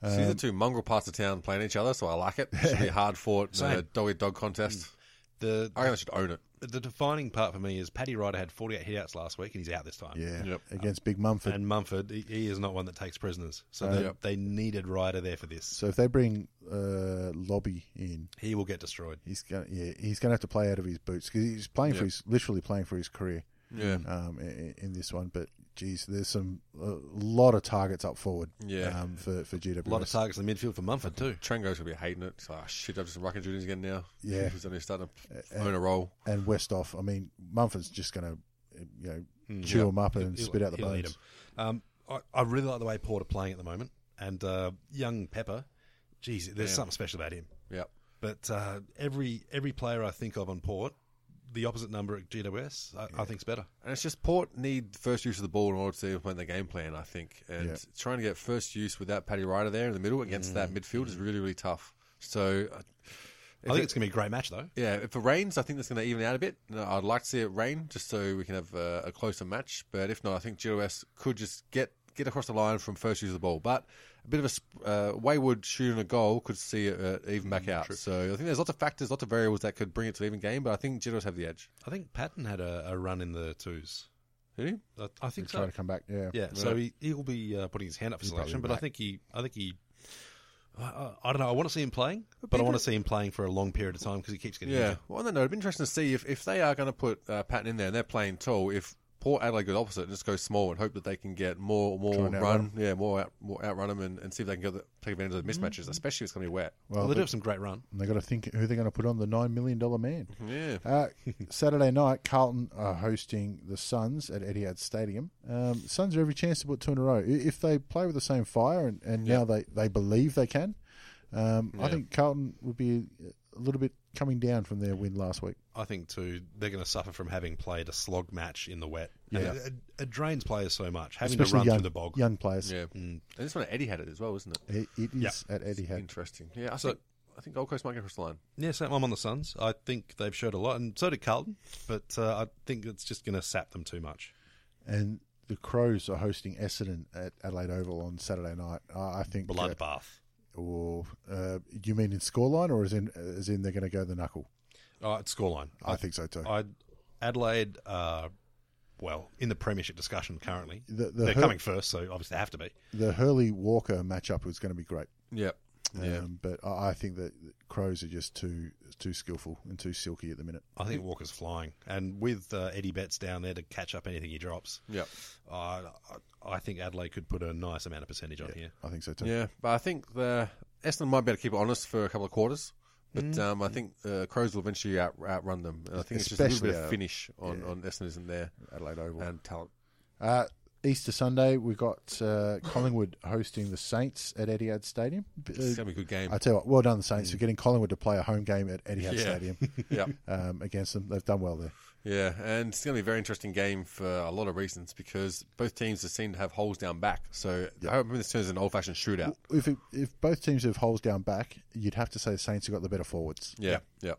Speaker 4: so these are two mongrel parts of town playing each other, so I like it. It
Speaker 2: <laughs>
Speaker 4: should be a hard fought uh,
Speaker 3: Same.
Speaker 4: dog eat dog contest.
Speaker 2: Hmm.
Speaker 3: The,
Speaker 4: I reckon I should own it.
Speaker 3: the defining part for me is Paddy Ryder had 48 hitouts last week, and he's out this time.
Speaker 2: Yeah,
Speaker 4: Yep.
Speaker 2: against Big Mumford.
Speaker 3: And Mumford, he, he is not one that takes prisoners. So they,
Speaker 4: Uh, Yep.
Speaker 3: they needed Ryder there for this.
Speaker 2: so if they bring uh, Lobby in,
Speaker 3: He will get destroyed.
Speaker 2: he's gonna yeah he's gonna have to play out of his boots because he's playing for
Speaker 4: Yep.
Speaker 2: his literally playing for his career.
Speaker 4: Yeah.
Speaker 2: um, in, in this one. But geez, there's some a lot of targets up forward.
Speaker 4: Yeah.
Speaker 2: um, for for GWS.
Speaker 3: A lot of targets in the midfield for Mumford too.
Speaker 4: Trango's gonna be hating it. It's like, oh, shit, I've just some rucking duties again now.
Speaker 2: Yeah. Uh,
Speaker 4: he's only starting to own a role.
Speaker 2: and West off. I mean, Mumford's just going to you know chew them up and
Speaker 3: Hmm. He'll-
Speaker 2: spit out the
Speaker 3: he'll eat
Speaker 2: bones.
Speaker 3: 'em. Um, I, I really like the way Port are playing at the moment, and uh, young Pepper, geez, there's something special about him.
Speaker 4: Yep.
Speaker 3: But uh, every every player I think of on Port, the opposite number at GWS, I, I think's better.
Speaker 4: And it's just Port need first use of the ball in order to implement their game plan, I think. And
Speaker 2: Yeah. Mm.
Speaker 4: trying to get first use without Paddy Ryder there in the middle against that midfield is really, really tough. So, uh,
Speaker 3: I think it's going to be a great match though.
Speaker 4: yeah, if it rains, I think that's going to even out a bit. No, I'd like to see it rain just so we can have uh, a closer match. But if not, I think GOS could just get get across the line from first use of the ball. But a bit of a sp- uh, wayward shooting a goal could see it uh, even
Speaker 2: Mm,
Speaker 4: back out. So I think there's lots of factors, lots of variables that could bring it to an even game. But I think GOS have the edge.
Speaker 3: I think Patton had a, a run in the twos.
Speaker 4: Did he?
Speaker 3: I, I think
Speaker 2: Trying
Speaker 3: so.
Speaker 2: to come back, yeah.
Speaker 3: Yeah, so he he will be uh, putting his hand up for selection, but I think he I think he. I- I, I don't know. I want to see him playing, but I want to see him playing for a long period of time because he keeps getting
Speaker 4: Yeah.
Speaker 3: injured.
Speaker 4: Well, on that note, it'd be interesting to see if, if they are going to put uh, Patton in there and they're playing tall, if Port Adelaide goes opposite and just goes small and hope that they can get more more
Speaker 2: Try
Speaker 4: run,
Speaker 2: and outrun
Speaker 4: yeah, more out, more outrun them and, and see if they can get the, take advantage of the mismatches,
Speaker 2: Mm.
Speaker 4: especially if it's going to be wet.
Speaker 3: Well, they do have some great run.
Speaker 2: And they got to think who they're going to put on the nine million dollar
Speaker 3: <laughs>
Speaker 2: man.
Speaker 4: Yeah.
Speaker 2: Uh, Saturday night, Carlton are hosting the Suns at Etihad Stadium. Um, Suns are every chance to put two in a row I- if they play with the same fire, and, and now they, they believe they can. Um, I think Carlton would be a little bit coming down from their win last week.
Speaker 3: I think too they're going to suffer from having played a slog match in the wet. Yeah, it, it, it drains players so much having to
Speaker 2: Especially
Speaker 3: run
Speaker 2: young,
Speaker 3: through the bog.
Speaker 2: young players.
Speaker 4: Yeah. And this one, Eddie had it as well, isn't it?
Speaker 2: It, it is at Etihad.
Speaker 4: Interesting. Yeah. I
Speaker 3: So-
Speaker 4: think, I think Gold Coast might get across the line.
Speaker 3: Yeah, so I'm on the Suns. I think they've showed a lot, and so did Carlton. But uh, I think it's just going to sap them too much.
Speaker 2: And the Crows are hosting Essendon at Adelaide Oval on Saturday night. I I think. uh,
Speaker 3: Bloodbath.
Speaker 2: or uh, you mean in scoreline, or as in as in they're going to go the knuckle?
Speaker 3: Oh, it's scoreline.
Speaker 2: I think so too.
Speaker 3: I Adelaide. Uh, well, in the premiership discussion currently,
Speaker 2: The- the
Speaker 3: they're
Speaker 2: Hur-
Speaker 3: coming first, so obviously they have to be.
Speaker 2: the Hurley Walker matchup was going to be great.
Speaker 4: Yeah. Yeah.
Speaker 2: Um, but I I think that the Crows are just too too skillful and too silky at the minute.
Speaker 3: I think Walker's flying, and with uh, Eddie Betts down there to catch up anything he drops,
Speaker 4: Yeah.
Speaker 3: uh, I, I think Adelaide could put a nice amount of percentage on here.
Speaker 2: I think so too.
Speaker 4: Yeah. But I think the Essendon might be able to keep it honest for a couple of quarters. But
Speaker 2: Mm.
Speaker 4: um, I think uh, Crows will eventually out, outrun them. And I think it's just a little
Speaker 2: Especially
Speaker 4: bit of
Speaker 2: out-
Speaker 4: finish on, on Essendon isn't there
Speaker 2: Adelaide Oval.
Speaker 4: and talent.
Speaker 2: Uh, Easter Sunday, we've got uh, Collingwood hosting the Saints at Etihad Stadium. B-
Speaker 4: It's
Speaker 2: uh,
Speaker 4: gonna be a good game. <laughs>
Speaker 2: I tell you what, well done the Saints for getting Collingwood to play a home game at Etihad
Speaker 4: Mm. Yeah. <laughs>
Speaker 2: Stadium
Speaker 4: yeah,
Speaker 2: um, against them. They've done well there.
Speaker 4: yeah, and it's going to be a very interesting game for a lot of reasons because both teams are seen to have holes down back. So I hope this turns into an old-fashioned shootout.
Speaker 2: If it, if both teams have holes down back, you'd have to say the Saints have got the better forwards.
Speaker 4: Yeah, yeah.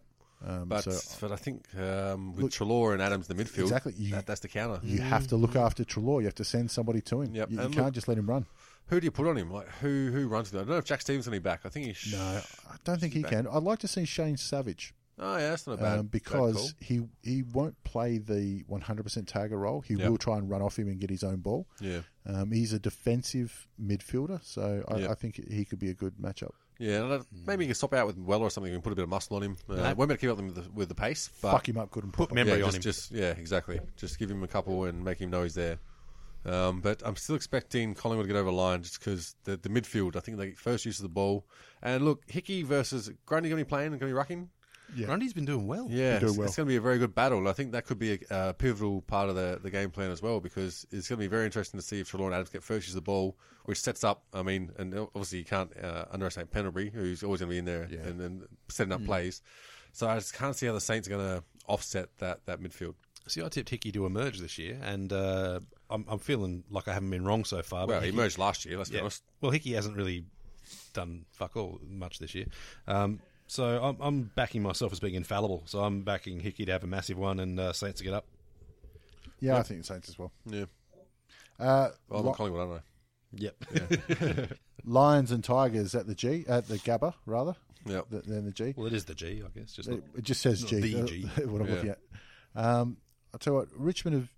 Speaker 2: Um,
Speaker 4: But,
Speaker 2: so
Speaker 4: but I think um, with Trelaw and Adams in the midfield,
Speaker 2: Exactly, you-
Speaker 4: that, that's the counter.
Speaker 2: you have to look after Trelaw. You have to send somebody to him.
Speaker 4: Mm. Yep.
Speaker 2: You, you
Speaker 4: And
Speaker 2: can't
Speaker 4: look-
Speaker 2: just let him run.
Speaker 4: Who do you put on him? Like who who runs with him? I don't know if Jack Stevens any back. I think he. Sh-
Speaker 2: No, I don't think he can. I'd like to see Shane Savage
Speaker 4: Oh yeah, that's not a bad.
Speaker 2: um,
Speaker 4: bad call.
Speaker 2: because he he won't play the 100% tagger role. He
Speaker 4: Yep.
Speaker 2: will try and run off him and get his own ball.
Speaker 4: yeah,
Speaker 2: Um, he's a defensive midfielder, so I,
Speaker 4: Yep.
Speaker 2: I think he could be a good matchup.
Speaker 4: yeah, and I- maybe
Speaker 2: Mm.
Speaker 4: you can swap out with Weller or something and put a bit of muscle on him. Uh, Won't be able to keep up with the, with the pace, but
Speaker 2: Fuck him up good and proper.
Speaker 3: Member
Speaker 4: yeah,
Speaker 3: on
Speaker 4: just,
Speaker 3: him.
Speaker 4: just- yeah, exactly. Just give him a couple and make him know he's there. Um, but I'm still expecting Collingwood to get over the line just because the, the midfield. I think they first use of the ball. And look, Hickey versus Grundy going to be playing and going to be rucking.
Speaker 3: Grundy's been doing well.
Speaker 4: Yeah,
Speaker 2: do
Speaker 4: it's,
Speaker 2: well.
Speaker 4: it's going to be a very good battle. and I think that could be a, uh pivotal part of the, the game plan as well because it's going to be very interesting to see if Trelaw and Adams get first use of the ball, which sets up. I mean, and obviously you can't uh, underestimate Penderbury, who's always going to be in there and, and setting up plays. So I just can't see how the Saints are going to offset that that midfield.
Speaker 3: See, I tipped Hickey to emerge this year, and uh, I'm, I'm feeling like I haven't been wrong so far. but
Speaker 4: Well, he
Speaker 3: Hickey-
Speaker 4: emerged last year. Let's be
Speaker 3: Yeah.
Speaker 4: honest.
Speaker 3: Well, Hickey hasn't really done fuck all much this year. Um, so I'm, I'm backing myself as being infallible. So I'm backing Hickey to have a massive one and uh, Saints to get up.
Speaker 2: Yeah, I think the Saints as well.
Speaker 4: Yeah.
Speaker 2: Uh,
Speaker 4: Well, I'm
Speaker 2: Lo-
Speaker 4: on Collingwood, aren't I?
Speaker 3: Yep.
Speaker 2: Lions and Tigers at the G, at the Gabba rather,
Speaker 4: Yeah.
Speaker 2: th- than the G.
Speaker 3: <laughs> well, it is the G, I guess. Just
Speaker 2: It,
Speaker 3: not,
Speaker 2: it just says
Speaker 3: not
Speaker 2: G.
Speaker 3: the
Speaker 2: uh,
Speaker 3: G.
Speaker 2: <laughs> what I'm
Speaker 4: Yeah.
Speaker 2: looking at. Um, I tell you what, Richmond have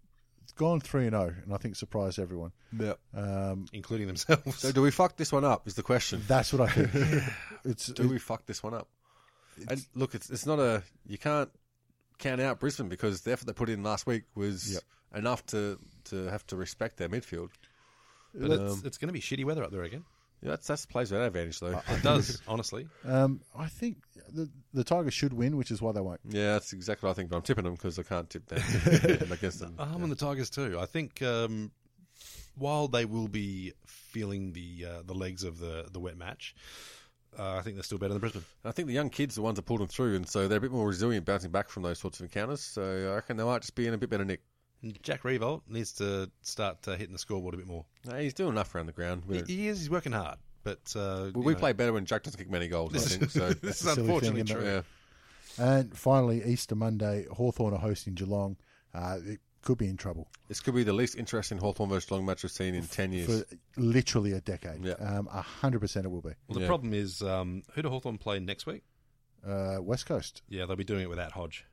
Speaker 2: gone three and zero, and I think surprised everyone.
Speaker 4: Yeah.
Speaker 2: Um,
Speaker 3: including themselves. <laughs>
Speaker 4: So do we fuck this one up? Is the question.
Speaker 2: that's what I think. it's
Speaker 4: Do we fuck this one up? And look, it's it's not a you can't count out Brisbane because the effort they put in last week was
Speaker 2: Yep.
Speaker 4: enough to to have to respect their midfield.
Speaker 3: but it's, it's going to be shitty weather up there again.
Speaker 4: Yeah, that's that's plays to our advantage though.
Speaker 3: It does, honestly.
Speaker 2: Um, I think the the Tigers should win, which is why they won't.
Speaker 4: <laughs> yeah, that's exactly what I think. But I'm tipping them because I can't tip them
Speaker 3: <laughs>
Speaker 4: I'm against them.
Speaker 3: Uh, I'm on the Tigers too. I think um, while they will be feeling the uh, the legs of the the wet match, uh, I think they're still better than Brisbane.
Speaker 4: I think the young kids are the ones that pulled them through, and so they're a bit more resilient bouncing back from those sorts of encounters. So I reckon they might just be in a bit better nick.
Speaker 3: Jack Revolt needs to start uh, hitting the scoreboard a bit more.
Speaker 4: No, he's doing enough around the ground. We,
Speaker 3: He, he is. He's working hard, but uh,
Speaker 4: we
Speaker 3: you know,
Speaker 4: play better when Jack doesn't kick many goals. I think so.
Speaker 3: <laughs> This is
Speaker 2: silly thing,
Speaker 3: unfortunately
Speaker 2: isn't it?
Speaker 3: true.
Speaker 4: yeah.
Speaker 2: And finally, Easter Monday, Hawthorn are hosting Geelong. Uh, it could be in trouble
Speaker 4: This could be the least interesting Hawthorn versus Long match we've seen in 10 years.
Speaker 2: for literally a decade.
Speaker 4: Yeah.
Speaker 2: Um, A hundred percent, it will be.
Speaker 3: Well, the
Speaker 4: Yeah.
Speaker 3: problem is um, who do Hawthorn play next week?
Speaker 2: Uh, West Coast.
Speaker 3: Yeah, they'll be doing it without
Speaker 4: <laughs>
Speaker 3: Hodge.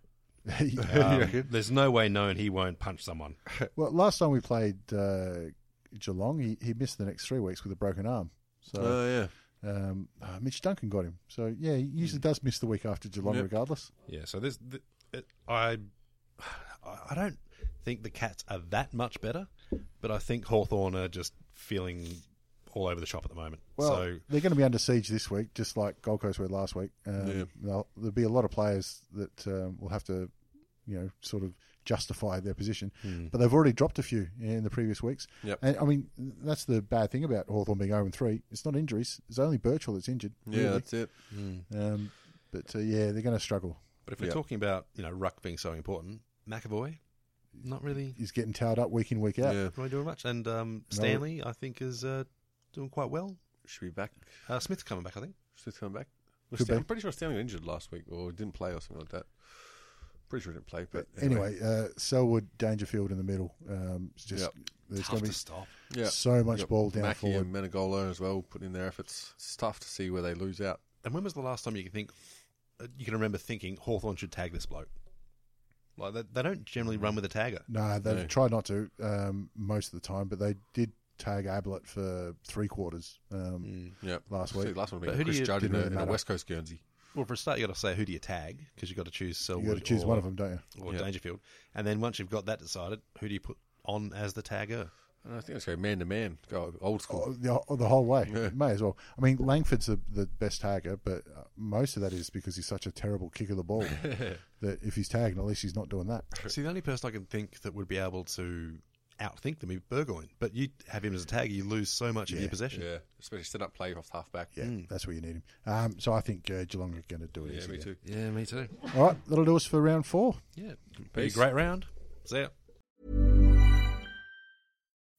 Speaker 2: Yeah.
Speaker 3: Um, there's no way known he won't punch someone.
Speaker 2: well, last time we played uh, Geelong, he, he missed the next three weeks with a broken arm. So
Speaker 4: Oh, yeah.
Speaker 2: um, uh, Mitch Duncan got him. So yeah, he usually does miss the week after Geelong,
Speaker 4: Mm. Yep.
Speaker 2: regardless.
Speaker 3: Yeah, so this, th it, I, I don't think the Cats are that much better, but I think Hawthorn are just feeling all over the shop at the moment.
Speaker 2: Well,
Speaker 3: so
Speaker 2: they're going to be under siege this week, just like Gold Coast were last week. Um,
Speaker 4: Yeah.
Speaker 2: they'll- There'll be a lot of players that um, will have to, you know, sort of justify their position. But they've already dropped a few in the previous weeks.
Speaker 4: Hmm. Yep.
Speaker 2: And I mean, that's the bad thing about Hawthorn being 0 and 3. It's not injuries. It's only Birchall that's injured.
Speaker 4: Yeah,
Speaker 2: really.
Speaker 4: that's it.
Speaker 2: Um, but uh, yeah, they're going to struggle.
Speaker 3: but if we're
Speaker 4: yeah.
Speaker 3: talking about you know ruck being so important, McAvoy, not really,
Speaker 2: He's getting towed up week in, week out.
Speaker 4: Yeah.
Speaker 3: not really doing much, and um, Stanley I think is uh, doing quite well.
Speaker 4: Should be back.
Speaker 3: Uh, Smith's coming back, I think.
Speaker 4: Smith's coming back.
Speaker 2: Could
Speaker 4: Stan-
Speaker 2: be.
Speaker 4: I'm pretty sure Stanley got injured last week or didn't play or something like that. Pretty sure he didn't play, but
Speaker 2: Anyway, uh, Selwood, Dangerfield in the middle. Um, it's just
Speaker 4: Yep.
Speaker 2: there's
Speaker 3: Tough
Speaker 2: going to
Speaker 3: to
Speaker 2: be
Speaker 3: stop.
Speaker 4: yeah.
Speaker 2: so much
Speaker 4: Yep.
Speaker 2: ball down
Speaker 4: Mackey
Speaker 2: forward.
Speaker 4: and Menegola as well putting in their efforts. It's tough to see where they lose out.
Speaker 3: And when was the last time you can think, uh, you can remember thinking Hawthorn should tag this bloke? Like they, they don't
Speaker 2: Hmm.
Speaker 3: generally run with a tagger.
Speaker 2: No, they've
Speaker 4: No.
Speaker 2: tried not to um, most of the time, but they did tag Ablett for three quarters. Um,
Speaker 4: Yeah,
Speaker 2: Last
Speaker 4: See,
Speaker 2: week.
Speaker 4: last one being
Speaker 3: But who do
Speaker 4: Chris
Speaker 3: you-
Speaker 4: Judd in,
Speaker 2: Didn't
Speaker 4: a,
Speaker 2: really
Speaker 4: in a
Speaker 2: matter.
Speaker 4: West Coast Guernsey.
Speaker 3: Well, for a start, you got to say who do you tag because you got to choose
Speaker 2: you
Speaker 3: Selwood.
Speaker 2: got to choose
Speaker 3: or,
Speaker 2: one of them, don't you?
Speaker 3: or
Speaker 4: Yeah.
Speaker 3: Dangerfield, and then once you've got that decided, who do you put on as the tagger?
Speaker 4: And I think it's going man to man, go old
Speaker 2: Oh,
Speaker 4: school.
Speaker 2: the, oh, the whole way.
Speaker 4: Yeah.
Speaker 2: May as well. I mean, Langford's the, the best tagger, but uh, most of that is because he's such a terrible kick of the
Speaker 4: <laughs>
Speaker 2: ball that if he's tagging, at least he's not doing that.
Speaker 3: See, the only person I can think that would be able to outthink them. He Burgoyne, but you have him as a tag, you lose so much of your possession.
Speaker 4: Yeah, especially set up play off the halfback.
Speaker 2: Yeah, that's where you need him. Um, so I think uh, Geelong are going to do it.
Speaker 4: Hmm. yeah
Speaker 2: easy
Speaker 4: me
Speaker 2: there.
Speaker 4: too.
Speaker 3: Yeah, me too.
Speaker 2: All right, that'll do us for round four.
Speaker 4: Yeah,
Speaker 3: Be a great round. See ya.